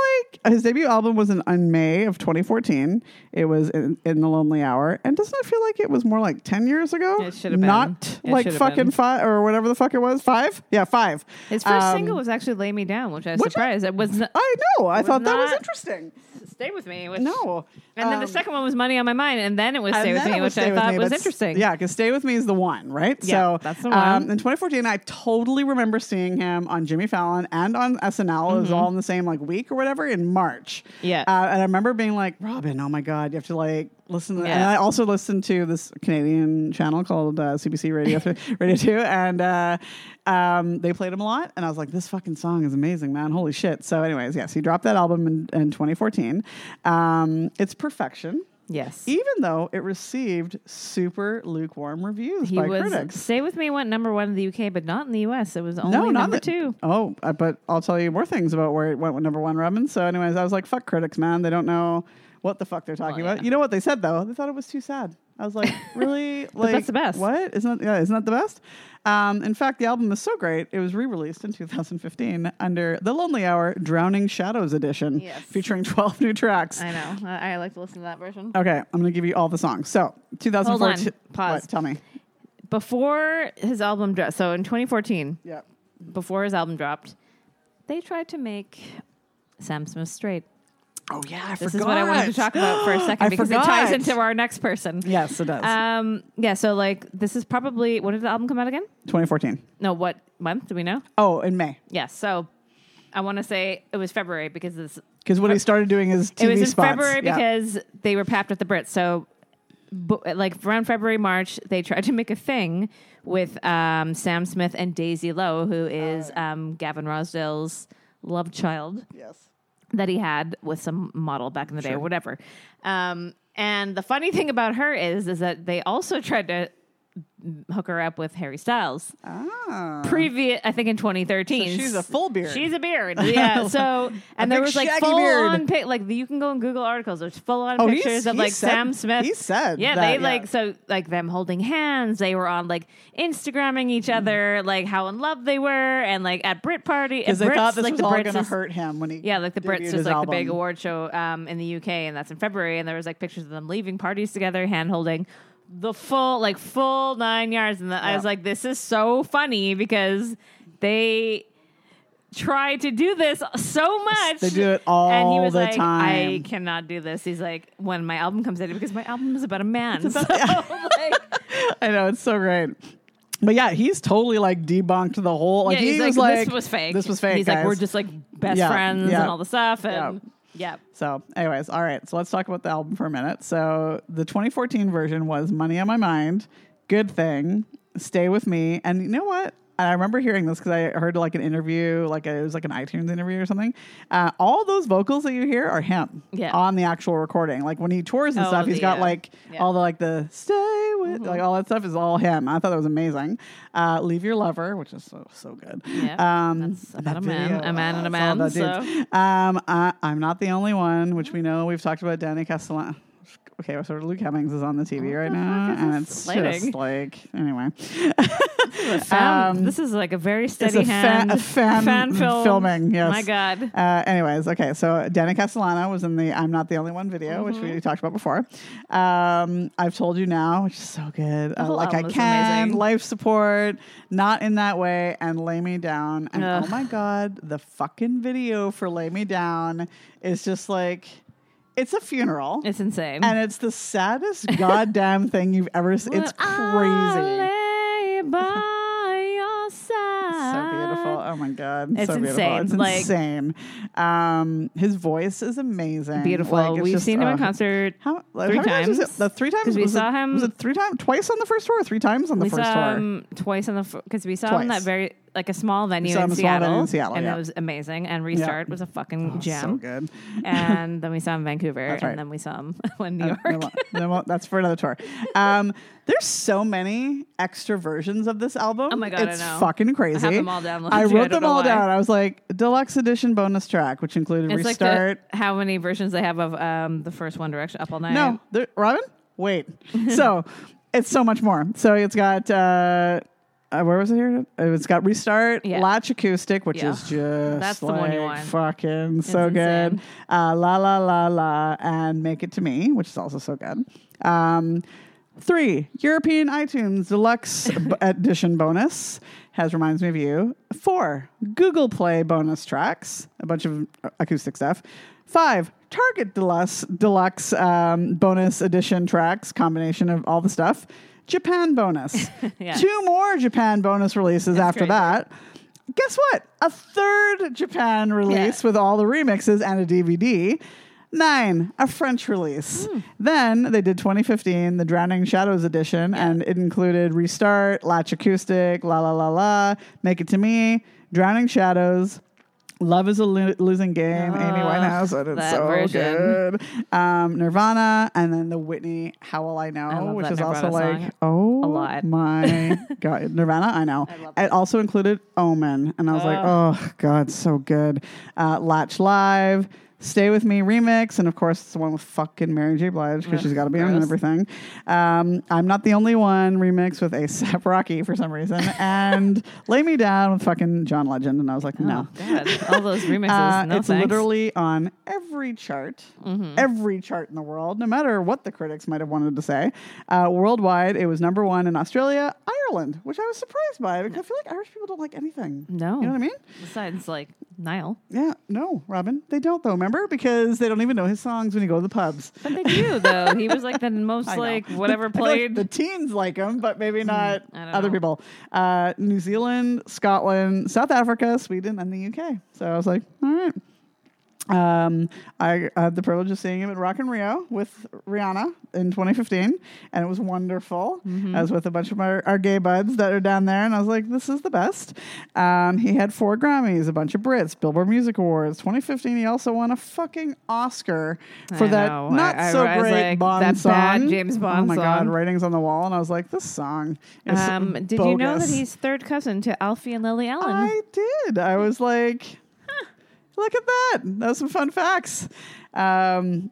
S1: like his debut album was in, in May of 2014. It was in, in The Lonely Hour. And doesn't it feel like it was more like 10 years ago?
S2: It should have been.
S1: Not
S2: It
S1: like
S2: should have
S1: fucking
S2: been.
S1: five or whatever the fuck it was. Five? Yeah, five.
S2: His first
S1: Um,
S2: single was actually Lay Me Down, which I was
S1: which I-
S2: surprised. it was
S1: [LAUGHS]
S2: not,
S1: I know. I
S2: was
S1: thought that was
S2: not-
S1: interesting.
S2: Stay With Me. Which,
S1: No.
S2: And then the
S1: Um,
S2: second one was Money on My Mind, and then it was Stay
S1: And
S2: With
S1: then
S2: Me,
S1: it
S2: which
S1: was Stay
S2: I
S1: With
S2: thought
S1: Me,
S2: was
S1: but s-
S2: interesting.
S1: Yeah, because Stay With Me is the one, right? so
S2: Yeah, that's the
S1: Um,
S2: one.
S1: in 2014, I totally remember seeing him on Jimmy Fallon and on SNL. It was all in the same like week or whatever in March.
S2: Mm-hmm. Yeah.
S1: Uh, and I remember being like, Robin, oh my God, you have to like listen. To And
S2: Yeah.
S1: I also listened to this Canadian channel called uh, CBC
S2: [LAUGHS]
S1: Radio, Radio 2. And uh, um, they played him a lot. And I was like, this fucking song is amazing, man. Holy shit. So, anyways, yes, he dropped that album in, in 2014. Um, it's perfection
S2: Yes.
S1: even though it received super lukewarm reviews
S2: he
S1: by
S2: was
S1: critics.
S2: Stay With Me went number one in the UK, but not in the US. It was only
S1: No, not
S2: number
S1: that-
S2: two.
S1: Oh, uh, but I'll tell you more things about where it went with number one, Robin. So, anyways, I was like, "Fuck critics, man! They don't know what the fuck they're talking
S2: Well,
S1: about."
S2: yeah.
S1: You know what they said though? They thought it was too sad. I was
S2: [LAUGHS]
S1: like, "Really? like
S2: that's the best.
S1: What? Isn't that, yeah, isn't that the best?" Um, in fact, the album is so great it was re-released in 2015 under the Lonely Hour Drowning Shadows edition,
S2: Yes.
S1: featuring 12 new tracks.
S2: I know. I, I like to listen to that version.
S1: Okay, I'm gonna give you all the songs. So, 2014.
S2: Pause.
S1: What? Tell me.
S2: Before his album dropped, so in 2014,
S1: Yeah.
S2: before his album dropped, they tried to make Sam Smith straight.
S1: Oh yeah, I
S2: This is what I wanted to talk about for a
S1: I
S2: second because it ties
S1: forgot. [GASPS]
S2: into our next person.
S1: Yes, it does.
S2: Um, yeah, so like this is probably when did the album come out again?
S1: 2014.
S2: No, what month do we know?
S1: Oh, in May,
S2: Yes, so I want to say it was February because this,
S1: because what he started doing is TV
S2: it was in
S1: spots.
S2: February
S1: Yeah.
S2: because they were papped with the Brits. So, bu- like around February, March, they tried to make a thing with um, Sam Smith and Daisy Lowe, who is um, Gavin Rosdale's love child.
S1: yes,
S2: that he had with some model back in the day or whatever. Um, and the funny thing about her is, is that they also tried to hook her up with Harry Styles.
S1: ah,
S2: Previous, I think in 2013.
S1: So she's a full beard.
S2: She's
S1: [LAUGHS]
S2: a beard. Yeah. So, and there
S1: big
S2: was like
S1: shaggy
S2: full
S1: beard.
S2: on pic, like you can go and Google articles. There's full on
S1: Oh, he's-
S2: pictures of
S1: he
S2: like
S1: said-
S2: Sam Smith.
S1: he said
S2: Yeah,
S1: that,
S2: they
S1: yeah.
S2: like so like them holding hands. They were on like Instagramming
S1: Mm-hmm.
S2: each other, like how in love they were, and like at Brit party.
S1: because they thought this
S2: like
S1: was
S2: the
S1: all
S2: Brits
S1: going to
S2: is-
S1: hurt him when he
S2: yeah, like the
S1: debuted
S2: Brits
S1: his
S2: was like the big
S1: album.
S2: award show um, in the UK, and that's in February. And there was like pictures of them leaving parties together, hand holding the full like full nine yards. And the, I was
S1: Yeah.
S2: like, this is so funny because they try to do this so much.
S1: They do it
S2: and he
S1: all
S2: was
S1: the
S2: like, I
S1: time.
S2: cannot do this. He's like, when my album comes out, because my album is about a man. [LAUGHS] so,
S1: [LAUGHS]
S2: like,
S1: I know it's so great. But yeah, he's totally like debunked the whole. Like
S2: yeah,
S1: he
S2: he's
S1: was
S2: like,
S1: like,
S2: this was fake.
S1: This was fake.
S2: He's like,
S1: guys."
S2: we're just like best
S1: Yeah,
S2: friends
S1: yeah.
S2: and all the stuff. And yeah.
S1: So, anyways, all right. So let's talk about the album for a minute. So the 2014 version was "Money on My Mind," "Good Thing," "Stay with Me," and you know what? And I remember hearing this because I heard like an interview, like it was like an iTunes interview or something. Uh, all those vocals that you hear are him
S2: Yeah.
S1: on the actual recording. Like when he tours and
S2: Oh,
S1: stuff, he's
S2: the,
S1: got
S2: uh,
S1: like
S2: yeah. Mm-hmm.
S1: all the like the "Stay with," like all that stuff is all him. I thought that was amazing. Uh, "Leave Your Lover," which is so so good. Um,
S2: Yeah, that's about a man. A man and a
S1: it's all
S2: man,
S1: about dudes. Um, I, I'm not the only one, which we know. We've talked about Danny Castellano. okay, so Luke Hemmings is on the TV right
S2: the
S1: now,
S2: fuck is
S1: and
S2: this
S1: it's
S2: lighting?
S1: just like anyway,
S2: Found-
S1: Um,
S2: this is like a very
S1: it's
S2: steady
S1: a, fa-
S2: hand.
S1: a fan,
S2: film.
S1: filming. Yes,
S2: My God.
S1: Uh, anyways, okay, so Danny Castellano was in the "I'm Not the Only One" video, which
S2: Mm-hmm.
S1: we talked about before. Um, I've told you now, which is so good. Uh,
S2: whole
S1: like I
S2: album is
S1: can,
S2: amazing.
S1: life support, not in that way, and lay me down. And
S2: Ugh.
S1: oh my god, the fucking video for "Lay Me Down" is just like it's a funeral.
S2: It's insane.
S1: and it's the saddest goddamn thing you've ever seen. It's
S2: When
S1: crazy. [LAUGHS]
S2: I lay by your
S1: So
S2: side.
S1: beautiful. Oh my god.
S2: Uh, It's
S1: so beautiful.
S2: insane,
S1: It's
S2: like-
S1: insane. Um his voice is amazing.
S2: Beautiful.
S1: Like, it's
S2: We've
S1: just,
S2: seen him
S1: uh,
S2: in concert.
S1: How, like,
S2: three
S1: how many Was
S2: times.
S1: it? The three times
S2: 'Cause we
S1: was it-
S2: saw him-
S1: Was it three times? Twice on the first tour, or three times on the
S2: we
S1: first
S2: saw
S1: tour.
S2: him twice on the because we saw him that
S1: Twice.
S2: very like a small venue
S1: saw
S2: in,
S1: him in a small
S2: Seattle,
S1: venue in Seattle,
S2: and
S1: yeah. Oh,
S2: it was amazing. And Restart was a fucking
S1: So
S2: gem.
S1: good.
S2: and then we saw him in Vancouver,
S1: right.
S2: and then we saw him [LAUGHS] in [LAUGHS] New
S1: Uh,
S2: York.
S1: no, well, no, well, that's for another tour. Um, there's so many extra versions of this album.
S2: Oh my God, I
S1: it's
S2: know.
S1: fucking crazy.
S2: them all downloaded, [LAUGHS]
S1: I
S2: too, I
S1: wrote
S2: don't
S1: them
S2: know
S1: all
S2: why.
S1: down. I was like deluxe edition bonus track, which included
S2: It's like
S1: restart.
S2: the, how many versions they have of um, the first One Direction up all night.
S1: No, there, Robin,
S2: [LAUGHS]
S1: wait. so it's so much more. So it's got. Uh, uh, where was it here? Uh, It's got restart,
S2: Yeah.
S1: latch acoustic, which
S2: Yeah.
S1: is just
S2: That's the
S1: like
S2: one you want.
S1: fucking so
S2: insane.
S1: good. Uh, la la la la, and make it to me, which is also so good. Um, three European iTunes deluxe b- edition bonus has reminds me of you. Four Google Play bonus tracks, a bunch of uh, acoustic stuff. Five Target deluxe deluxe um, bonus edition tracks, combination of all the stuff. Japan bonus.
S2: Yeah.
S1: Two more Japan bonus releases after
S2: crazy.
S1: that. Guess what? A third Japan release
S2: Yeah.
S1: with all the remixes and a DVD. Nine, a French release.
S2: Hmm.
S1: Then they did 2015, the Drowning Shadows edition, and it included Restart, Latch Acoustic, La La La La, Make It To Me, Drowning Shadows, Love Is a Lo- Losing Game, Amy
S2: Ugh,
S1: Winehouse, and it's
S2: Ah, that
S1: so
S2: version.
S1: good. Um, Nirvana, and then the Whitney How Will I Know,
S2: love
S1: which
S2: that
S1: is also
S2: Nirvana
S1: like,
S2: song.
S1: oh,
S2: lot.
S1: my God, Nirvana, I know. it also included Omen, and I was like, oh God, so good. Uh, Latch Live, Stay with Me remix, and of course it's the one with fucking Mary J. Blige because she's got to be on
S2: gross.
S1: everything. Um, I'm not the only one remix with ASAP Rocky for some reason, and Lay Me Down with fucking John Legend, and I was like, no.
S2: Oh, God. all those remixes.
S1: Uh,
S2: no
S1: it's
S2: thanks. Mm-hmm.
S1: literally on every chart, every chart in the world, no matter what the critics might have wanted to say. Uh, worldwide, it was number one in Australia, Ireland, which I was surprised by because I feel like Irish people don't like anything.
S2: No.
S1: You know what I mean?
S2: Besides, like Nile,
S1: Yeah, no, Robin. They don't, though, remember? Because they don't even know his songs when you go to the
S2: [LAUGHS]
S1: pubs.
S2: but they do though. He was like the
S1: [LAUGHS]
S2: most
S1: I know.
S2: like whatever
S1: I feel like
S2: played. Mm,
S1: the teens like him, but maybe not
S2: I don't
S1: other
S2: know.
S1: people. Uh, New Zealand, Scotland, South Africa, Sweden, and the UK. So I was like, all right. Um, I had the privilege of seeing him at Rock and Rio with Rihanna in 2015, and it was wonderful.
S2: Mm-hmm.
S1: I was with a bunch of our, our gay buds that are down there, and I was like, "This is the best." Um, he had four Grammys, a bunch of Brits, Billboard Music Awards. 2015, he also won a fucking Oscar for
S2: I
S1: that
S2: know.
S1: not
S2: I- I
S1: so
S2: was
S1: great
S2: like,
S1: Bond
S2: that
S1: song.
S2: bad James
S1: Oh
S2: Bond
S1: my god,
S2: song.
S1: writings on the wall, and I was like, "This song is
S2: um, did you know that
S1: bogus."
S2: he's third cousin to Alfie and Lily Allen?
S1: I did. I was like, look at that. That was some fun facts. Um,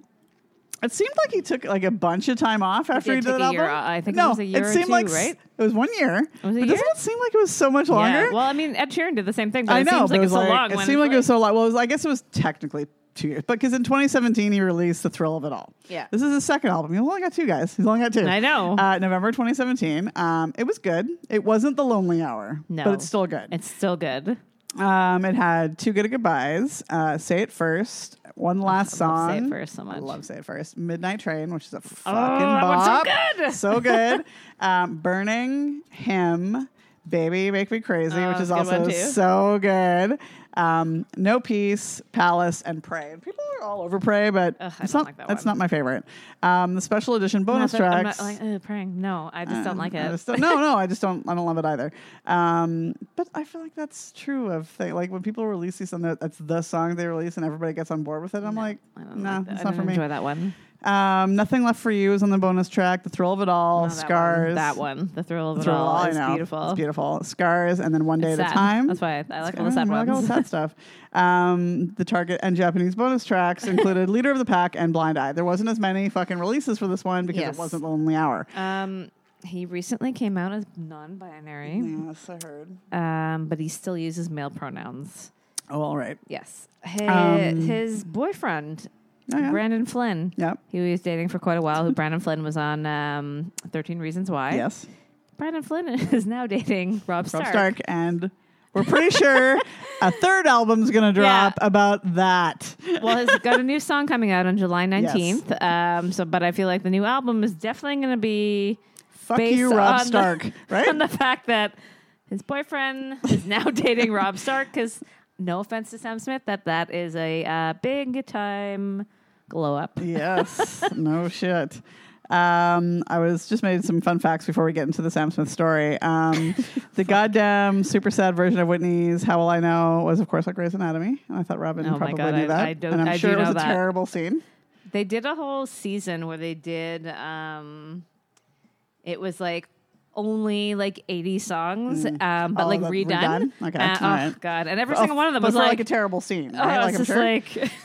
S1: it seemed like he took like a bunch of time off after he
S2: did
S1: did
S2: take
S1: that
S2: a year
S1: album.
S2: off. I think it
S1: no,
S2: was a year or
S1: seemed
S2: two,
S1: like s-
S2: right?
S1: It was one year.
S2: was a
S1: but doesn't
S2: year?
S1: it seem like it was so much longer?
S2: Yeah. Well, I mean, Ed Sheeran did the same thing, but
S1: I
S2: it
S1: know, but
S2: seems like
S1: it
S2: it's
S1: was
S2: so
S1: like,
S2: long.
S1: It
S2: when
S1: seemed
S2: it's
S1: like it was so long. Well, it was, I guess it was technically two years, but because in 2017 he released "The Thrill of It All."
S2: Yeah.
S1: this is his second album. He's only got two guys. He's only got two.
S2: I know.
S1: Uh, November 2017. Um, it was good. It wasn't "The Lonely Hour,"
S2: No.
S1: but it's still good.
S2: It's still good.
S1: Um, it had two good goodbyes. Uh, Say it first. One last
S2: love
S1: song.
S2: Say It First so much. Oh,
S1: I love say it first. Midnight Train, which is a fucking
S2: that one's
S1: bop.
S2: so good. [LAUGHS]
S1: So good. um, Burning him. Baby Make Me Crazy,
S2: Oh,
S1: which is
S2: good one
S1: also
S2: too.
S1: so good. Um, no Peace, Palace, and Prey. And people are all over Prey, but
S2: Ugh, I
S1: it's
S2: don't
S1: not
S2: like that
S1: that's
S2: one.
S1: not my favorite. Um, the special edition bonus
S2: Not that- I'm
S1: tracks. Mm,
S2: not like "Ugh, praying. No, I just don't like
S1: Um, I
S2: it.
S1: just don't- no, no, I just don't. I don't love it either. Um, but I feel like that's true of thing. Like when people release these, and that- that's the song they release, and everybody gets on board with it. I'm like,
S2: I
S1: no,
S2: don't like that.
S1: it's not
S2: I don't
S1: for me.
S2: enjoy that one.
S1: Um, Nothing Left for You is on the bonus track. The Thrill of It All,
S2: Oh, that one.
S1: Scars.
S2: That one. The thrill of
S1: The
S2: it
S1: Thrill of It
S2: all
S1: All, I
S2: is
S1: know.
S2: beautiful.
S1: It's beautiful. Scars, and then One Day
S2: It's
S1: at a
S2: sad.
S1: Time.
S2: That's why I like all the
S1: Yeah,
S2: sad
S1: we like all
S2: ones.
S1: the sad stuff. Um, the Target and Japanese bonus tracks
S2: [LAUGHS]
S1: included Leader of the Pack and Blind Eye. There wasn't as many fucking releases for this one because
S2: Yes.
S1: it wasn't the only hour.
S2: Um, he recently came out as non-binary,
S1: Yes, I heard.
S2: um, but he still uses male pronouns.
S1: Oh, all right.
S2: Yes, his,
S1: Um,
S2: his boyfriend
S1: Oh, yeah.
S2: Brandon Flynn.
S1: Yep.
S2: He was dating for quite
S1: [LAUGHS]
S2: a while. Who Brandon Flynn was on um, Thirteen Reasons Why.
S1: Yes.
S2: Brandon Flynn [LAUGHS] is now dating Rob Stark.
S1: Rob Stark and we're pretty sure a third album's gonna drop about that.
S2: Well, he's got
S1: [LAUGHS]
S2: a new song coming out on July nineteenth. Um, so, but I feel like the new album is definitely going to be
S1: Fuck
S2: based
S1: you, Rob
S2: [LAUGHS] on the-
S1: Stark. right?
S2: on the fact that his boyfriend is now [LAUGHS] dating Rob Stark. Because no offense to Sam Smith, that that is a uh, big time glow up.
S1: yes. No shit. Um, I was just made some fun facts before we get into the Sam Smith story. Um,
S2: [LAUGHS]
S1: the goddamn super sad version of Whitney's "How Will I Know" was, of course, like Grey's Anatomy, and I thought Robin
S2: Oh my
S1: probably
S2: God,
S1: knew
S2: I-
S1: that.
S2: I don't-
S1: and I'm
S2: I do
S1: sure it was
S2: know
S1: a
S2: that.
S1: terrible scene.
S2: They did a whole season where they did. Um, it was like only like 80 songs,
S1: Mm.
S2: um, but
S1: All
S2: like
S1: of them
S2: redone.
S1: redone? Okay,
S2: Uh, oh
S1: alright.
S2: god! And every
S1: Oh,
S2: single one of them
S1: but
S2: was
S1: for, like,
S2: like,
S1: a terrible scene.
S2: oh,
S1: right? Like,
S2: it's
S1: I'm
S2: just
S1: sure.
S2: like. [LAUGHS]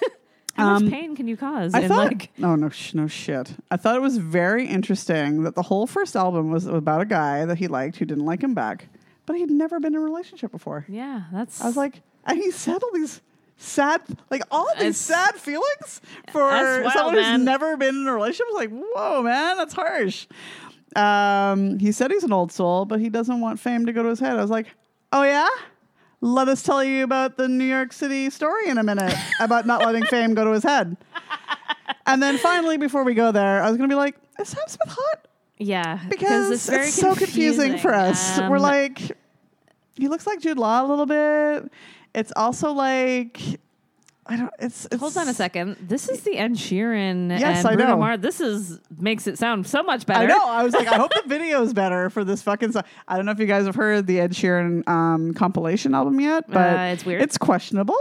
S2: How
S1: Um,
S2: much pain can you cause?
S1: I
S2: in,
S1: thought, Oh,
S2: like,
S1: no, no, sh- no shit. I thought it was very interesting that the whole first album was about a guy that he liked who didn't like him back, but he'd never been in a relationship before.
S2: yeah, that's.
S1: I was like, and he said all these sad, like all these
S2: It's-
S1: sad feelings for
S2: That's wild,
S1: someone
S2: man.
S1: who's never been in a relationship. I was like, whoa, man, that's harsh. Um, he said he's an old soul, but he doesn't want fame to go to his head. I was like, oh yeah. Let us tell you about the New York City story in a minute about not letting fame go to his head. And then finally, before we go there, I was going to be like, is Sam Smith hot?
S2: yeah,
S1: because it's,
S2: very
S1: so confusing for us. We're
S2: Um,
S1: like, he looks like Jude Law a little bit. It's also like, I don't. It's, it's
S2: Hold on a second. This is the Ed Sheeran
S1: Yes,
S2: and
S1: I
S2: Bruno
S1: know.
S2: Mars. This is makes it sound so much better.
S1: I know. I was like, I hope the video's better for this fucking song. I don't know if you guys have heard the Ed Sheeran um, compilation album yet, but
S2: Uh, it's weird.
S1: It's questionable.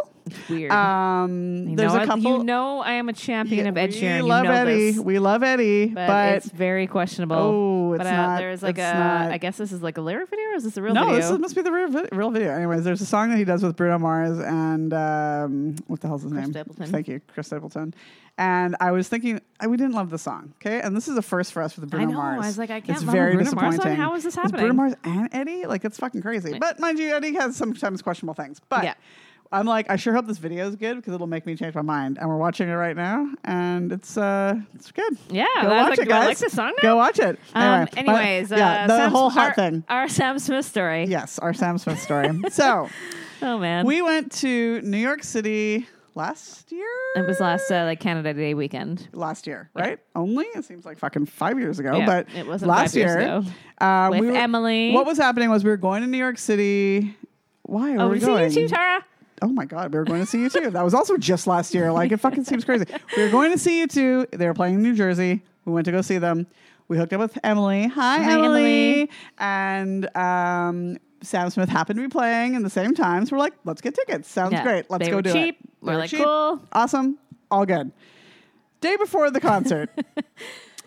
S2: Weird.
S1: Um,
S2: you
S1: there's
S2: know,
S1: a
S2: I-
S1: couple.
S2: You know, I am a champion
S1: Yeah,
S2: of Ed
S1: we
S2: Sheeran. You
S1: love
S2: know
S1: Eddie.
S2: this,
S1: We love Eddie,
S2: but,
S1: but,
S2: it's very questionable.
S1: Oh,
S2: but
S1: it's
S2: uh,
S1: not-
S2: there's like
S1: it's
S2: a. I
S1: not-
S2: guess this is like a lyric video, or is this a real
S1: no,
S2: video?
S1: this is, must be the real, vid- real video. Anyways, there's a song that he does with Bruno Mars and um, what the hell's his name?
S2: Stapleton.
S1: Thank you, Chris Stapleton. And I was thinking, I, we didn't love the song, okay? And this is a first for us with the Bruno
S2: know, I
S1: Mars.
S2: was like, I can't
S1: it's
S2: love a
S1: very
S2: Bruno Mars song?
S1: disappointing.
S2: How is this happening?
S1: Bruno Mars and Eddie, like it's fucking crazy. But mind you, Eddie has sometimes questionable things. But
S2: Yeah.
S1: I'm like, I sure hope this video is good because it'll make me change my mind. And we're watching it right now, and it's uh, it's good.
S2: Yeah,
S1: go
S2: I was
S1: watch
S2: like,
S1: it,
S2: do I
S1: guys.
S2: like this song now?
S1: Go watch it.
S2: um,
S1: Anyway, but-
S2: anyways,
S1: yeah,
S2: uh,
S1: the
S2: Sam-
S1: whole hot
S2: our-
S1: thing.
S2: Our Sam Smith story.
S1: Yes, our Sam Smith story. so
S2: [LAUGHS] Oh man,
S1: we went to New York City last year.
S2: it was last uh, like Canada Day weekend.
S1: last year, right? Only it seems like fucking five years ago,
S2: Yeah,
S1: but
S2: it wasn't
S1: last
S2: five years
S1: year.
S2: ago.
S1: Uh,
S2: With
S1: we were-
S2: Emily.
S1: What was happening was we were going to New York City. Why are
S2: Oh,
S1: we
S2: we see
S1: going?
S2: you too, Tara.
S1: oh my god, we were going to see you too. That was also just last year. Like it fucking seems crazy. We were going to see you too. They were playing in New Jersey. We went to go see them. We hooked up with Emily. Hi,
S2: Hi, Emily.
S1: And um, Sam Smith happened to be playing in the same time. So we're like, let's get tickets. Sounds
S2: Yeah.
S1: great. Let's
S2: They
S1: go
S2: were
S1: do
S2: cheap.
S1: it.
S2: We're
S1: They
S2: like, cool.
S1: Awesome. All good. Day before the
S2: [LAUGHS]
S1: concert.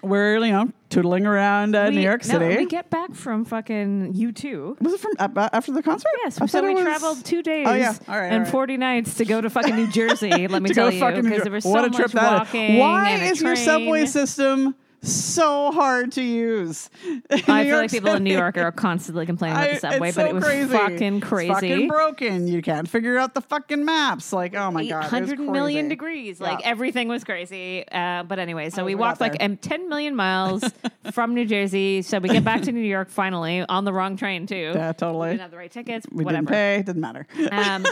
S1: We're, you know, tootling around uh, New
S2: We-
S1: York
S2: no,
S1: City.
S2: we get back from fucking you two.
S1: was it from ab- after the concert?
S2: Yes,
S1: I
S2: so
S1: thought
S2: we
S1: it was-
S2: traveled two days
S1: Oh, yeah. All right,
S2: and
S1: all right.
S2: 40 nights to go to
S1: [LAUGHS]
S2: fucking New Jersey, let me
S1: to
S2: tell
S1: go
S2: you,
S1: fucking New
S2: because
S1: Jer-
S2: there was
S1: what
S2: so
S1: a trip
S2: much
S1: that
S2: walking
S1: is. Why
S2: and a
S1: is your subway
S2: train.
S1: system so hard to use? [LAUGHS] I
S2: I feel like people in New York are constantly complaining about the subway,
S1: it's
S2: but
S1: so
S2: it was
S1: crazy.
S2: fucking
S1: It's
S2: crazy.
S1: fucking broken. You can't figure out the fucking maps. Like, oh my god, it was
S2: 800 million
S1: crazy.
S2: degrees. Like
S1: Yeah.
S2: everything was crazy. Uh, but anyway, so
S1: Oh,
S2: we
S1: we
S2: walked
S1: got
S2: like
S1: there.
S2: um, 10
S1: [LAUGHS]
S2: million miles from New Jersey. So we get back to New York finally on the wrong train, too.
S1: Yeah, totally.
S2: We didn't have the right tickets,
S1: We
S2: whatever.
S1: didn't pay. Didn't matter. [LAUGHS]
S2: Um,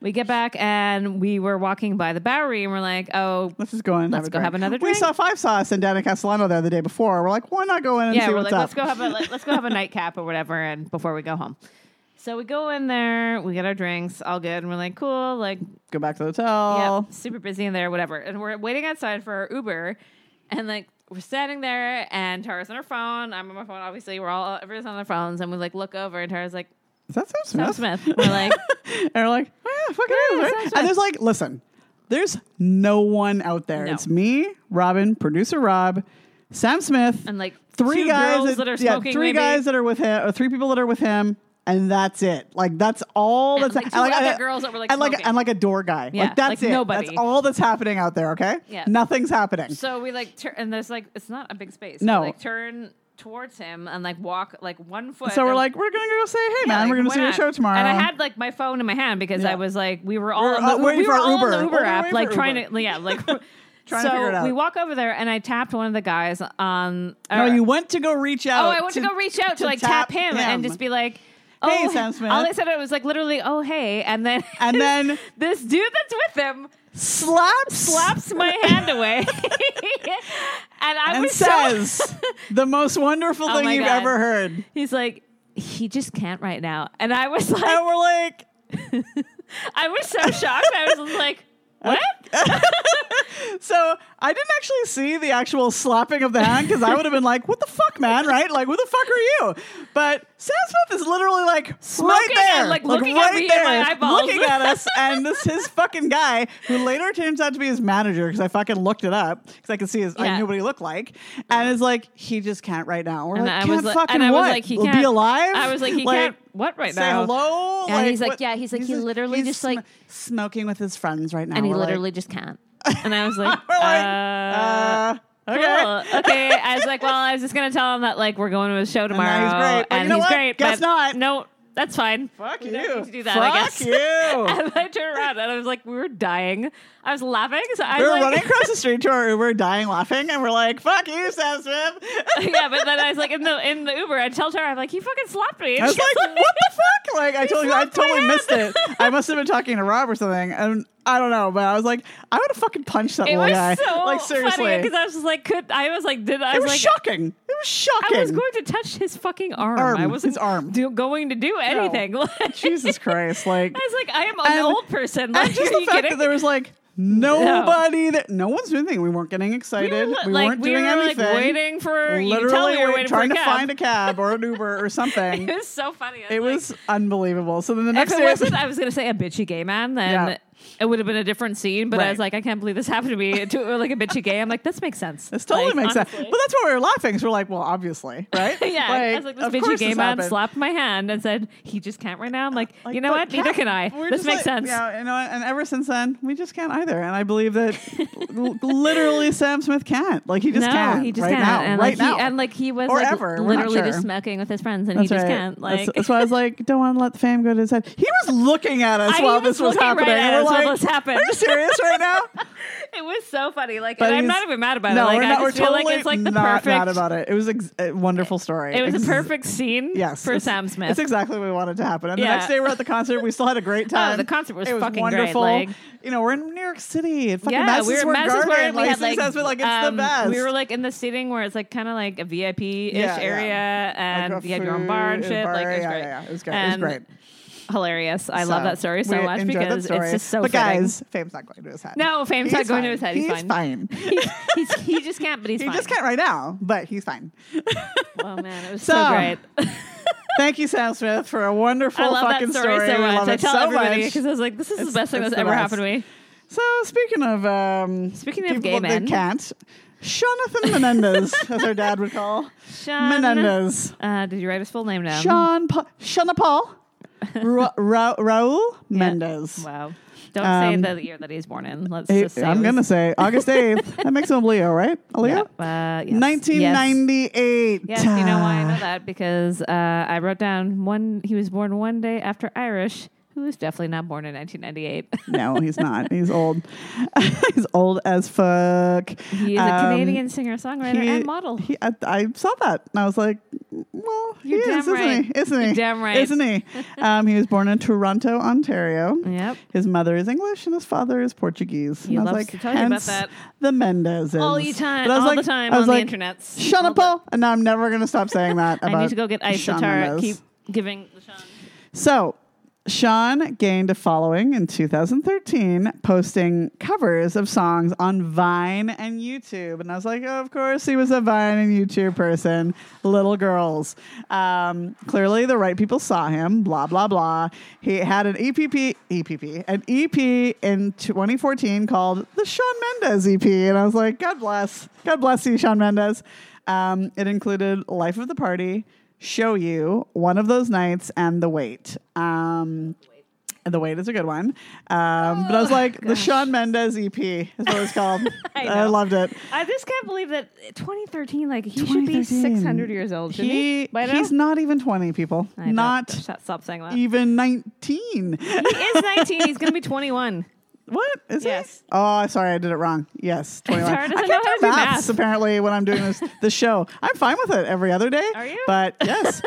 S2: we get back and we were walking by the Bowery and we're like, oh,
S1: Let's just go in. and have
S2: let's
S1: a
S2: go
S1: drink.
S2: have another
S1: We
S2: drink.
S1: saw Five Sauce and Dana Castellano there the day before. We're like, why not go in and
S2: yeah,
S1: see
S2: we're
S1: what's
S2: like,
S1: up?
S2: let's go have a let, us go have a nightcap or whatever, and before we go home. So we go in there, we get our drinks, all good, and we're like, cool, like
S1: Go back to the
S2: yeah,
S1: hotel.
S2: super busy in there, whatever. And we're waiting outside for our Uber, and like we're standing there, and Tara's on her phone, I'm on my phone, obviously. We're all everyone's on their phones, and we like look over, and Tara's like,
S1: Is that Sam Smith? [LAUGHS]
S2: Sam Smith. We're like, "Ah,
S1: and we're like, oh, yeah, fuck it
S2: Yeah,
S1: is,
S2: Sam
S1: right?
S2: Smith.
S1: And there's like, listen, There's no one out there.
S2: No.
S1: It's me, Robin, producer Rob, Sam Smith,
S2: And like
S1: three
S2: two
S1: guys
S2: girls
S1: that,
S2: that are
S1: yeah,
S2: smoking.
S1: three
S2: maybe.
S1: guys that are with him, or three people that are with him, and that's it. Like that's all
S2: Yeah,
S1: that's
S2: like two
S1: and like,
S2: other
S1: and-
S2: girls that were, like,
S1: and like
S2: smoking.
S1: and like a door guy.
S2: Yeah,
S1: like that's it.
S2: like nobody.
S1: That's all that's happening out there. Okay.
S2: Yeah.
S1: Nothing's happening.
S2: So we like tur- and there's like it's not a big space.
S1: No.
S2: We, like turn towards him and like walk like one foot.
S1: So we're
S2: and-
S1: like, we're gonna go say, hey
S2: Yeah,
S1: man,
S2: like,
S1: we're gonna
S2: why
S1: see your
S2: not?
S1: show tomorrow.
S2: And I had like my phone in my hand because
S1: Yeah.
S2: I was like, we were all
S1: We're,
S2: on
S1: uh,
S2: the,
S1: waiting
S2: we
S1: for
S2: were all on the
S1: Uber.
S2: Uber
S1: We're
S2: app,
S1: waiting
S2: like
S1: for
S2: trying
S1: Uber.
S2: to
S1: [LAUGHS]
S2: yeah, like
S1: Trying
S2: so
S1: to figure it out.
S2: we walk over there and I tapped one of the guys on.
S1: no,
S2: or-
S1: you went to go reach out.
S2: oh, I went to, go reach out to, like tap, him, and just be like. Oh,
S1: Hey, Sam Smith.
S2: All I said was like literally, oh hey, and then
S1: [LAUGHS] And then-
S2: [LAUGHS] this dude that's with him
S1: slaps,
S2: slaps my hand
S1: [LAUGHS]
S2: away, [LAUGHS] and I
S1: and
S2: was [LAUGHS] so
S1: says the most wonderful
S2: [LAUGHS] Oh
S1: thing
S2: my
S1: you've
S2: God.
S1: ever heard.
S2: He's like, he just can't right now. And I was like,
S1: And we're like,
S2: I was so shocked. I was like, what?
S1: so I didn't actually see the actual slapping of the hand because I would have been like, what the fuck, man, right? Like, who the fuck are you? But Sam Smith is literally like right
S2: Smoking
S1: there,
S2: and, like, looking at
S1: right
S2: me in
S1: there,
S2: my eyeballs.
S1: looking at us,
S2: [LAUGHS]
S1: and this his fucking guy who later turns out to be his manager because I fucking looked it up because I could see his, I
S2: Yeah.
S1: knew what he looked like, and is like, he just can't right now. We're
S2: And
S1: like,
S2: I
S1: can't
S2: was like,
S1: fucking
S2: and I
S1: what?
S2: was like, he
S1: We'll
S2: can't
S1: be alive.
S2: I was like, he can't what right
S1: say
S2: now?
S1: hello.
S2: And he's like,
S1: what-
S2: yeah, he's like, he literally
S1: he's
S2: just,
S1: sm-
S2: like-
S1: smoking with his friends right now,
S2: And he
S1: We're like,
S2: literally
S1: [LAUGHS]
S2: just can't. And I was like,
S1: We're like,
S2: uh,
S1: uh,
S2: cool.
S1: okay. [LAUGHS]
S2: okay. I was like, well, I was just gonna tell him that like we're going to his show tomorrow,
S1: now he's great. But you
S2: and
S1: know
S2: he's
S1: what?
S2: great,
S1: Guess
S2: but
S1: not.
S2: No, that's fine.
S1: Fuck
S2: We
S1: you.
S2: don't need to do that,
S1: Fuck
S2: I guess. [LAUGHS]
S1: you.
S2: And I turned around and I was like, we were dying. I was laughing. So I
S1: we were
S2: like, [LAUGHS]
S1: running across the street to our Uber, dying laughing, and we're like, "Fuck you, Sam
S2: [LAUGHS]
S1: Smith."
S2: yeah, but then I was like in the in the Uber, I tell her, I'm like, he fucking slapped me.
S1: I was
S2: [LAUGHS] She's
S1: like, "What the fuck?" Like, I totally, I
S2: slapped my
S1: totally
S2: hand.
S1: missed it.
S2: [LAUGHS]
S1: I must have been talking to Rob or something, and I don't know, but I was like, "I would have fucking punched that
S2: [LAUGHS] It
S1: little
S2: was
S1: guy."
S2: so
S1: like, seriously,
S2: funny because I was just like, could I was like, did
S1: it
S2: I was
S1: was
S2: like,
S1: shocking. It was shocking.
S2: I was going to touch his fucking arm.
S1: Arm,
S2: I
S1: his
S2: wasn't
S1: arm.
S2: do, going to do anything. [LAUGHS] Like,
S1: Jesus Christ! Like,
S2: [LAUGHS] I was like, I am an
S1: And-
S2: old person. Like,
S1: and just
S2: are
S1: the
S2: you
S1: fact
S2: kidding?
S1: that there was like nobody that no one's doing anything. We weren't getting
S2: we
S1: excited.
S2: were,
S1: We,
S2: like,
S1: weren't
S2: we
S1: doing
S2: were,
S1: anything.
S2: like waiting for you could tell
S1: Literally,
S2: we were
S1: were
S2: waiting
S1: trying
S2: for a
S1: to
S2: cab.
S1: find a cab or an Uber or something.
S2: [LAUGHS] It was so funny. I
S1: It
S2: like-
S1: was unbelievable. So then the
S2: If
S1: next
S2: it
S1: day,
S2: wasn't, I was gonna say a bitchy gay man, then
S1: Yeah.
S2: it would have been a different scene. But I was
S1: Right.
S2: like, I can't believe this happened to me to like a bitchy gay. I'm like, this makes sense.
S1: [LAUGHS] this totally
S2: Like,
S1: makes sense.
S2: honestly. [LAUGHS]
S1: But that's why we were laughing. 'cause we're like, well, obviously, right?
S2: yeah, I was like, this
S1: of
S2: bitchy
S1: course
S2: gay
S1: this
S2: man
S1: happened.
S2: slapped my hand and said he just can't right now. I'm like,
S1: Like,
S2: you know
S1: but
S2: what? Neither
S1: can't-
S2: can I.
S1: we're
S2: This
S1: just
S2: makes
S1: like-
S2: sense.
S1: Yeah, you know, and ever since then, we just can't either. And I believe
S2: [LAUGHS]
S1: that l- literally Sam Smith can't. Like he just
S2: no,
S1: can't.
S2: he just
S1: right
S2: can't.
S1: Now,
S2: and
S1: right
S2: like
S1: now.
S2: he and like he was
S1: Or
S2: like
S1: ever, we're not
S2: literally just
S1: sure.
S2: smoking with his friends, and
S1: That's
S2: he just
S1: right.
S2: can't.
S1: That's-
S2: Like
S1: that's, why I was like, don't want to let the fame go to his head. He was looking at us
S2: I- he
S1: while
S2: was
S1: this was
S2: looking right
S1: happening.
S2: at
S1: and we're
S2: us while
S1: like,
S2: this happened.
S1: Are you serious right now?
S2: [LAUGHS] it was so funny. Like,
S1: But
S2: [LAUGHS] and I'm
S1: he's-
S2: not even mad about
S1: no,
S2: it. Like,
S1: we're
S2: I
S1: not. We're
S2: just feel
S1: totally
S2: like it's like the
S1: not
S2: perfect.
S1: mad about it. It was ex- a wonderful story.
S2: It was
S1: Ex-
S2: a perfect scene.
S1: Yes,
S2: for
S1: it's-
S2: Sam Smith.
S1: It's exactly what we wanted to happen. And the
S2: Yeah. Oh,
S1: next day, we're at the concert. We still had a
S2: [LAUGHS]
S1: great time.
S2: the concert was
S1: it was
S2: fucking great,
S1: wonderful.
S2: like-
S1: you know, we're in New York City. At fucking
S2: yeah,
S1: Madison
S2: we were
S1: Square
S2: at Madison
S1: Garden.
S2: Square, and we
S1: like,
S2: had like,
S1: Sam Smith, like, it's
S2: um,
S1: the best.
S2: We were like in the seating where it's like kind of like a VIP ish
S1: Yeah, yeah.
S2: area, and
S1: Like, a
S2: you had your own bar and
S1: food
S2: shit.
S1: bar,
S2: like it was
S1: yeah,
S2: great.
S1: yeah, yeah. It was great. It was
S2: And
S1: great.
S2: Hilarious. I love that story so
S1: we
S2: much
S1: enjoyed that
S2: because
S1: story.
S2: it's just so.
S1: But
S2: fitting.
S1: guys, fame's not going to his head.
S2: no, fame's not going to his head. He's,
S1: He's fine.
S2: [LAUGHS] He's- he's- he just can't, but
S1: [LAUGHS]
S2: he's
S1: He
S2: fine.
S1: just can't right now, but he's fine.
S2: Oh man, it was
S1: So,
S2: so, great.
S1: Thank you, Sam Smith, for a wonderful
S2: I love
S1: fucking
S2: that story, so
S1: We
S2: much.
S1: love
S2: I
S1: it
S2: tell
S1: so
S2: everybody
S1: much.
S2: because I was like, this is
S1: It's-
S2: the best thing
S1: it's
S2: that's
S1: the
S2: ever
S1: best.
S2: happened to me.
S1: So speaking of um,
S2: Speaking of
S1: people
S2: gay
S1: that
S2: men.
S1: can't. Jonathan Menendez, as our dad would
S2: [LAUGHS]
S1: call
S2: Sean
S1: Menendez,
S2: Uh, did you write his full name down?
S1: Sean, pa- Shana
S2: [LAUGHS]
S1: Paul, Ra- Ra- Raul Mendez.
S2: Wow. Don't
S1: Um,
S2: say the year that he's born in. Let's
S1: Hey,
S2: just say.
S1: I'm
S2: it was-
S1: gonna say August 8th. that makes him a Leo,
S2: [LAUGHS]
S1: right? A Leo.
S2: Yeah. Uh, yes.
S1: 1998.
S2: Yes. yes, you know why
S1: Ah.
S2: I know that because uh, I wrote down one. He was born one day after Irish, who was definitely not born in 1998.
S1: no, he's not. He's old. he's old as fuck.
S2: [LAUGHS] he is a
S1: Um,
S2: Canadian singer, songwriter, and model.
S1: He, I, I saw that and I was like, well, he
S2: You're
S1: is,
S2: damn
S1: isn't he?
S2: right.
S1: Isn't he?
S2: You're damn right.
S1: Isn't
S2: [LAUGHS]
S1: he? um, he was born in Toronto, Ontario.
S2: Yep.
S1: His mother is English and his father is Portuguese.
S2: He
S1: and I was
S2: loves
S1: like,
S2: to tell you about
S1: hence
S2: that.
S1: the Mendezes.
S2: all the time,
S1: But I was
S2: all the
S1: like-
S2: time
S1: I
S2: on
S1: was like,
S2: the internets.
S1: Shut
S2: All
S1: up,
S2: the-
S1: Paul. And I'm
S2: [LAUGHS]
S1: never going to stop saying that. About
S2: I need to go get ice.
S1: Sean
S2: Tara,
S1: Mendes.
S2: keep giving Sean.
S1: So, Sean gained a following in 2013, posting covers of songs on Vine and YouTube. And I was like, "Oh, of course, he was a Vine and YouTube person. Little girls. Um, clearly, the right people saw him, blah, blah, blah. He had an E EPP, EPP, an EP in 2014 called the Sean Mendez EP. And I was like, God bless. God bless you, Sean Mendez. Um, it included Life of the Party, Show You, One of Those Nights, and The Wait. Um, the Wait is a good one. Um, but I was like, the Sean Mendez EP is what it's called. I,
S2: Oh, [LAUGHS] I know.
S1: loved it.
S2: I just can't believe that 2013. Like he should be
S1: 2013.
S2: 600 years old. Shouldn't he?
S1: He,
S2: By now?
S1: he's not even 20, people.
S2: I know.
S1: Not e-
S2: Shut- stop saying that.
S1: even 19.
S2: He is 19. He's gonna be 21.
S1: [LAUGHS] What is
S2: Yes.
S1: it? Oh, sorry, I did it wrong.
S2: [LAUGHS]
S1: Yes, twenty-one.
S2: Tara
S1: I
S2: doesn't
S1: can't
S2: know how to
S1: do
S2: do
S1: maths,
S2: math.
S1: apparently when I'm doing this this show. I'm fine with it every other day.
S2: Are you?
S1: But yes,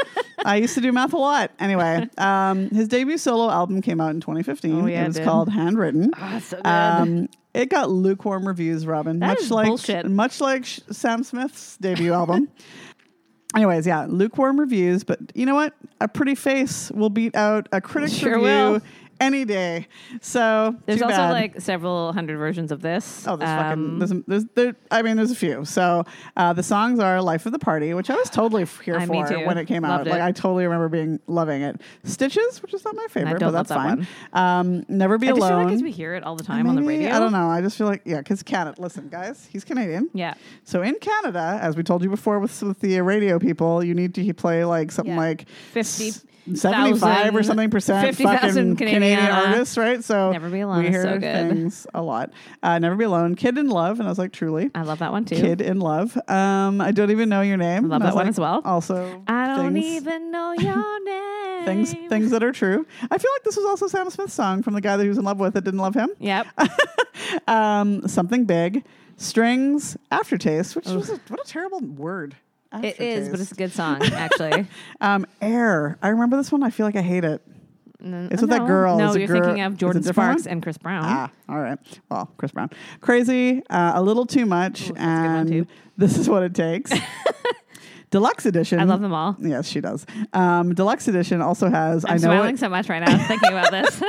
S1: I used to do math a lot. Anyway, um, his debut solo album came out in 2015.
S2: Oh, yeah,
S1: it
S2: it
S1: was
S2: did.
S1: called Handwritten.
S2: so good.
S1: Um, it got lukewarm reviews, Robin.
S2: That
S1: much
S2: is
S1: like
S2: bullshit.
S1: much like Sh- Sam Smith's debut album. [LAUGHS] Anyways, yeah, lukewarm reviews, but you know what? A pretty face will beat out a critic's
S2: Sure
S1: review
S2: will.
S1: any day. So
S2: There's
S1: too
S2: also
S1: bad.
S2: like several hundred versions of this.
S1: Oh, there's
S2: Um,
S1: fucking there's, there's there. I mean, there's a few. So uh, the songs are "Life of the Party," which I was totally f- here
S2: I- me
S1: for
S2: too.
S1: when it came out.
S2: Loved it.
S1: Like I totally remember being loving it. "Stitches," which is not my favorite, but
S2: don't
S1: that's
S2: love that
S1: fine. Um, "Never Be
S2: I just feel
S1: Alone."
S2: like as we hear it all the time on the
S1: Maybe,
S2: radio.
S1: I don't know. I just feel like yeah, because Canada. Listen, guys, he's Canadian.
S2: Yeah.
S1: So in Canada, as we told you before with, with the radio people, you need to play like something
S2: Yeah.
S1: like
S2: 50
S1: s- 75 or something percent
S2: 50,000
S1: fucking Canadian,
S2: Canadian, uh,
S1: artists, right? So
S2: Never Be Alone
S1: We
S2: is
S1: hear
S2: so good.
S1: things a lot. Uh, Never Be Alone, Kid in Love, and I was like, truly.
S2: I love that one too.
S1: Kid in Love. Um, I don't even know your name.
S2: love
S1: And I
S2: that
S1: was
S2: one
S1: like,
S2: as well.
S1: Also,
S2: I don't
S1: things, [LAUGHS]
S2: even know your name.
S1: things things that are true. I feel like this was also Sam Smith's song from the guy that he was in love with that didn't love him [LAUGHS]
S2: Yep.
S1: um, something big, strings, aftertaste, which was a, what a terrible word.
S2: it is, but
S1: Aftertaste.
S2: it's a good song
S1: [LAUGHS]
S2: actually.
S1: um, air. I remember this one. I feel like I hate it. It's with that
S2: No.
S1: girl.
S2: No,
S1: It's a
S2: you're
S1: girl-
S2: thinking
S1: it's
S2: of
S1: a
S2: Jordan
S1: different one?
S2: Sparks and Chris Brown.
S1: Ah, all right. Well, Chris Brown, crazy, uh, a little too much,
S2: that's a good one,
S1: and
S2: too.
S1: this is what it
S2: [LAUGHS]
S1: takes. Deluxe edition.
S2: I love them all.
S1: Yes, she does. Um, Deluxe edition also has.
S2: I'm
S1: know
S2: smiling
S1: it,
S2: so much right now thinking
S1: [LAUGHS]
S2: about this.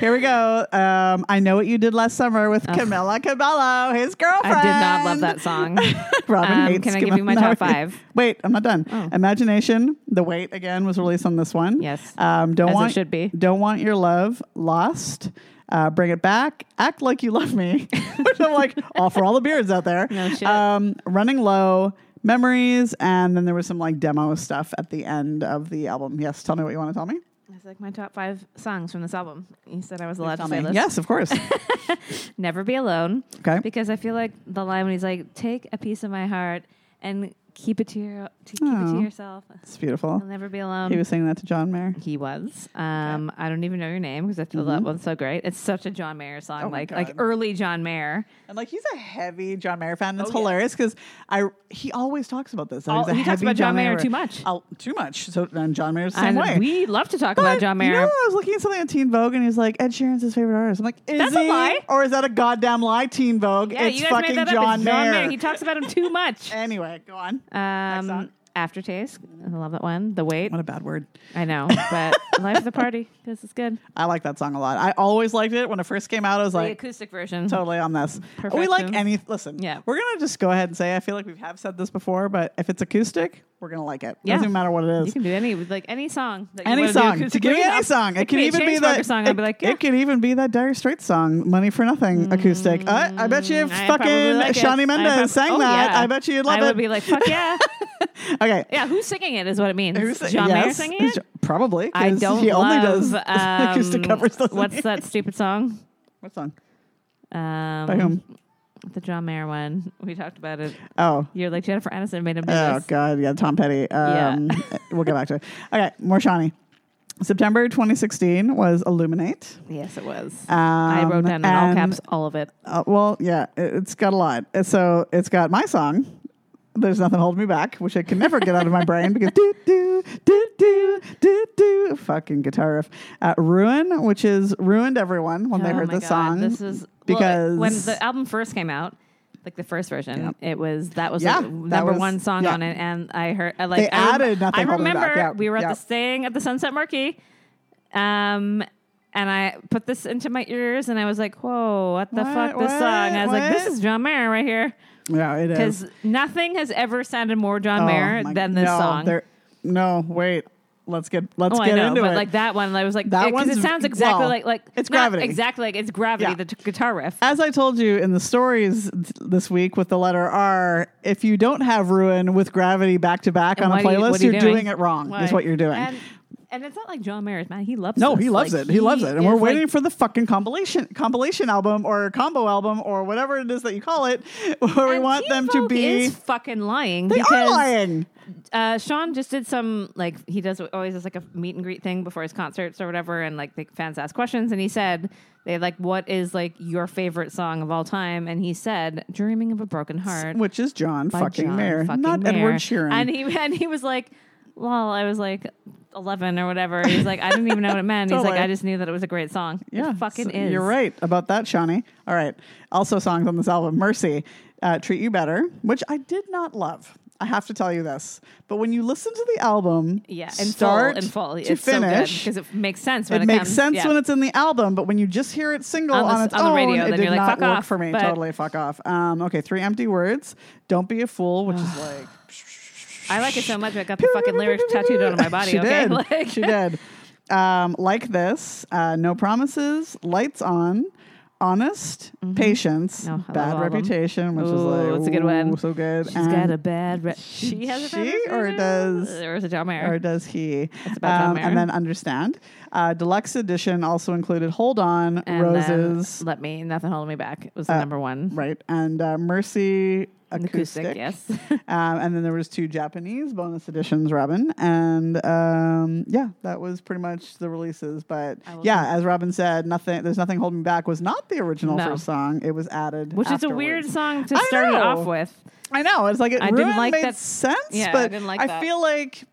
S1: Here we go. Um, I know what you did last summer with Camilla Cabello, his girlfriend.
S2: I did not love that song.
S1: [LAUGHS] Robin
S2: Um,
S1: hates
S2: can I give you my
S1: Camilla.
S2: top five?
S1: [LAUGHS] Wait, I'm not done.
S2: Oh.
S1: Imagination, The Wait again was released on this one.
S2: Yes.
S1: Um, don't
S2: As it
S1: want
S2: should be.
S1: Don't want your love lost. Uh, bring it back. Act like you love me. [LAUGHS] Which I'm like, all for all the beards out there.
S2: No shit.
S1: Um, running low. Memories, and then there was some like demo stuff at the end of the album. Yes, tell me what you want to tell me.
S2: [LAUGHS] It's like my top five songs from this album. You said I was allowed to
S1: Tell
S2: say
S1: me.
S2: this.
S1: Yes, of
S2: [LAUGHS]
S1: course.
S2: Never Be Alone.
S1: Okay.
S2: Because I feel like the line when he's like, take a piece of my heart and keep it to, your, to, keep it
S1: Oh.
S2: to yourself.
S1: It's beautiful.
S2: I'll never be alone.
S1: He was saying that to John Mayer.
S2: He was. Um, I don't even know your name because I feel that one's so great. It's such a John Mayer song,
S1: Mm-hmm. Oh my
S2: like like
S1: God.
S2: early John Mayer.
S1: And like he's a heavy John Mayer fan. That's
S2: Oh, yeah.
S1: hilarious because I he always talks about this. that
S2: Oh,
S1: he's a
S2: he talks
S1: heavy
S2: about John Mayer too much.
S1: Oh, too much. So and John Mayer's the same
S2: And
S1: way.
S2: we love to talk
S1: But,
S2: about John Mayer.
S1: You know, I was looking at something on Teen Vogue, and he's like, "Ed Sheeran's his favorite artist." I'm like, "Is
S2: That's a
S1: he?
S2: lie.
S1: Or is that a goddamn lie?" Teen Vogue.
S2: yeah,
S1: it's
S2: you guys
S1: fucking
S2: made that
S1: John,
S2: up. It's
S1: Mayer.
S2: John Mayer. He talks about him too
S1: [LAUGHS]
S2: much.
S1: anyway, go on. song.
S2: Um, aftertaste. I love that one. The wait.
S1: what a bad word.
S2: I know, but [LAUGHS] life of the party. This is good.
S1: I like that song a lot. I always liked it when it first came out. I was
S2: the
S1: like.
S2: acoustic version.
S1: Totally on this. We like
S2: Perfection.
S1: any. Listen,
S2: Yeah.
S1: we're gonna just go ahead and say I feel like we have said this before, but if it's acoustic, we're gonna like it.
S2: Yeah.
S1: Doesn't matter what it is.
S2: You can do any with like any song. That
S1: any
S2: you wanna
S1: song.
S2: Do
S1: To give me
S2: acoustically.
S1: any song. It,
S2: It
S1: could
S2: could be a
S1: even be that
S2: Chainsmokers song.
S1: It,
S2: I'd be like, yeah.
S1: it could even be that Dire Straits song, "Money for Nothing" acoustic. Uh, I bet you
S2: Mm, I probably
S1: fucking
S2: like it.
S1: Shawnee
S2: I
S1: Mendes
S2: prob-
S1: sang
S2: oh,
S1: that.
S2: yeah.
S1: I bet you'd love
S2: I
S1: it.
S2: would be like,
S1: [LAUGHS]
S2: fuck yeah.
S1: okay.
S2: Yeah, who's singing it is what it means.
S1: Who's sing-
S2: John Mayer
S1: yes,
S2: singing
S1: it's [LAUGHS]
S2: it?
S1: Jo- Probably.
S2: I
S1: 'cause
S2: don't
S1: He only
S2: love,
S1: does [LAUGHS]
S2: um,
S1: acoustic covers. Doesn't
S2: What's
S1: he? [LAUGHS]
S2: that stupid song?
S1: What song?
S2: Um,
S1: By whom?
S2: The John Mayer one. We talked about it.
S1: Oh.
S2: You're like Jennifer Aniston made him do
S1: Oh
S2: this.
S1: God, yeah, Tom Petty. Um, [LAUGHS] we'll get back to it. Okay, more Shawnee. September 2016 was Illuminate.
S2: Yes, it was.
S1: Um,
S2: I wrote down in all
S1: and-
S2: caps all of it.
S1: Uh, well, yeah, it, it's got a lot. Uh, So it's got my song. There's nothing holding me back, which I can never get out of my brain because do do do do do do fucking guitar riff. Uh, Ruin, which is ruined everyone when they
S2: oh
S1: heard
S2: my
S1: the
S2: God.
S1: song.
S2: This is well,
S1: because
S2: it- when the album first came out. Like the first version, it was that was
S1: Yeah,
S2: like
S1: that
S2: number
S1: was-
S2: one song
S1: yeah.
S2: on it, and I heard I like
S1: They
S2: I rem-
S1: added Nothing
S2: I
S1: Holding Me Back.
S2: remember
S1: Yeah,
S2: we were
S1: yeah.
S2: at the thing at the Sunset Marquee, Um, and I put this into my ears, and I was like, "Whoa, what the
S1: What?
S2: fuck?" This
S1: What?
S2: song. I was like, "This
S1: What?"
S2: is John Mayer right here,"
S1: Yeah, it is.
S2: because nothing has ever sounded more John
S1: Oh,
S2: Mayer
S1: my-
S2: than this
S1: no,
S2: song.
S1: there- No, wait. Let's get let's
S2: oh,
S1: get
S2: I know,
S1: into
S2: but
S1: it.
S2: like that one, I was like,
S1: That
S2: that because
S1: one's-
S2: it sounds exactly
S1: well,
S2: like like
S1: it's
S2: not
S1: Gravity.
S2: exactly like it's gravity,
S1: Yeah.
S2: the t- guitar riff.
S1: As I told you in the stories th- this week with the letter R, if you don't have Ruin with Gravity back to back on a
S2: why do you-
S1: playlist,
S2: what are you
S1: are
S2: doing?
S1: doing? it wrong. Is what you're doing.
S2: And, and it's not like John Mayer is mad. He loves.
S1: no,
S2: this.
S1: he loves
S2: Like,
S1: it. He loves it, and we're
S2: is, like,
S1: waiting for the fucking compilation compilation album or combo album or whatever it is that you call it, [LAUGHS] where we
S2: and
S1: want them to
S2: T-Vogue
S1: be.
S2: is fucking lying.
S1: they are
S2: because,
S1: lying.
S2: Uh, Sean just did some like he does always does like a meet and greet thing before his concerts or whatever, and like the fans ask questions, and he said they like what is like your favorite song of all time, and he said "Dreaming of a Broken Heart"
S1: Which is John
S2: by
S1: fucking
S2: John
S1: Mayer,
S2: fucking
S1: not
S2: Mayer.
S1: Edward Sheeran.
S2: and he and he was like. Lol, I was like 11 or whatever. He's like, I didn't even know what it meant. He's
S1: Totally.
S2: like, I just knew that it was a great song.
S1: yeah,
S2: it fucking
S1: so
S2: is.
S1: You're right about that, Shawnee. All right. Also, songs on this album: "Mercy," uh, "Treat You Better," which I did not love. I have to tell you this, but when you listen to the album,
S2: Yeah, in
S1: start
S2: full, in full.
S1: to
S2: it's
S1: finish,
S2: because it makes sense when
S1: it
S2: it,
S1: makes
S2: comes-
S1: sense
S2: yeah.
S1: when it's in the album, but when you just hear it single
S2: On
S1: on,
S2: the s-
S1: its
S2: on the
S1: own,
S2: radio,
S1: it
S2: then
S1: did
S2: you're like,
S1: not
S2: "Fuck
S1: work
S2: off,"
S1: for me.
S2: but-
S1: Totally, fuck off. Um, okay, three empty words. Don't be a fool, which is like
S2: I like it so much. I got the fucking lyrics tattooed onto my
S1: [LAUGHS]
S2: body.
S1: she
S2: okay,
S1: did.
S2: [LAUGHS] Like,
S1: she did. Um, like this, uh, no promises, lights on, honest, patience,
S2: No, Mm-hmm. Oh, I love
S1: bad
S2: all of 'em.
S1: reputation, which is
S2: Ooh,
S1: like
S2: it's a good one.
S1: ooh, so good.
S2: She's
S1: and
S2: got a bad. Re- she has a bad
S1: she or
S2: reputation?
S1: does-
S2: or is it John Mayer?
S1: or does he? Um,
S2: about John Mayer.
S1: and then understand. Uh, deluxe edition also included "Hold On,"
S2: And then
S1: "Roses," Uh,
S2: let me. Nothing holding me back. It was the number one
S1: right, and uh, "Mercy." Acoustic,
S2: acoustic. yes,
S1: [LAUGHS] um, and then there was two Japanese bonus editions, Robin, and um, yeah, that was pretty much the releases. But
S2: I will
S1: yeah, as Robin said, nothing. There's nothing holding me back was not the original
S2: No.
S1: first song. It was added,
S2: which is a
S1: afterwards.
S2: weird song to
S1: I
S2: start it
S1: know.
S2: off with.
S1: I know. It's like it
S2: I
S1: ruined
S2: didn't like
S1: made
S2: that-
S1: sense,
S2: Yeah, I
S1: but
S2: didn't like that.
S1: feel like.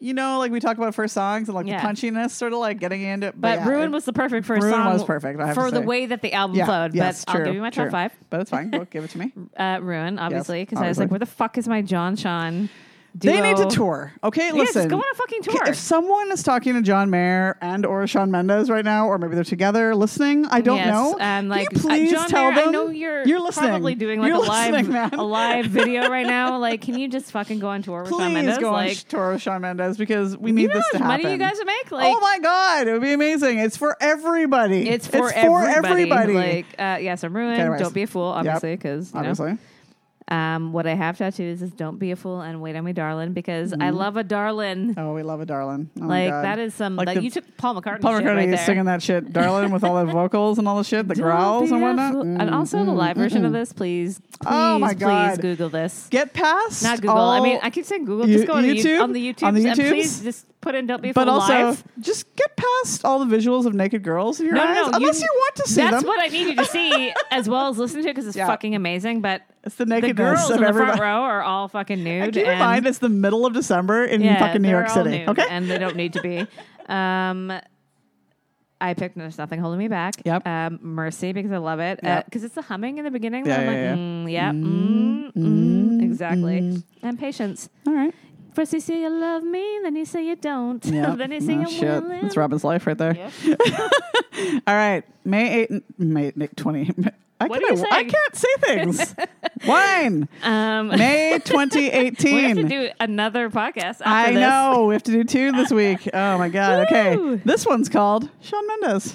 S1: You know, like we talk about first songs and like
S2: Yeah.
S1: the punchiness, sort of like getting into it.
S2: But
S1: yeah,
S2: Ruin
S1: it-
S2: was the perfect first
S1: Ruin
S2: song.
S1: was perfect, I have to
S2: for the
S1: say.
S2: way that the album flowed.
S1: yes,
S2: but
S1: true,
S2: I'll give you my top
S1: true.
S2: five.
S1: But it's fine. Go give it to
S2: [LAUGHS]
S1: me.
S2: Uh, Ruin, obviously, because I was
S1: obviously.
S2: like, where the fuck is my John Sean?
S1: They need to
S2: duo?
S1: tour. Okay,
S2: Yeah, just
S1: listen.
S2: go on a fucking
S1: Okay,
S2: tour.
S1: If someone is talking to John Mayer and or Sean Mendes right now, or maybe they're together listening, I don't
S2: yes,
S1: know.
S2: And like,
S1: Can you please
S2: uh, John
S1: tell
S2: Mayer,
S1: them
S2: I know you're,
S1: you're listening.
S2: probably doing like
S1: You're
S2: a live
S1: listening, man.
S2: a
S1: [LAUGHS]
S2: live video right now. Like, can you just fucking go on tour with
S1: Please
S2: Shawn Mendes?
S1: go on
S2: like,
S1: sh- tour with Sean Mendes because we need
S2: you know
S1: this
S2: how
S1: to
S2: much
S1: happen.
S2: money you guys would make? Like,
S1: oh my god, it would be amazing. It's for everybody.
S2: it's for everybody. Like, uh, yes, I'm ruined.
S1: Okay, anyways.
S2: Don't be a fool, obviously, because
S1: Obviously,
S2: um, what I have tattoos is "Don't be a fool" and "Wait on me, darling," because I love a darling.
S1: oh, we love a darling. Mm-hmm. Oh my
S2: like
S1: God.
S2: that is some
S1: Like
S2: like,
S1: the-
S2: you took Paul McCartney.
S1: Paul
S2: shit
S1: McCartney
S2: right
S1: is
S2: there.
S1: singing that shit, darling, with
S2: [LAUGHS]
S1: all the vocals and all the shit, the
S2: Don't
S1: growls
S2: be
S1: and
S2: a
S1: whatnot.
S2: fool-
S1: Mm.
S2: and also the live version of this, please, please,
S1: Oh my God.
S2: please Google this.
S1: Get past
S2: Not Google. I
S1: all-
S2: mean, I keep saying Google.
S1: You-
S2: Just go on the
S1: YouTube?
S2: YouTube on the YouTube.
S1: On the
S2: and
S1: YouTubes?
S2: please just put in "Don't Be a
S1: But
S2: Fool"
S1: also,
S2: live.
S1: just get past all the visuals of naked girls in your
S2: No,
S1: eyes,
S2: no, you-
S1: unless you, want to see
S2: That's
S1: them.
S2: what I need you
S1: [LAUGHS]
S2: to see, as well as listen to, because it's
S1: Yeah.
S2: fucking amazing. But
S1: it's the
S2: the
S1: nakedness
S2: girls in
S1: of
S2: the
S1: everybody. [LAUGHS]
S2: front row are all fucking nude.
S1: Keep in
S2: and-
S1: mind, it's the middle of December in
S2: yeah,
S1: fucking New
S2: they're
S1: York
S2: all
S1: City.
S2: nude,
S1: okay.
S2: and they don't need to be. Um, I picked "There's Nothing Holding Me Back."
S1: Yep.
S2: Um, Mercy because I love it because
S1: Yep.
S2: it's the humming in the beginning.
S1: Yeah, yeah,
S2: that
S1: yeah. Mm-hmm.
S2: I'm like, yeah, mm, yeah, mm, mm, exactly. And patience.
S1: all right.
S2: First you say you love me, then you say you don't.
S1: Yeah.
S2: [LAUGHS] then you say
S1: Oh,
S2: you
S1: shit.
S2: will.
S1: That's Robin's life right there. All right. May 8, May Nick 20. [LAUGHS] I,
S2: What
S1: can't,
S2: are you
S1: I
S2: saying?
S1: can't say
S2: [LAUGHS]
S1: things. Wine.
S2: Um,
S1: May
S2: [LAUGHS] we have to
S1: 2018.
S2: do another podcast. After
S1: I
S2: this.
S1: know. We have to do two this
S2: [LAUGHS]
S1: week. Oh, my God.
S2: Woo.
S1: Okay. This onene's called Sean Mendes.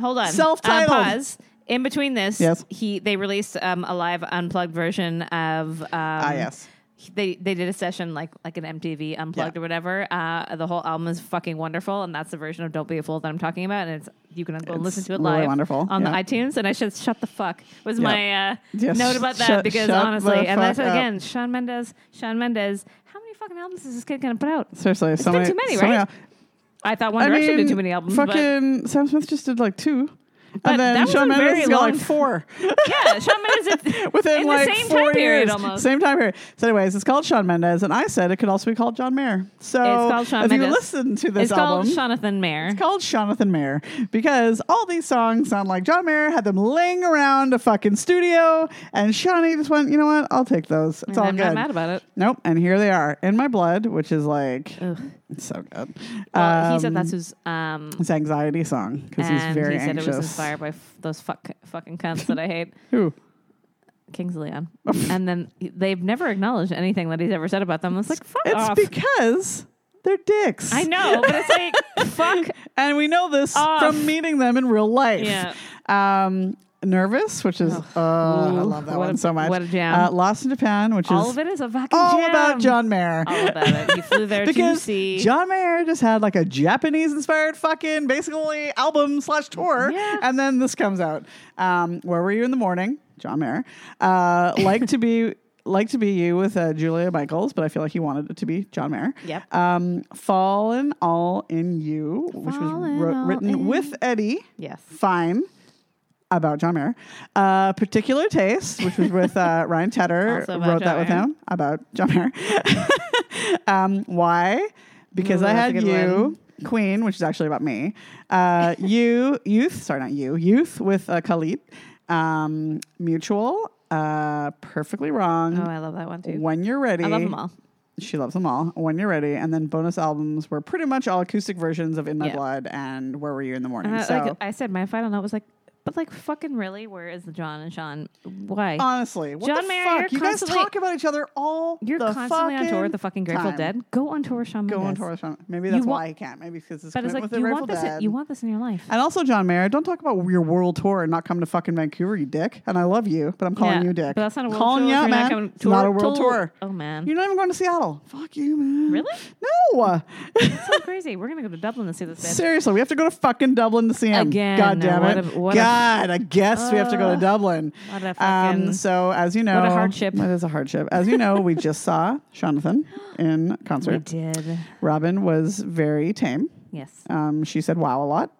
S2: Hold on.
S1: Self-titled.
S2: Um, pause. In between this,
S1: Yes.
S2: he they released um, a live unplugged version of. Um, ah
S1: yes.
S2: They they did a session like like an MTV unplugged
S1: Yeah.
S2: or whatever. Uh, the whole album is fucking wonderful, and that's the version of "Don't Be a Fool" that I'm talking about. And it's you can go and listen
S1: It's
S2: to it
S1: really
S2: live,
S1: wonderful,
S2: on
S1: yeah.
S2: the iTunes. And I should shut the fuck was
S1: Yeah.
S2: my uh,
S1: Yeah,
S2: note
S1: sh-
S2: about that
S1: shut-
S2: because
S1: shut
S2: honestly,
S1: the
S2: and that's
S1: fuck up.
S2: again, Sean Mendes, Sean Mendes. How many fucking albums is this kid gonna put out?
S1: Seriously, so
S2: been
S1: many,
S2: too many,
S1: so
S2: right? I thought One
S1: I
S2: Direction
S1: mean,
S2: did too many albums. but-
S1: Fucking Sam Smith just did like two,
S2: But
S1: and then
S2: that was
S1: Shawn
S2: a
S1: Mendes
S2: very
S1: has got like
S2: long-
S1: four
S2: yeah, Shawn Mendes.
S1: [LAUGHS]
S2: Is,
S1: within
S2: in
S1: like
S2: the same
S1: four
S2: time period
S1: years.
S2: almost.
S1: Same time period. So, anyways, it's called Sean Mendes, and I said it could also be called John Mayer. So,
S2: It's called Shawn
S1: if you
S2: Mendes.
S1: listen to this
S2: it's
S1: album,
S2: called Jonathan Mayer.
S1: it's called Jonathan Mayer because all these songs sound like John Mayer had them laying around a fucking studio, and Shawnee just went, you know what? I'll take those. It's
S2: And
S1: all
S2: I'm
S1: good.
S2: not mad about it.
S1: Nope. And here they are in my blood, which is like
S2: Ugh.
S1: It's so good.
S2: Well, he
S1: Um,
S2: said that's his um,
S1: his anxiety song because he's
S2: and
S1: very
S2: he said
S1: anxious.
S2: it was inspired by f- those fuck fucking cunts that I hate.
S1: Who?
S2: Kings
S1: [LAUGHS]
S2: of Leon. and then he- they've never acknowledged anything that he's ever said about them. It's like fuck
S1: It's
S2: off.
S1: because they're dicks.
S2: I know, but
S1: [LAUGHS]
S2: it's like fuck.
S1: and we know this
S2: Off.
S1: from meeting them in real life.
S2: Yeah.
S1: Um, Nervous, which is uh, I
S2: Ooh,
S1: love that
S2: what
S1: one
S2: a-
S1: so much.
S2: what a jam.
S1: Uh, Lost in Japan, which
S2: All
S1: is
S2: of it is a fucking
S1: all
S2: jam.
S1: about John Mayer.
S2: All about it. He flew there to
S1: because
S2: see.
S1: John Mayer just had like a Japanese inspired fucking basically album slash tour,
S2: Yeah.
S1: and then this comes out. Um, Where were you in the morning, John Mayer? Uh, like to be. [LAUGHS] Like to be you with uh, Julia Michaels, but I feel like he wanted it to be John Mayer.
S2: Yep.
S1: Um, Fallen All in You, which was
S2: Fallen
S1: wro-
S2: all
S1: written
S2: in-
S1: with Eddie
S2: yes.
S1: Fine about John Mayer. Uh, Particular Taste, which was with uh,
S2: [LAUGHS]
S1: Ryan Tedder,
S2: Also about
S1: wrote that
S2: John
S1: with
S2: Mayer.
S1: him about John Mayer. [LAUGHS] um, why? Because
S2: Ooh,
S1: I
S2: that's a
S1: had
S2: good
S1: you,
S2: one.
S1: Queen, which is actually about me. Uh, you, Youth, sorry, not you, Youth with uh, Khalid, um, Mutual, uh, Perfectly
S2: Oh,
S1: Wrong,
S2: I love that one too.
S1: When You're Ready.
S2: I love them all.
S1: She loves them all. When You're Ready. And then bonus albums were pretty much all acoustic versions of In My
S2: Yeah. Uh,
S1: Blood and Where Were You in the Morning.
S2: And I,
S1: so.
S2: like I said, my final note was like, but like fucking really, where is the John and Sean? Why?
S1: Honestly, what
S2: John
S1: the
S2: Mayer,
S1: fuck?
S2: you're
S1: You guys
S2: constantly-
S1: talk about each other all
S2: You're
S1: the
S2: constantly on tour with the fucking Grateful
S1: time.
S2: Dead. Go on tour with Sean
S1: Go on
S2: Mendes.
S1: tour with Sean. Maybe that's
S2: You
S1: why
S2: want-
S1: he can't. Maybe because it's
S2: But
S1: commitment
S2: it's like
S1: with the
S2: you
S1: Grateful
S2: want this. In,
S1: Dead.
S2: you want this in your life.
S1: and also, John Mayer, don't talk about your world tour and not come to fucking Vancouver, you dick. And I love you, but I'm calling
S2: Yeah,
S1: you dick.
S2: But that's not a world
S1: calling
S2: tour.
S1: You
S2: if
S1: out,
S2: you're
S1: man.
S2: Not coming,
S1: It's not a
S2: tour-
S1: world tour.
S2: Oh man,
S1: You're not even going to Seattle. Fuck you, man.
S2: really?
S1: No. [LAUGHS]
S2: so [LAUGHS] crazy. We're gonna go to Dublin and see this. bitch.
S1: Seriously, we have to go to fucking Dublin to see him.
S2: Again,
S1: God damn
S2: what
S1: it.
S2: a- what a-
S1: God, I guess we have to go to Dublin. Um,
S2: What a fucking-
S1: so, as you know,
S2: a hardship.
S1: It is a hardship. As you know, we just saw Jonathan in
S2: We
S1: concert.
S2: did.
S1: Robin was very tame.
S2: Yes.
S1: Um, she said wow a lot.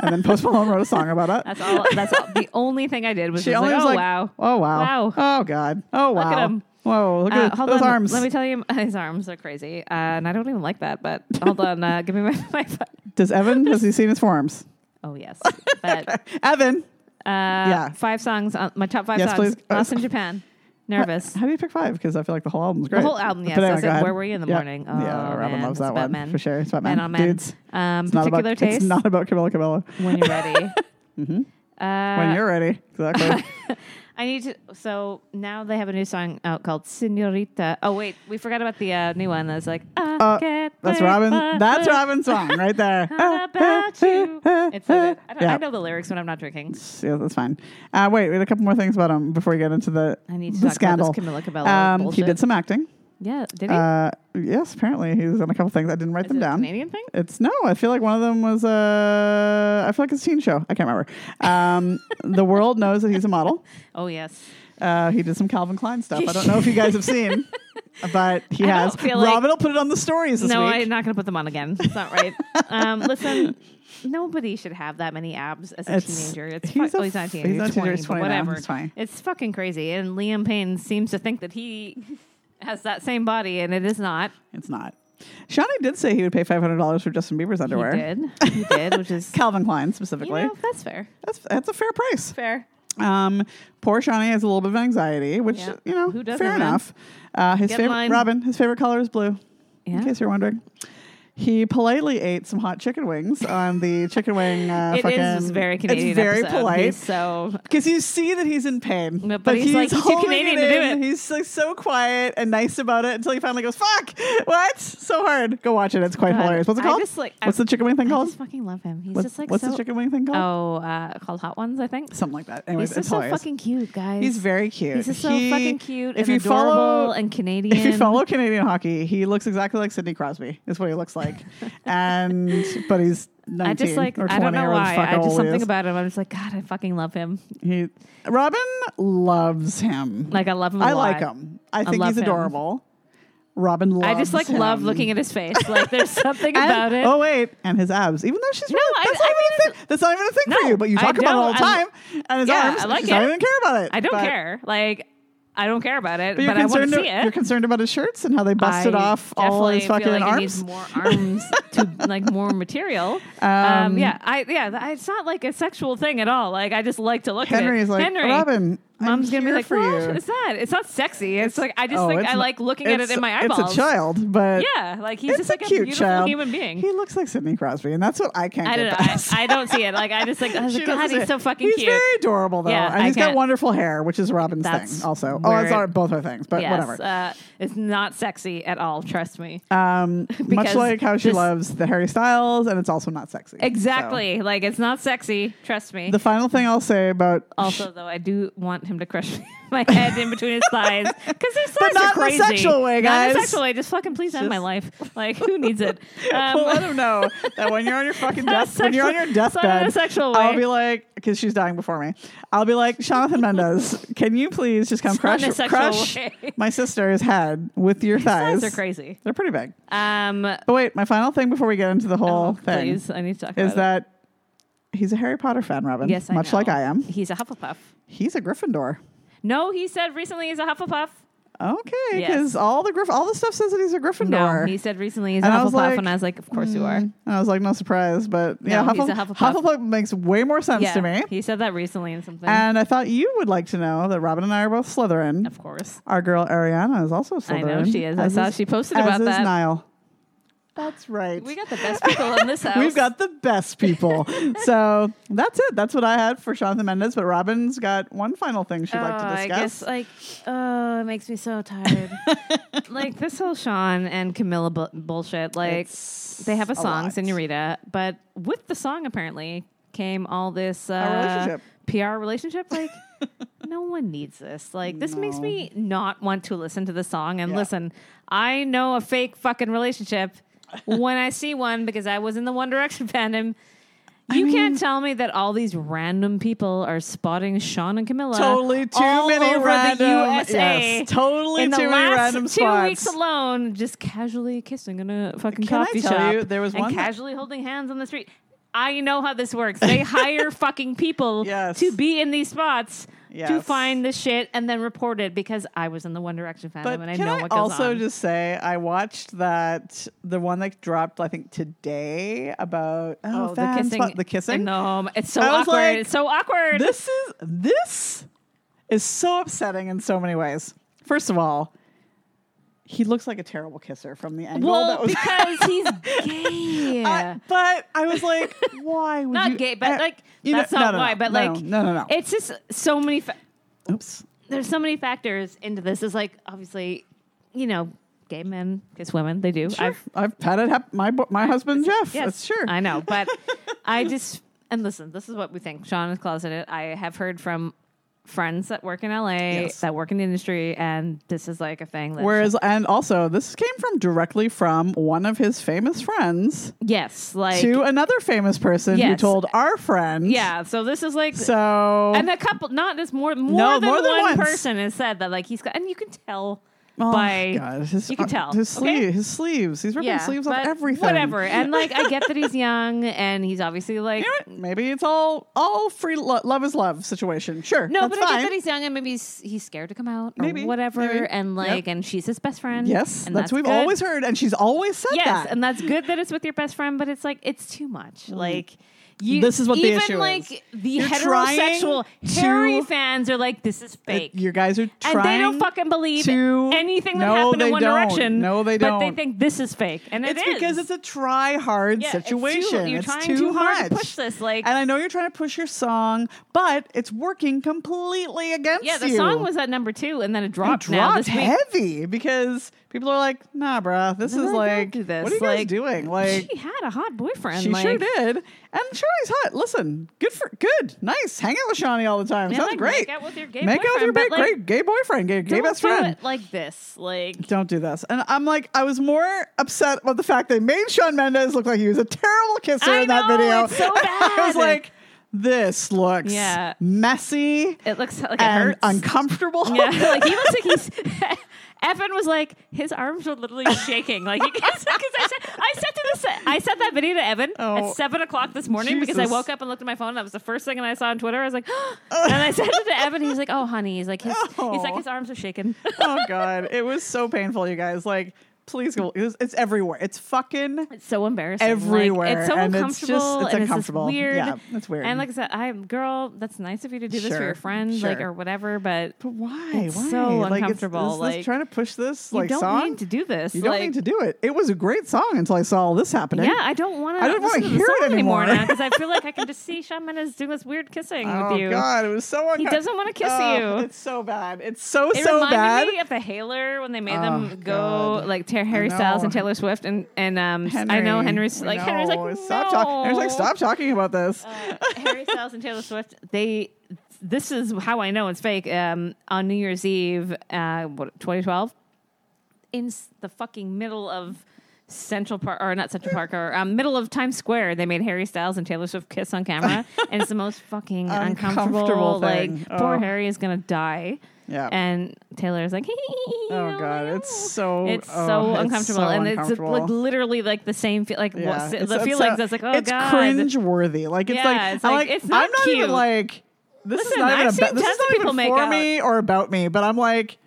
S1: and then Post Malone wrote a song about it.
S2: [LAUGHS] That's all. That's all, the only thing I did was
S1: She
S2: just
S1: only
S2: like,
S1: was
S2: oh
S1: like,
S2: wow.
S1: Oh, wow.
S2: Wow.
S1: Oh, God. Oh, wow.
S2: at him.
S1: Whoa, look at
S2: Uh, hold
S1: those
S2: on.
S1: arms.
S2: Let me tell you, [LAUGHS] his arms are crazy, uh, and I don't even like that.
S1: [LAUGHS]
S2: But hold on, uh, give me my, [LAUGHS] my phone.
S1: Does
S2: [LAUGHS]
S1: Evan, has he seen his forearms?
S2: Oh yes,
S1: [LAUGHS]
S2: but uh,
S1: Evan,
S2: yeah. five songs. On, my top five
S1: Yes,
S2: songs.
S1: please.
S2: Lost in Japan. Nervous.
S1: [LAUGHS] How do you pick five? Because I feel like the whole album's great.
S2: The whole album, yes.
S1: But anyway,
S2: I
S1: go
S2: said,
S1: ahead.
S2: Where were you in the
S1: Yeah.
S2: morning? Oh,
S1: yeah, Robin
S2: man,
S1: loves
S2: it's
S1: that
S2: about
S1: one
S2: men.
S1: for sure. It's about men,
S2: Men on men.
S1: dudes.
S2: Um,
S1: It's not
S2: particular
S1: about,
S2: taste.
S1: It's not about Camilla Cabello.
S2: when
S1: [LAUGHS]
S2: you're ready. uh,
S1: when you're ready,
S2: [LAUGHS]
S1: exactly.
S2: I need to. So now they have a new song out called "Senorita." Oh wait, we forgot about the uh, new one. That was like, I
S1: Uh,
S2: can't
S1: that's
S2: think
S1: Robin.
S2: what
S1: That's
S2: to-
S1: Robin's song right there.
S2: What
S1: [LAUGHS]
S2: about you? It's so good. I, don't,
S1: Yeah.
S2: I know the lyrics when I'm not drinking.
S1: Yeah, that's fine. Uh, wait, we had a couple more things about him before we get into the
S2: I need to
S1: the
S2: talk
S1: scandal.
S2: about this Camilla Cabello
S1: um, he
S2: bullshit.
S1: did some acting.
S2: Yeah, did he?
S1: Uh, yes, apparently he was on a couple things. I didn't write
S2: Is
S1: them
S2: it a
S1: down.
S2: Canadian thing?
S1: It's no. I feel like one of them was. Uh, I feel like it's a teen show. I can't remember.
S2: [LAUGHS]
S1: Um, the world knows that he's a model.
S2: Oh yes.
S1: Uh, he did some Calvin Klein stuff. I don't know if you guys have
S2: [LAUGHS]
S1: seen, but he
S2: I don't
S1: has.
S2: feel
S1: Robin
S2: like-
S1: will put it on the stories this
S2: No,
S1: week.
S2: I'm not going to put them on again. It's
S1: [LAUGHS]
S2: not right. um, listen, nobody should have that many abs as a
S1: It's-
S2: teenager. It's
S1: he's
S2: he's,
S1: a
S2: oh, he's not a
S1: f-
S2: teenager.
S1: he's not a
S2: He's,
S1: teenager,
S2: 20,
S1: he's
S2: but
S1: 20 now.
S2: whatever.
S1: He's 20.
S2: It's fucking crazy. And Liam Payne seems to think that he has that same body, and it is not.
S1: it's not. Shawnee did say he would pay five hundred dollars for Justin Bieber's underwear.
S2: He did. He did,
S1: [LAUGHS]
S2: which is,
S1: Calvin Klein
S2: you
S1: specifically.
S2: know, that's fair.
S1: That's that's a fair price.
S2: Fair.
S1: Um, poor Shawnee has a little bit of anxiety, which
S2: Yeah.
S1: you know,
S2: Who doesn't,
S1: fair
S2: man?
S1: enough. Uh, his
S2: Get in
S1: favorite
S2: line.
S1: Robin. His favorite color is blue.
S2: Yeah.
S1: In case you're wondering. He politely ate some hot chicken wings on
S2: [LAUGHS]
S1: the chicken wing. Uh,
S2: It
S1: fucking,
S2: is very Canadian.
S1: It's very
S2: episode.
S1: polite.
S2: He's so
S1: Because you see that he's in pain,
S2: No, but he's like, he's too
S1: holding
S2: Canadian to do
S1: in.
S2: it.
S1: He's like so quiet and nice about it until he finally goes, "Fuck, what? So hard." Go watch it; it's quite
S2: God.
S1: hilarious. What's it
S2: I
S1: called?
S2: just, like,
S1: what's
S2: I-
S1: the chicken wing thing
S2: I
S1: called?
S2: just fucking love him. He's
S1: What-
S2: just like
S1: what's
S2: so.
S1: the chicken wing thing called?
S2: Oh, uh, called Hot Ones, I think.
S1: Something like that. Anyway,
S2: He's
S1: it's
S2: just so
S1: hilarious.
S2: fucking cute, guys.
S1: He's very cute.
S2: He's just so
S1: He-
S2: fucking cute
S1: If
S2: and
S1: you
S2: adorable
S1: follow,
S2: and Canadian.
S1: if you follow Canadian hockey, he looks exactly like Sidney Crosby. Is what he looks
S2: [LAUGHS]
S1: like, and but he's nineteen
S2: I just like
S1: or
S2: I
S1: twenty
S2: don't know
S1: or whatever
S2: why.
S1: the fuck
S2: I
S1: old
S2: just
S1: he
S2: something
S1: is.
S2: about him. I'm just like God. I fucking love him.
S1: He Robin loves him.
S2: Like I love him. I
S1: I like him. I think
S2: love
S1: he's
S2: him.
S1: adorable. Robin loves
S2: I just like love
S1: him.
S2: looking at his face. Like
S1: [LAUGHS]
S2: there's something
S1: And-
S2: about it.
S1: Oh wait, and his abs. Even though she's no,
S2: I-
S1: that's,
S2: I
S1: not even
S2: mean,
S1: a thing. that's not even a thing for
S2: No,
S1: you. But you
S2: I
S1: talk about it all the
S2: don't. I
S1: time. and his
S2: Yeah,
S1: arms.
S2: I like
S1: she's not
S2: it.
S1: even care about it.
S2: I don't
S1: But-
S2: care. Like I don't care about it.
S1: But you're
S2: But, I want
S1: concerned.
S2: to see
S1: You're
S2: it.
S1: concerned about his shirts and how they busted
S2: I
S1: off all his
S2: definitely
S1: fucking
S2: feel like It
S1: arms.
S2: needs more arms
S1: [LAUGHS]
S2: to like more material. Um,
S1: Um,
S2: yeah, I yeah. th- It's not like a sexual thing at all. Like I just like to look at
S1: Henry's
S2: it.
S1: like
S2: Henry.
S1: Robin.
S2: Mom's gonna be
S1: here
S2: like,
S1: for
S2: "What
S1: you."
S2: is that? It's not sexy. It's, like I just
S1: Oh,
S2: think
S1: it's
S2: I
S1: not-
S2: like looking at it
S1: it's-
S2: in my eyeballs.
S1: It's a child, but
S2: Yeah, like he's
S1: it's
S2: just
S1: a
S2: like a
S1: cute
S2: beautiful
S1: child.
S2: human being.
S1: He looks like Sidney Crosby, and that's what I can't. get
S2: I don't know. I,
S1: past.
S2: I don't see it. Like I
S1: [LAUGHS]
S2: just like I was
S1: She
S2: like, God,
S1: doesn't-
S2: he's so fucking
S1: he's
S2: cute.
S1: very adorable though,
S2: Yeah,
S1: and
S2: I
S1: he's got
S2: can't-
S1: wonderful hair, which is Robin's
S2: That's
S1: thing. Also, oh,
S2: where
S1: it's
S2: it-
S1: our, both our things, but
S2: yes,
S1: whatever.
S2: [LAUGHS] Uh, it's not sexy at all. Trust me.
S1: Um, much
S2: because
S1: like how she
S2: this-
S1: loves the Harry Styles, and it's also not sexy. So,
S2: Exactly. Like it's not sexy. Trust me.
S1: the final thing I'll say about [LAUGHS]
S2: also, though, I do want him to crush [LAUGHS] my head in between his thighs because his thighs
S1: not in
S2: are
S1: a
S2: crazy.
S1: sexual way,
S2: Not in a
S1: guys.
S2: sexual way. Just fucking please end my
S1: Just-
S2: life. Like who
S1: [LAUGHS]
S2: needs it? Um,
S1: well, let him know that when you're on your
S2: [LAUGHS]
S1: fucking
S2: Not
S1: death, when you're on your
S2: sexual- [LAUGHS] it's not in a
S1: deathbed,
S2: sexual way.
S1: I'll be like, because she's dying before me. I'll be like, Jonathan Mendez, can you please just come
S2: It's not
S1: crush
S2: in a sexual
S1: crush
S2: way. [LAUGHS]
S1: my sister's head with your thighs?
S2: thighs are crazy.
S1: They're pretty big.
S2: Um,
S1: But wait, my final thing before we get into the whole
S2: oh,
S1: thing
S2: please, I need to talk
S1: is
S2: about
S1: that he's a Harry Potter fan, Robin.
S2: it. yes, I
S1: much
S2: know.
S1: like I am.
S2: He's a Hufflepuff.
S1: He's a Gryffindor.
S2: No, he said recently he's a Hufflepuff.
S1: Okay,
S2: Yes.
S1: because all the Griff- all the stuff says that he's a Gryffindor.
S2: No, he said recently he's
S1: And
S2: a
S1: I
S2: Hufflepuff,
S1: was like, mm,
S2: and I was like, of course you are.
S1: and I was like, no surprise, but yeah,
S2: No, he's a
S1: Hufflepuff,
S2: Hufflepuff.
S1: makes way more sense
S2: Yeah,
S1: to me.
S2: he said that recently in something.
S1: And I thought you would like to know that Robin and I are both Slytherin.
S2: of course,
S1: Our girl Ariana is also Slytherin.
S2: I know she is. I
S1: as
S2: saw
S1: is-
S2: she posted
S1: as
S2: about
S1: is
S2: that.
S1: Niall. That's right.
S2: we got the best people in this
S1: [LAUGHS]
S2: house.
S1: We've got the best
S2: [LAUGHS]
S1: people. so that's it. That's what I had for Jonathan Mendez. But Robin's got one final thing she'd like
S2: Oh,
S1: to
S2: I
S1: discuss.
S2: guess like oh, it makes me
S1: [LAUGHS]
S2: so tired. like this whole Sean and Camilla bu- bullshit. Like
S1: It's
S2: they have a
S1: a
S2: song,
S1: lot.
S2: Senorita, but with the song apparently came all this uh,
S1: relationship.
S2: PR relationship.
S1: [LAUGHS]
S2: Like no one needs this. Like this makes
S1: No.
S2: me not want to listen to the song. And
S1: Yeah.
S2: listen, I know a fake fucking relationship
S1: [LAUGHS]
S2: when I see one because I was in the One Direction fandom. You can't tell me that all these random people are spotting Sean and Camilla
S1: totally too
S2: all
S1: many
S2: over
S1: random.
S2: the USA.
S1: yes, totally
S2: in
S1: too
S2: the
S1: many
S2: last
S1: random
S2: two
S1: spots.
S2: weeks alone, just casually kissing in a fucking
S1: Can I
S2: coffee
S1: tell
S2: shop.
S1: you, there was
S2: and
S1: one that-
S2: casually holding hands on the street. I know how this
S1: [LAUGHS]
S2: works. They hire fucking people
S1: Yes.
S2: to be in these spots to
S1: Yes.
S2: find this shit and then report it because I was in the One Direction fandom
S1: But
S2: and I
S1: can
S2: know
S1: I
S2: what goes
S1: also
S2: on.
S1: just say I watched that the one that dropped I think today about oh,
S2: Oh,
S1: fan spot- the kissing.
S2: in the home. It's so
S1: I was
S2: awkward.
S1: like,
S2: it's so awkward.
S1: this is this is so upsetting in so many ways. First of all, he looks like a terrible kisser from the angle
S2: well,
S1: that was.
S2: because [LAUGHS] he's gay.
S1: I- but I was like,
S2: [LAUGHS]
S1: why would
S2: not
S1: you-
S2: gay, but
S1: I-
S2: like
S1: you know-
S2: that's not
S1: no, no, no,
S2: why. but
S1: no,
S2: like,
S1: no, no, no.
S2: It's just so many. Fa-
S1: Oops.
S2: there's so many factors into this. It's like obviously, you know, gay men kiss women. They do.
S1: Sure. I've, had it happen. My bo- my husband Jeff.
S2: yes,
S1: That's sure.
S2: I know,
S1: [LAUGHS]
S2: but I just and listen. This is what we think. Sean is closeted. I have heard from friends that work in LA
S1: Yes.
S2: that work in the industry, and this is like a thing. That
S1: Whereas, and also, this came from directly from one of his famous friends
S2: yes, like
S1: to another famous person who
S2: Yes.
S1: told our friend.
S2: yeah. So this is like
S1: So,
S2: and a couple not as more more
S1: No,
S2: than
S1: more than
S2: one
S1: once.
S2: person has said that like he's got and you can tell
S1: oh
S2: by
S1: my God, his,
S2: you can
S1: uh,
S2: tell,
S1: his
S2: okay?
S1: sleeve, his sleeves. He's ripping sleeves off
S2: but
S1: everything.
S2: Whatever. And like I
S1: [LAUGHS]
S2: get that he's young and he's obviously like
S1: You know what? Maybe it's all all free lo- love is love situation. Sure,
S2: no,
S1: that's
S2: but I
S1: fine.
S2: get that he's young and maybe he's, he's scared to come out or
S1: Maybe,
S2: whatever.
S1: maybe.
S2: And like, and she's his best friend.
S1: yes,
S2: and
S1: that's, we've
S2: good.
S1: always heard, and she's always said
S2: yes,
S1: that. Mm.
S2: and that's good that it's with your best friend, but it's like it's too much. Like you,
S1: This is what the
S2: even
S1: issue
S2: like
S1: is.
S2: the
S1: You're trying
S2: heterosexual
S1: to-
S2: Harry fans are like, this is
S1: It-
S2: fake.
S1: you guys are trying.
S2: and they don't fucking believe
S1: to-
S2: anything that
S1: No,
S2: happened
S1: they
S2: in One
S1: don't.
S2: Direction.
S1: No, they
S2: But they
S1: don't.
S2: think this is fake, and it
S1: It's
S2: is.
S1: because it's a try hard
S2: Yeah, it's too-
S1: situation.
S2: you're
S1: It's
S2: trying
S1: too,
S2: too hard to
S1: much.
S2: push this, like-
S1: and I know you're trying to push your song, but it's working completely against
S2: yeah. The
S1: you.
S2: song was at number two, and then it
S1: It
S2: dropped. now
S1: dropped
S2: this week.
S1: heavy because people are like, "Nah, bruh, this
S2: No,
S1: is
S2: don't
S1: like,
S2: do this.
S1: what are you guys
S2: Like,
S1: doing?" Like,
S2: she had a hot boyfriend.
S1: she
S2: like,
S1: sure did, and Shawnee's hot. Listen, good for good, nice. Hang out with Shawnee all the time.
S2: Yeah,
S1: Sounds
S2: like,
S1: great.
S2: make out with your gay
S1: Make out with your
S2: boyfriend,
S1: big,
S2: but, like,
S1: great gay boyfriend, gay, gay
S2: Don't
S1: best
S2: do
S1: friend.
S2: it like this. Like
S1: Don't do this. And I'm like, I was more upset about the fact they made Sean Mendes look like he was a terrible kisser
S2: I
S1: in that
S2: know,
S1: video. [LAUGHS]
S2: it's so
S1: I was
S2: bad.
S1: like, this looks
S2: Yeah.
S1: messy
S2: it looks like it
S1: and
S2: hurts.
S1: uncomfortable.
S2: yeah, [LAUGHS] like he looks like he's. [LAUGHS] Evan was like his arms were literally shaking. Like [LAUGHS] because I said I sent to this I sent that video to Evan
S1: Oh,
S2: at seven o'clock this morning because
S1: Jesus.
S2: I woke up and looked at my phone. That was the first thing that I saw on Twitter. I was like, [GASPS] and I sent it to Evan. He's like, oh honey, he's like his, he's like
S1: [LAUGHS] Oh.
S2: his arms are shaking. [LAUGHS]
S1: oh god, it was so painful, you guys. Like Please go. It was- It's everywhere. It's fucking.
S2: It's so embarrassing. Like,
S1: Everywhere,
S2: it's so
S1: and it's just-
S2: uncomfortable.
S1: it's
S2: and
S1: uncomfortable.
S2: It's just weird.
S1: Yeah, it's weird.
S2: And like I said, I'm girl. That's nice of you to do this for
S1: Sure,
S2: your friend, like
S1: sure.
S2: or whatever. But
S1: But why?
S2: It's
S1: why?
S2: so
S1: like,
S2: uncomfortable,
S1: It's, this- this
S2: like,
S1: trying to push this
S2: you
S1: like
S2: don't
S1: song.
S2: need to do this.
S1: you don't
S2: like,
S1: need to do it. It was a great song until I saw all this happening.
S2: Yeah, I don't want to.
S1: I don't wanna
S2: want to
S1: hear it anymore.
S2: now because
S1: [LAUGHS]
S2: I feel like I can just see Shawn Mendes doing this weird kissing
S1: Oh
S2: with you.
S1: God, it was so uncomfortable.
S2: doesn't wanna kiss you.
S1: It's so bad. It's so
S2: It
S1: so
S2: reminded
S1: bad.
S2: me of the Hailer when they made
S1: Oh,
S2: them go
S1: God.
S2: like tear Harry
S1: I
S2: Styles
S1: know.
S2: and Taylor Swift and and um I know Henry's
S1: we
S2: like Henry's
S1: know.
S2: like
S1: stop
S2: no.
S1: talking. Henry's like stop talking about this.
S2: Uh, Harry Styles and Taylor Swift they this is how I know it's fake um on New Year's Eve uh what 2012 in s- the fucking middle of Central Park or not Central Park or um, middle of Times Square they made Harry Styles and Taylor Swift kiss on camera
S1: [LAUGHS]
S2: and it's the most fucking uncomfortable,
S1: Uncomfortable thing.
S2: like poor
S1: Oh.
S2: Harry is gonna die
S1: yeah.
S2: and Taylor's like, [LAUGHS]
S1: oh God, it's so
S2: it's
S1: oh,
S2: so
S1: it's
S2: uncomfortable,
S1: so
S2: and
S1: uncomfortable.
S2: it's like literally like the same feel, like
S1: Yeah,
S2: what's
S1: it's-
S2: the
S1: it's
S2: feelings.
S1: a-
S2: It's like, oh
S1: it's
S2: god,
S1: cringe worthy. Like it's
S2: Yeah,
S1: like,
S2: it's
S1: I
S2: like,
S1: like
S2: it's not
S1: I'm not
S2: cute.
S1: even like this is
S2: Listen,
S1: not even
S2: I've
S1: about
S2: seen
S1: this
S2: tons
S1: is
S2: of
S1: not
S2: people
S1: even
S2: make
S1: for
S2: out.
S1: me or about me, but I'm like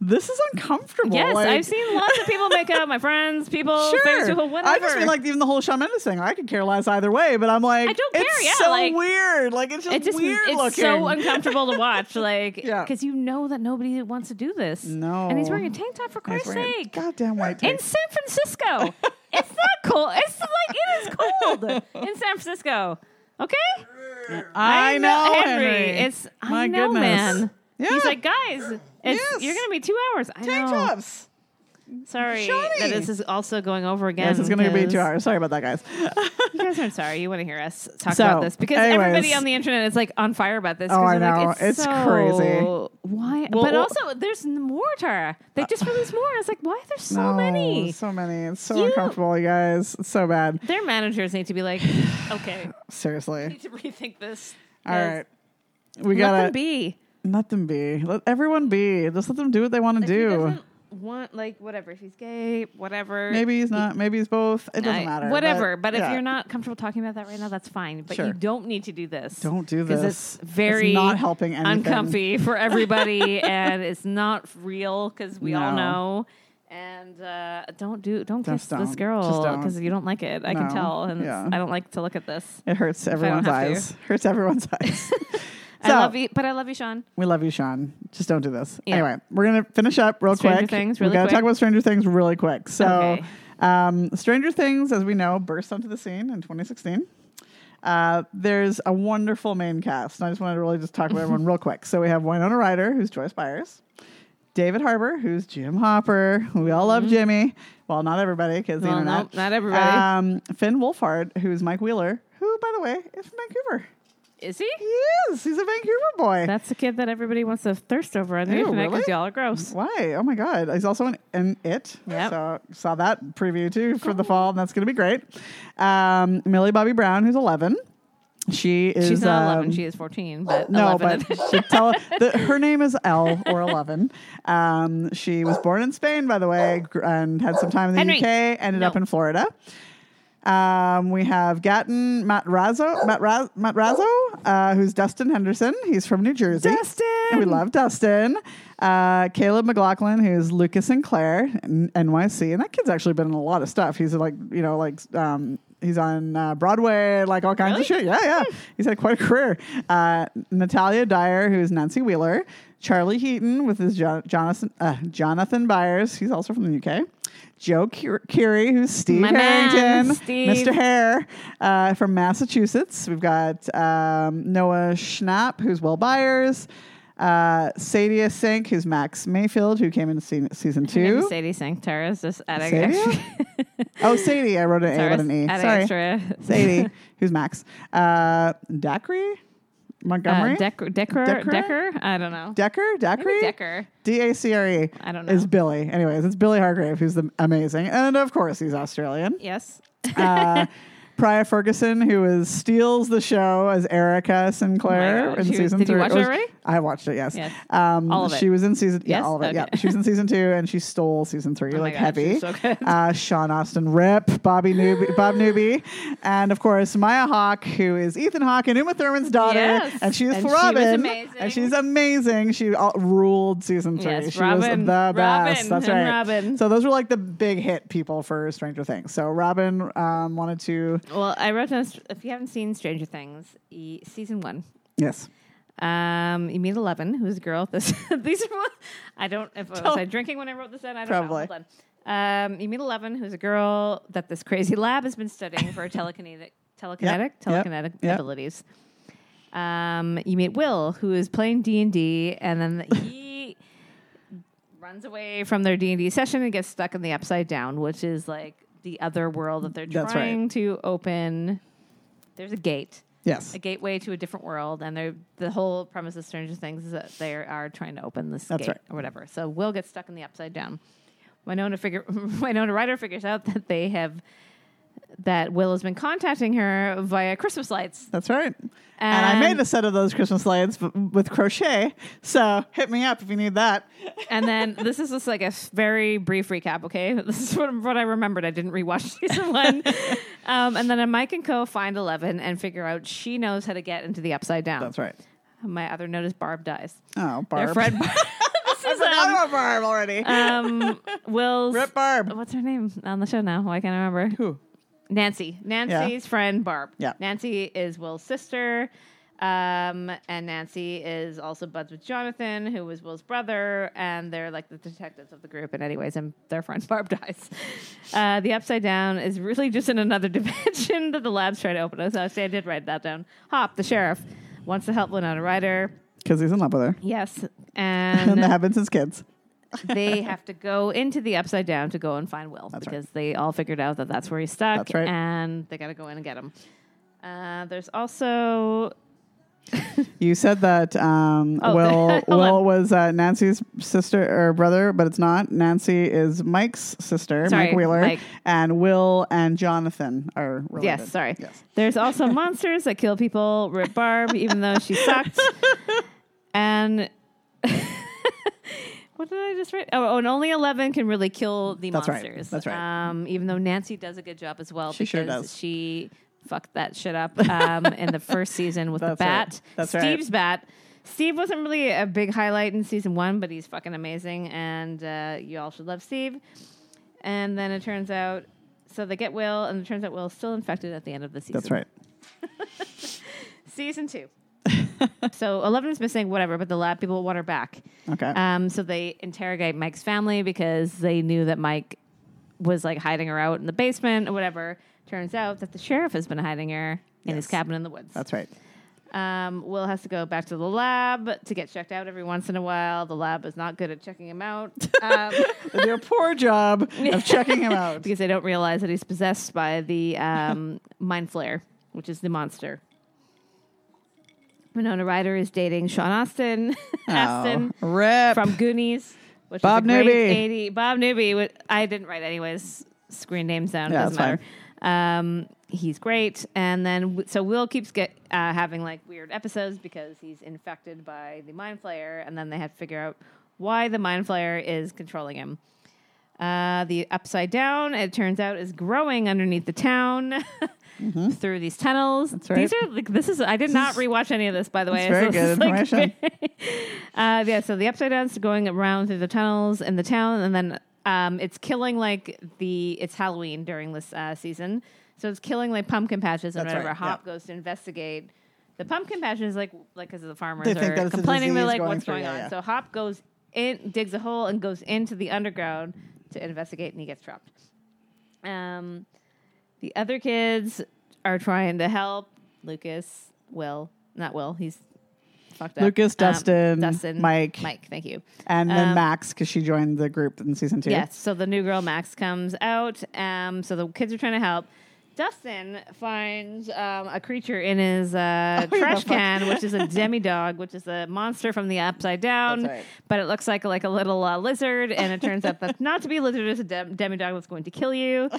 S1: this is uncomfortable.
S2: Yes,
S1: like,
S2: I've seen lots of people make out. My
S1: [LAUGHS]
S2: friends, people, things,
S1: Sure,
S2: people, whatever.
S1: I just mean like even the whole Shawn Mendes thing. I could care less either way, but I'm like,
S2: I don't care,
S1: It's
S2: yeah,
S1: so
S2: like,
S1: weird. Like it's just,
S2: it just
S1: weird
S2: it's
S1: looking. [LAUGHS]
S2: so uncomfortable to watch, like
S1: Yeah.
S2: because you know that nobody wants to do this.
S1: No.
S2: and he's wearing a tank top for
S1: I was
S2: Christ's
S1: wearing a
S2: sake.
S1: Goddamn white.
S2: in
S1: tank.
S2: San Francisco. it's not cold. It's like it is
S1: [LAUGHS]
S2: cold in San Francisco. Okay.
S1: I, know,
S2: Henry. It's I
S1: My
S2: know,
S1: goodness.
S2: man.
S1: Yeah.
S2: He's like, guys, it's,
S1: Yes.
S2: you're gonna be two hours. I
S1: tank
S2: know.
S1: tops.
S2: Sorry
S1: Shawnee.
S2: that this is also going over again.
S1: Yes, it's going to be two
S2: because
S1: hours. Sorry about that, guys.
S2: You [LAUGHS] guys aren't sorry. You want to hear us talk
S1: So,
S2: about this because
S1: anyways.
S2: everybody on the internet is like on fire about this.
S1: Oh,
S2: 'cause
S1: I
S2: they're like,
S1: know.
S2: it's,
S1: It's
S2: so-
S1: crazy.
S2: Why?
S1: Well,
S2: but
S1: well-
S2: also, there's n- more, Tara. They just released more. I was like, why? There's so
S1: No,
S2: many.
S1: So many. It's so
S2: You-
S1: uncomfortable, you guys. It's so bad.
S2: Their managers need to
S1: [SIGHS]
S2: be like, okay, we
S1: Seriously.
S2: need to rethink this.
S1: All right. We
S2: we let
S1: gotta
S2: them be.
S1: let them be. Let everyone be. Just let them do what they want to
S2: If he
S1: do.
S2: doesn't want like whatever if he's gay whatever
S1: Maybe he's not. Maybe he's both. It doesn't
S2: I-
S1: matter.
S2: whatever but, if
S1: yeah.
S2: you're not comfortable talking about that right now that's fine but
S1: Sure.
S2: you don't need to do this
S1: don't do
S2: 'Cause
S1: this.
S2: it's very
S1: It's not helping anything. [LAUGHS]
S2: uncomfy for everybody and it's not real because we all
S1: No.
S2: know and uh, don't do don't
S1: Just
S2: kiss
S1: don't.
S2: this
S1: Just
S2: girl
S1: don't.
S2: because you don't like it i can
S1: No.
S2: tell and it's-
S1: Yeah.
S2: i don't like to look at this
S1: It hurts everyone's
S2: have to.
S1: eyes. Hurts everyone's [LAUGHS] eyes.
S2: i
S1: So-
S2: love you but i love you sean
S1: We love you, Sean. Just don't do this.
S2: Yeah.
S1: Anyway, we're gonna finish up real
S2: Stranger
S1: quick.
S2: Things,
S1: we
S2: really
S1: gotta
S2: quick.
S1: talk about Stranger Things really quick. So,
S2: Okay.
S1: um, Stranger Things, as we know, burst onto the scene in 2016. Uh, there's a wonderful main cast, and I just wanted to really just talk about
S2: [LAUGHS]
S1: everyone real quick. So we have Winona Ryder, who's Joyce Byers, David Harbour, who's Jim Hopper. We all love Jimmy. Well, not everybody, because the
S2: Mm-hmm. Well,
S1: internet.
S2: nope, not everybody.
S1: Um, Finn Wolfhard, who's Mike Wheeler, who, by the way, is from Vancouver.
S2: is he
S1: He is. He's a Vancouver boy.
S2: that's the kid that everybody wants to thirst over on the
S1: Ew,
S2: internet
S1: Oh, really?
S2: because y'all are gross
S1: Why? Oh my God. He's also in, in It.
S2: Yep.
S1: So saw that preview too for the fall, and that's going to be great. Um, Millie Bobby Brown, who's 11. She is.
S2: she's not
S1: um,
S2: 11 she is 14 but
S1: no,
S2: 11 and-
S1: but
S2: [LAUGHS]
S1: she tell the, her name is L or Eleven. Um, she was born in Spain, by the way, gr- and had some time in the
S2: Henry.
S1: UK. Ended up
S2: No.
S1: in Florida. Um, we have Gatton Matrazzo, Matraz, Matrazzo uh, who's Dustin Henderson. He's from New Jersey.
S2: Dustin!
S1: And we love Dustin. Uh, Caleb McLaughlin, who's Lucas Sinclair, N- NYC. And that kid's actually been in a lot of stuff. He's like, you know, like, um, he's on uh, Broadway, like all kinds of shit. Yeah, yeah.
S2: Hmm.
S1: He's had quite a career. Uh, Natalia Dyer, who's Nancy Wheeler. Charlie Heaton with his Jon- Jonathan, uh, Jonathan Byers. He's also from the UK. Joe Cur- Curie, who's Steve
S2: My man,
S1: Harrington.
S2: Steve.
S1: Mr. Hare uh, from Massachusetts. We've got um, Noah Schnapp, who's Will Byers. Uh, Sadia Sink, who's Max Mayfield, who came in se- season
S2: Maybe
S1: two.
S2: Sadie sang Tara is just adding
S1: Sadie?
S2: extra.
S1: [LAUGHS] Oh, Sadie. I wrote an A,
S2: Tara
S1: but
S2: is
S1: an E.
S2: adding
S1: Sorry.
S2: extra. uh, [LAUGHS]
S1: Sadie, who's Max. Uh, Dacry? Montgomery?
S2: Uh, Decker, Decker,
S1: Decker?
S2: Decker, I don't know.
S1: Decker?
S2: Maybe
S1: Dacry?
S2: Decker.
S1: D A C R E.
S2: I don't know.
S1: Is Billy. Anyways, it's Billy Hargrave, who's the amazing. And of course, he's Australian.
S2: Yes.
S1: uh, Priya Ferguson, who is steals the show as Erica Sinclair
S2: Oh my God,
S1: in
S2: Oh she was-
S1: season
S2: did you
S1: three.
S2: watch it
S1: was-
S2: already?
S1: I watched it. Yes.
S2: Yes.
S1: Um,
S2: All of it.
S1: She was in season. Yeah,
S2: Yes?
S1: all of it.
S2: Okay. Oh
S1: Yeah, she was in season two, and she stole season three
S2: my
S1: like
S2: God,
S1: heavy.
S2: she's so good.
S1: Uh, Sean Austin, Rip, Bobby Newby, Bob Newby, and of course Maya Hawke, who is Ethan Hawke and Uma Thurman's daughter,
S2: Yes.
S1: and she is
S2: And
S1: for
S2: she was
S1: Robin,
S2: amazing.
S1: and she's amazing. She all, ruled season three.
S2: Yes,
S1: she
S2: Robin,
S1: was the best.
S2: Robin,
S1: That's
S2: and
S1: right.
S2: Robin.
S1: So those were like the big hit people for Stranger Things. So Robin um, wanted to
S2: Well, I wrote down str- if you haven't seen Stranger Things, e- season one.
S1: yes.
S2: Um, you meet Eleven, who's a girl. This [LAUGHS] these are what I don't. If was I drinking when I wrote this down? I don't
S1: Probably.
S2: know. Hold on. Um, you meet Eleven, who's a girl that this crazy lab has been
S1: [LAUGHS]
S2: studying for her telekinetic, telekinetic,
S1: yep,
S2: telekinetic
S1: yep.
S2: abilities. Um, you meet Will, who is playing D and D, and then he
S1: [LAUGHS]
S2: runs away from their D and D session and gets stuck in the Upside Down, which is like the other world that they're
S1: That's right.
S2: trying to open. There's a gate
S1: Yes.
S2: a gateway to a different world, and they're the whole premise of Stranger Things is that they are trying to open this
S1: That's
S2: gate
S1: right.
S2: or whatever. So Will gets stuck in the upside down. Winona figure [LAUGHS] Winona Ryder figures out that they have that Will has been contacting her via Christmas lights.
S1: That's right. And, I made
S2: And-
S1: a set of those Christmas lights b- with crochet. So hit me up if you need that.
S2: And then [LAUGHS] this is just like a s- very brief recap, okay? [LAUGHS] This is what, what I remembered. I didn't rewatch [LAUGHS] season one. um, and then Mike and Co. find Eleven and figure out she knows how to get into the upside down.
S1: That's right.
S2: My other note is Barb dies.
S1: Oh,
S2: Their
S1: Barb. [LAUGHS]
S2: friend Barb. [LAUGHS] This is, um,
S1: Another Barb already.
S2: um,
S1: [LAUGHS]
S2: Will's
S1: Rip Barb.
S2: what's her name on the show now? Why can't I remember?
S1: Who?
S2: Nancy. Nancy's friend Barb.
S1: Yeah.
S2: Nancy is Will's sister. Um, and Nancy is also buds with Jonathan, who was Will's brother, and they're like the detectives of the group. And anyways, and their friend [LAUGHS] Barb dies. Uh, the Upside Down is really just in another [LAUGHS] dimension that the labs try to open us. So I did write that down. Hop, the sheriff, wants to help Winona Ryder.
S1: Because he's in love with her.
S2: Yes,
S1: [LAUGHS] And they haven't since kids.
S2: they have to go into the upside down to go and find Will
S1: That's right.
S2: because they all figured out that that's where he's stuck.
S1: That's right.
S2: And they got to go in and get him. Uh, there's also
S1: You said that um,
S2: [LAUGHS] Oh,
S1: Will
S2: hold
S1: Will
S2: on.
S1: was uh, Nancy's sister or brother, but it's not. Nancy is Mike's sister,
S2: Sorry,
S1: Mike Wheeler,
S2: Mike.
S1: and Will and Jonathan are related.
S2: yes, sorry.
S1: Yes.
S2: There's
S1: [LAUGHS]
S2: also monsters that kill people. Rip Barb, even though she sucked. And [LAUGHS] what did I just write? Oh, and only Eleven can really kill the
S1: That's right.
S2: monsters.
S1: That's right.
S2: Um, even though Nancy does a good job as well
S1: She
S2: because
S1: sure does.
S2: she fucked that
S1: [LAUGHS]
S2: shit up um, in the first season with the
S1: That's right.
S2: bat.
S1: That's right.
S2: Steve's bat. Steve wasn't really a big highlight in season one, but he's fucking amazing, and uh, you all should love Steve. And then it turns out, so they get Will, and it turns out Will's still infected at the end of the season.
S1: That's right. [LAUGHS]
S2: Season two. [LAUGHS] so Eleven is missing, whatever, but the lab people want her back.
S1: Okay.
S2: Um, so they interrogate Mike's family because they knew that Mike was like hiding her out in the basement or whatever. Turns out that the sheriff has been hiding her in his
S1: Yes.
S2: cabin in the woods.
S1: That's right.
S2: Um, Will has to go back to the lab to get checked out every once in a while. The lab is not good at checking him out
S1: [LAUGHS]
S2: um,
S1: They do a poor job of checking him
S2: [LAUGHS]
S1: out.
S2: because they don't realize that he's possessed by the um, mind flare, which is the monster. Winona Ryder is dating Sean Austin, [LAUGHS] Aston
S1: Oh, rip.
S2: from Goonies, which
S1: Bob
S2: is a
S1: Newby.
S2: great 80 Bob Newby. wh- I didn't write anyways. Screen names down
S1: Yeah,
S2: doesn't
S1: that's
S2: matter. Um, he's great, and then w- so Will keeps get uh, having like weird episodes because he's infected by the mind flayer, and then they have to figure out why the mind flayer is controlling him. Uh, the upside down, it turns out, is growing underneath the town [LAUGHS] through these tunnels.
S1: Mm-hmm. right.
S2: These are like this is I did not rewatch any of this by the way.
S1: very
S2: So this
S1: good
S2: is, like,
S1: information.
S2: uh, yeah, so the upside down's going around through the tunnels in the town, and then um, it's killing like the it's Halloween during this uh, season, so it's killing like pumpkin patches and
S1: That's
S2: whatever.
S1: right,
S2: Hop goes to investigate. The pumpkin patches, like like because the farmers
S1: They think that
S2: are
S1: it's a
S2: complaining, they're
S1: disease
S2: like,
S1: going
S2: "What's
S1: through,
S2: going
S1: yeah,
S2: on?"
S1: yeah.
S2: So Hop goes in, digs a hole, and goes into the underground to investigate, and he gets trapped. Um, the other kids are trying to help Lucas, Will, not Will, he's fucked up.
S1: Lucas,
S2: Um,
S1: Dustin,
S2: Dustin,
S1: Mike.
S2: Mike, thank you.
S1: and then
S2: Um,
S1: Max because she joined the group in season two.
S2: Yes, so the new girl Max comes out. Um, so the kids are trying to help. Dustin finds um, a creature in
S1: [LAUGHS]
S2: his uh,
S1: yeah,
S2: trash
S1: the fuck.
S2: can,
S1: [LAUGHS]
S2: which is a demi dog, which is a monster from the upside down.
S1: That's right.
S2: But it looks like like a little uh, lizard, and it turns out
S1: [LAUGHS]
S2: that not to be a lizard is a dem- demi dog that's going to kill you,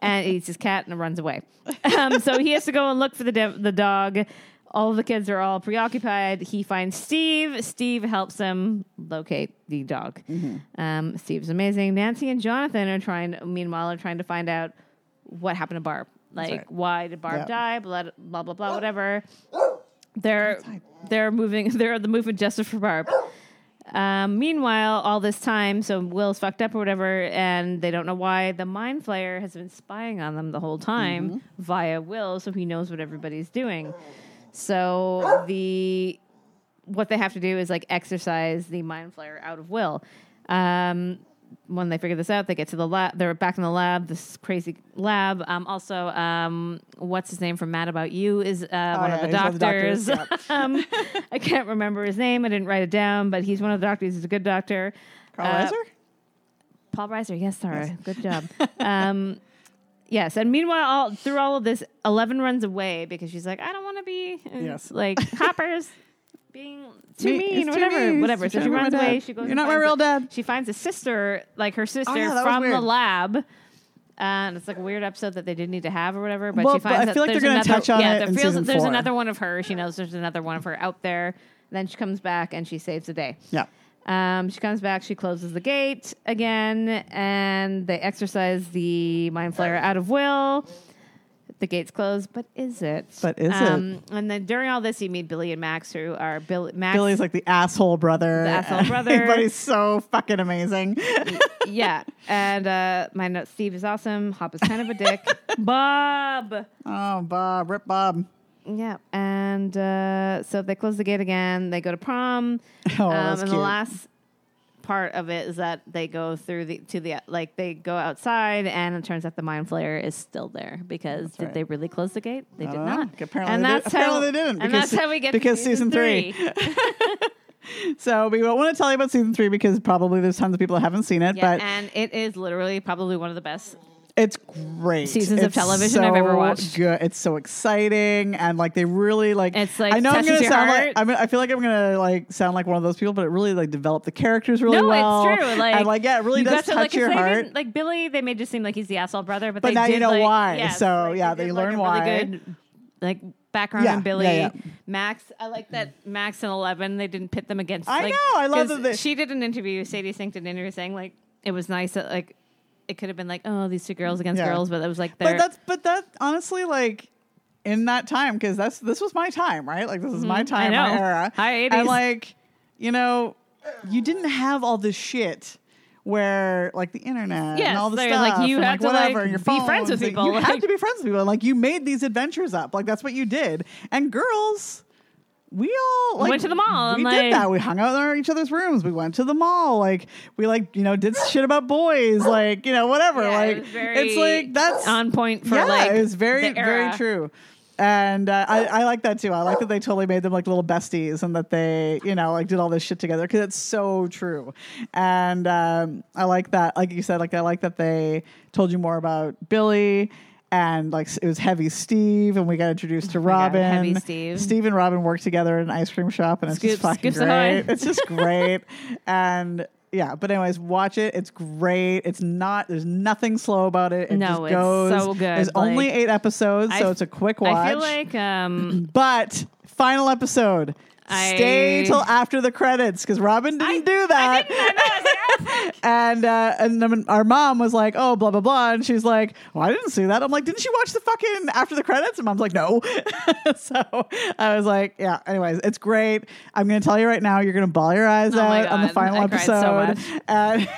S2: and it eats his cat and runs away. Um, so he has to go and look for the dem- the dog. all of the kids are all preoccupied. He finds Steve. Steve helps him locate the dog.
S1: Mm-hmm.
S2: Um, Steve's amazing. Nancy and Jonathan are trying. Meanwhile, are trying to find out what happened to Barb. Like,
S1: right.
S2: why did Barb
S1: Yeah.
S2: die? Blah blah blah. blah whatever. They're they're moving. [LAUGHS] They're the movement justice for Barb. Um, meanwhile, all this time, so Will's fucked up or whatever, and they don't know why. The mind flayer has been spying on them the whole time via Will, so he knows what everybody's doing. So the what they have to do is like exercise the mind flayer out of Will. Um, when they figure this out, they get to the lab. They're back in the lab, this crazy lab. Um, also, um, what's his name from Mad About You is uh, one
S1: Oh, yeah,
S2: of the
S1: he's one of the
S2: doctors.
S1: doctors,
S2: [LAUGHS] um, I can't remember his name. I didn't write it down, but he's one of the doctors. He's a good doctor.
S1: Carl
S2: Uh,
S1: Reiser?
S2: Paul Reiser, yes, sir. Good
S1: [LAUGHS]
S2: job. um, yes, and meanwhile, all, through all of this, Eleven runs away because she's like, I don't want to be uh,
S1: Yes. [LAUGHS]
S2: like Hoppers being too
S1: Me- it's
S2: mean, or
S1: too
S2: whatever,
S1: mean.
S2: whatever.
S1: It's
S2: So
S1: too
S2: she
S1: mean.
S2: runs
S1: My dad.
S2: away. She goes.
S1: You're
S2: and
S1: not my
S2: finds
S1: real
S2: a-
S1: dad. Oh,
S2: She finds a sister, like her sister
S1: that was
S2: from the
S1: weird.
S2: lab. And it's like a weird episode that they didn't need to have or whatever, but
S1: Well,
S2: she
S1: but
S2: finds
S1: I
S2: that
S1: feel like
S2: there's
S1: they're gonna
S2: another,
S1: touch on
S2: yeah,
S1: it
S2: there
S1: in
S2: feels
S1: season
S2: there's
S1: four.
S2: another one of her. She knows there's another one of her out there. Then she comes back and she saves the day.
S1: Yeah.
S2: Um, she comes back, she closes the gate again, and they exercise the mind flayer out of will. The gate's closed, but is it? Um,
S1: But is it?
S2: And then during all this, you meet Billy and Max, who are Bill, Max.
S1: Billy's like the asshole brother.
S2: The
S1: [LAUGHS]
S2: asshole brother.
S1: but he's so fucking amazing.
S2: [LAUGHS] yeah. And uh, my note Steve is awesome. Hop is kind of
S1: [LAUGHS]
S2: a dick. Bob.
S1: oh, Bob. Rip Bob.
S2: Yeah. And uh, so they close the gate again. They go to prom.
S1: Oh,
S2: um,
S1: that's
S2: and the
S1: cute.
S2: last part of it is that they go through the to the like they go outside and it turns out the mind flayer is still there because did
S1: right.
S2: they really close the gate? They did
S1: dunno.
S2: not.
S1: Apparently
S2: and
S1: they did-
S2: that's how,
S1: apparently they didn't,
S2: And
S1: because-
S2: that's how we get to
S1: because season three. So we won't want to tell you about season three because probably there's tons of people that haven't seen it,
S2: Yeah,
S1: but
S2: and it is literally probably one of the best.
S1: It's great.
S2: Seasons of
S1: It's
S2: television I've ever
S1: so
S2: watched.
S1: Good. It's so exciting, and like they really like.
S2: It's, like,
S1: I know I'm
S2: touches
S1: gonna
S2: your
S1: sound
S2: heart.
S1: like I mean I feel like I'm gonna like sound like one of those people, but it really like developed the characters really
S2: no,
S1: well.
S2: it's true. Like,
S1: and like yeah, it really
S2: you
S1: does
S2: got to,
S1: touch
S2: like, 'cause
S1: your
S2: they
S1: heart.
S2: didn't- Like Billy, they made you seem like he's the asshole brother, but,
S1: But
S2: they
S1: now you
S2: did,
S1: know
S2: like-
S1: why.
S2: yes,
S1: So,
S2: like,
S1: yeah,
S2: they,
S1: they
S2: did,
S1: learn
S2: like, a
S1: why.
S2: Really good, like background
S1: Yeah,
S2: on Billy,
S1: yeah, yeah.
S2: Max. I like that Max and Eleven. They didn't pit them against.
S1: I
S2: like,
S1: know, I love
S2: 'cause
S1: that they-
S2: she did an interview. Sadie Sink did an interview saying like it was nice that like it could have been like oh these two girls against
S1: Yeah.
S2: girls, but it was like
S1: but
S2: they're
S1: that's but that honestly like in that time because that's this was my time right like this is my time my
S2: Mm-hmm. know.
S1: era
S2: High 80s.
S1: and like you know you didn't have all this shit where like the internet
S2: Yes,
S1: and all the
S2: they're
S1: stuff
S2: like, you
S1: and,
S2: had to,
S1: like whatever
S2: like,
S1: and your
S2: be friends
S1: phones,
S2: with
S1: and
S2: people,
S1: you
S2: like-
S1: had to be friends with people and like you made these adventures up like that's what you did and girls we all like,
S2: Went to the mall
S1: We
S2: and, like-
S1: did that. We hung out in each other's rooms. We went to the mall. Like we like you know did shit about boys. Like you know whatever.
S2: Yeah, it
S1: like
S2: was very
S1: it's like that's
S2: on point for
S1: yeah,
S2: like
S1: it was very
S2: the
S1: very
S2: era.
S1: true. And uh, I, I like that too. I like that they totally made them like little besties and that they, you know, like did all this shit together because it's so true. And um, I like that, like you said, like I like that they told you more about Billy and like it was Heavy Steve and we got introduced to
S2: God,
S1: Robin.
S2: Heavy Steve.
S1: Steve and Robin work together in an ice cream shop and it's just
S2: Scoops-
S1: fucking
S2: Scoops Ahoy.
S1: great. It's
S2: [LAUGHS]
S1: just great. and yeah, but anyways, watch it. It's great. It's not, there's nothing slow about it. It
S2: No,
S1: just
S2: it's
S1: goes.
S2: so good,
S1: There's
S2: like-
S1: only eight episodes,
S2: I
S1: so
S2: f-
S1: it's a quick watch.
S2: I feel like um
S1: [CLEARS THROAT] but final episode.
S2: I-
S1: Stay till after the credits because Robin didn't do that. [LAUGHS] and uh, and then our mom was like, "Oh, blah blah blah," and she's like, "Well, I didn't see that." I'm like, "Didn't she watch the fucking after the credits?" And mom's like, "No." [LAUGHS] so I was like, "Yeah." Anyways, it's great. I'm gonna tell you right now, you're gonna ball your eyes
S2: Oh my
S1: out on the
S2: God,
S1: final
S2: I cried so
S1: episode. [LAUGHS] and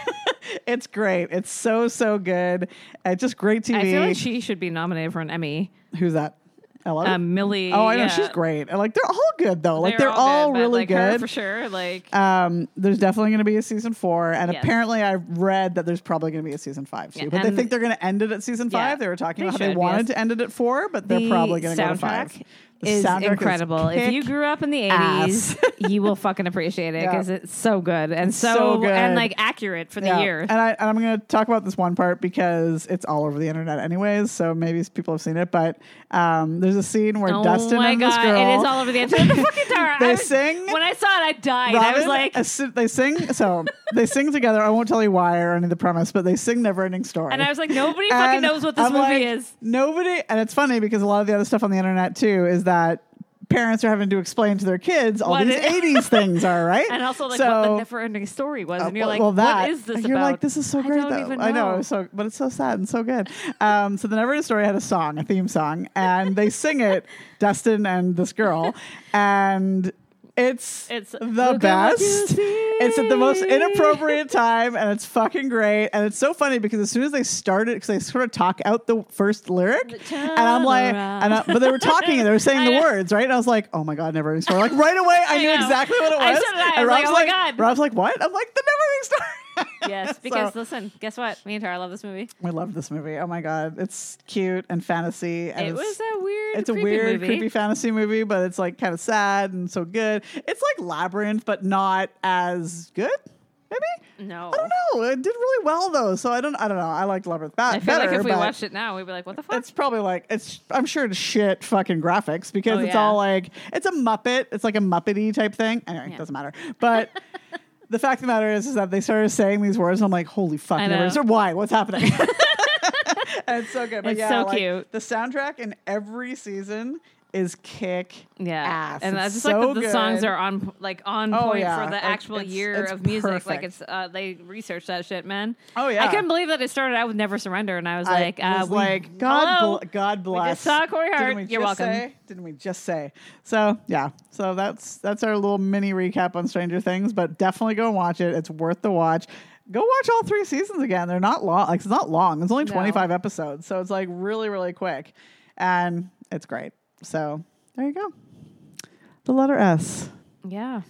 S1: it's great. It's so so good. It's just great TV.
S2: I feel like she should be nominated for an Emmy.
S1: Who's that? Hello.
S2: Um, Millie.
S1: Oh, I know
S2: yeah.
S1: she's great. And, Like they're all good though. Like they're, all,
S2: good, but,
S1: really
S2: like, her
S1: good.
S2: for sure. Like
S1: Um, there's definitely going to be a season four, and
S2: Yes.
S1: apparently I read that there's probably going to be a season five too.
S2: Yeah,
S1: but they
S2: and-
S1: think they're going to end it at season
S2: Yeah,
S1: five. They were talking
S2: they
S1: about how they
S2: should,
S1: wanted
S2: yes.
S1: to end it at four, but
S2: the
S1: they're probably going to go to
S2: soundtrack
S1: five. The
S2: is
S1: soundtrack
S2: incredible. if you grew up in the
S1: kick-ass. [LAUGHS]
S2: '80s, you will fucking appreciate it
S1: Yeah.
S2: because it's so good and so,
S1: so good.
S2: and like accurate for the
S1: Yeah. Uh,
S2: year.
S1: And, I, and I'm going to talk about this one part because it's all over the internet, anyways. So maybe people have seen it. But um, there's a scene where
S2: oh
S1: Dustin
S2: my
S1: and
S2: god,
S1: this girl
S2: it is all over the internet. The fucking
S1: [LAUGHS]
S2: tower.
S1: They
S2: I was-
S1: sing-
S2: When I saw it, I died. I was
S1: Robin,
S2: like,
S1: as soon- they sing. So they sing together. I won't tell you why or any of the premise, but they sing "Neverending Story."
S2: and I was like, nobody fucking
S1: And
S2: knows what this
S1: I'm
S2: movie
S1: like,
S2: is.
S1: Nobody, and it's funny because a lot of the other stuff on the internet too is that parents are having to explain to their kids all
S2: What
S1: these
S2: it-
S1: 80s things are, right?
S2: [LAUGHS] And also, like, what the never-ending story was,
S1: uh,
S2: and you're
S1: well-
S2: like,
S1: well, that,
S2: what is this
S1: You're
S2: about?
S1: like, this is so
S2: I
S1: great,
S2: don't
S1: though.
S2: even
S1: I know,
S2: know.
S1: it was [LAUGHS] so, but it's so sad and so good. Um, so the Never Ending Story had a song, a theme song, and they sing it, [LAUGHS] Dustin and this girl, and it's
S2: It's, "Look at
S1: the
S2: what
S1: best.
S2: you
S1: It's at the most
S2: see."
S1: inappropriate time, and it's fucking great, and it's so funny because as soon as they started, because they sort of talk out the first lyric,
S2: Turn
S1: and I'm like,
S2: around.
S1: and I, but they were talking, and they were saying the
S2: [LAUGHS] I-
S1: words, right? And I was like, oh my god, Never Ending Story! Like right away, I,
S2: [LAUGHS] I
S1: knew
S2: know.
S1: exactly what it
S2: I
S1: was.
S2: said that. I
S1: and
S2: was
S1: Rob's
S2: like, "Oh my God."
S1: I was like, what? I'm like, the never ending story. [LAUGHS]
S2: Yes,
S1: So-
S2: because listen, guess what? Me and Tara love this movie.
S1: we love this movie. Oh my god, it's cute and fantasy. And
S2: It
S1: it's,
S2: was a weird,
S1: it's a
S2: creepy
S1: weird,
S2: movie.
S1: creepy fantasy movie, but it's like kind of sad and so good. It's like Labyrinth, but not as good. Maybe
S2: No,
S1: I don't know. It did really well though, so I don't. I don't know. I liked Labyrinth ba-
S2: Oh. I feel
S1: better.
S2: like if we
S1: but
S2: watched it now, we'd be like, what the fuck?
S1: it's probably like it's. I'm sure it's shit fucking graphics because
S2: Oh,
S1: it's
S2: yeah.
S1: all like it's a Muppet. It's like a Muppety type thing. Anyway, it
S2: Yeah.
S1: doesn't matter.
S2: [LAUGHS]
S1: But the fact of the matter is, is that they started saying these words. And I'm like, holy fuck,
S2: I
S1: never.
S2: know.
S1: So why? What's
S2: [LAUGHS]
S1: happening? [LAUGHS] and it's so good. But
S2: It's
S1: yeah,
S2: so
S1: like,
S2: cute.
S1: The soundtrack in every season is kick
S2: yeah,
S1: ass.
S2: and
S1: It's
S2: I just
S1: so
S2: like that the songs
S1: good.
S2: are on like on
S1: Oh,
S2: point
S1: yeah.
S2: for
S1: Like,
S2: the actual
S1: it's-
S2: year
S1: it's
S2: of music. Like
S1: perfect.
S2: it's uh, they researched that shit, man.
S1: Oh, yeah.
S2: I couldn't believe that it started out with "Never Surrender," and I was
S1: I
S2: like, uh,
S1: was
S2: we-
S1: like God,
S2: hello?
S1: bl- God bless.
S2: saw Corey
S1: Didn't
S2: Hart.
S1: we
S2: You're
S1: just
S2: welcome.
S1: say- didn't we just say? So yeah, so that's that's our little mini recap on Stranger Things. But definitely go and watch it. It's worth the watch. Go watch all three seasons again. They're not long. Like it's not long. It's only
S2: No.
S1: 25 episodes, so it's like really really quick, and it's great. So there you go. The letter S [LAUGHS]
S2: yeah,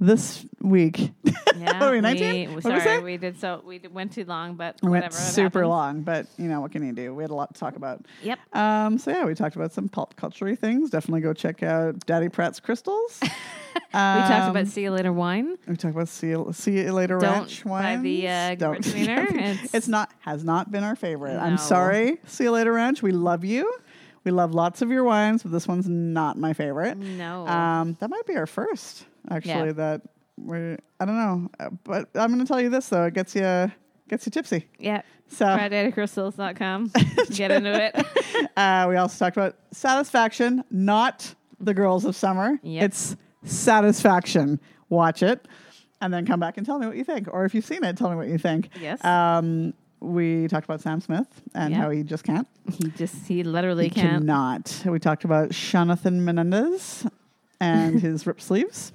S1: this week. [LAUGHS]
S2: yeah.
S1: What are we, 19?
S2: We,
S1: Oh, What did we
S2: sorry,
S1: say?
S2: we, did so we did, went too long, but
S1: It
S2: whatever.
S1: went
S2: it
S1: super
S2: happens.
S1: long, but you know what can you do? We had a lot to talk about.
S2: Yep.
S1: Um, so yeah, we talked about some pop culture things. Definitely go check out Daddy Pratt's Crystals. we
S2: [LAUGHS] We talked
S1: Um,
S2: about see you later wine.
S1: we talked about see you, see you later
S2: Don't
S1: ranch
S2: buy the, uh,
S1: wines. Don't. [LAUGHS]
S2: Gewürztraminer. It's-
S1: it's not has not been our favorite. I'm
S2: No.
S1: sorry. See you later ranch. We love you. We love lots of your wines, but this one's not my favorite.
S2: No.
S1: Um, that might be our first actually.
S2: Yeah.
S1: That we're I don't know, Uh, but I'm going to tell you this though. It gets you gets you tipsy.
S2: yeah.
S1: So [LAUGHS]
S2: FridayCrystals.com. Get into it.
S1: Uh, we also talked about satisfaction, not the girls of summer.
S2: Yep.
S1: It's satisfaction. Watch it and then come back and tell me what you think. Or if you've seen it, tell me what you think.
S2: Yes.
S1: Um, we talked about Sam Smith and
S2: Yeah.
S1: how he just can't.
S2: he just he literally
S1: He
S2: can't.
S1: cannot. We talked about Jonathan Menendez
S2: [LAUGHS]
S1: and his rip sleeves.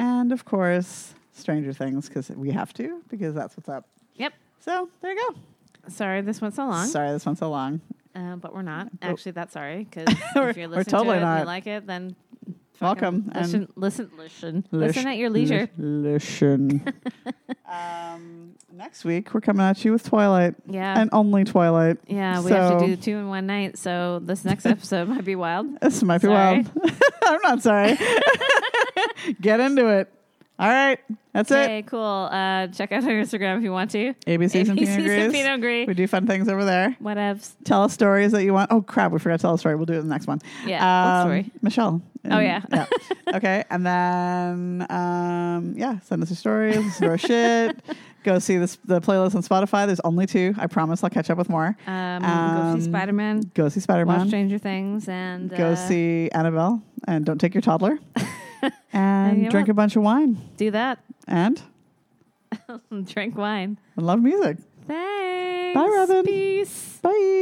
S1: And of course, Stranger Things, because we have to, because that's what's up.
S2: Yep.
S1: So there you go.
S2: Sorry, this went so long.
S1: Sorry, this one's so long.
S2: Um, but we're not
S1: Nope.
S2: actually that sorry
S1: [LAUGHS]
S2: because if
S1: We're-
S2: you're
S1: we're
S2: listening
S1: totally
S2: to it and
S1: not.
S2: you like it, then fucking
S1: Welcome and-
S2: Listen, listen, listen,
S1: Lish-
S2: listen at your leisure.
S1: lish-
S2: [LAUGHS]
S1: Listen. um, next week we're coming at you with Twilight
S2: Yeah,
S1: and only Twilight.
S2: yeah. We have to do two in one night, so
S1: [LAUGHS]
S2: this next episode might be wild.
S1: This might be
S2: Sorry.
S1: wild. [LAUGHS] I'm not
S2: [LAUGHS]
S1: sorry. Get into it. All right, that's
S2: Okay, cool. Uh, check out our Instagram if you want to.
S1: it.
S2: [LAUGHS]
S1: ABC's and
S2: ABCs
S1: Pinot
S2: and
S1: Gris.
S2: Pinot Gris.
S1: We do fun things over there.
S2: Whatevs.
S1: Tell us stories that you want. Oh crap, we forgot to tell a story. We'll do it in the next one.
S2: Yeah, what story?
S1: Um, Michelle. [LAUGHS]
S2: Oh, yeah.
S1: Okay, and then um, yeah, send us your stories, listen to our
S2: [LAUGHS]
S1: shit. Go see this the playlist on Spotify. There's only two. I promise I'll catch up with more.
S2: Um, go
S1: Um,
S2: see Spider Man.
S1: Go see Spider
S2: Watch
S1: Man.
S2: Stranger Things and
S1: Go
S2: uh,
S1: see Annabelle, and don't take your
S2: [LAUGHS]
S1: toddler. and
S2: you
S1: drink
S2: will.
S1: a bunch of wine,
S2: Do that. [LAUGHS]
S1: and
S2: Drink wine.
S1: love music.
S2: Thanks.
S1: Robin.
S2: Peace.
S1: Bye.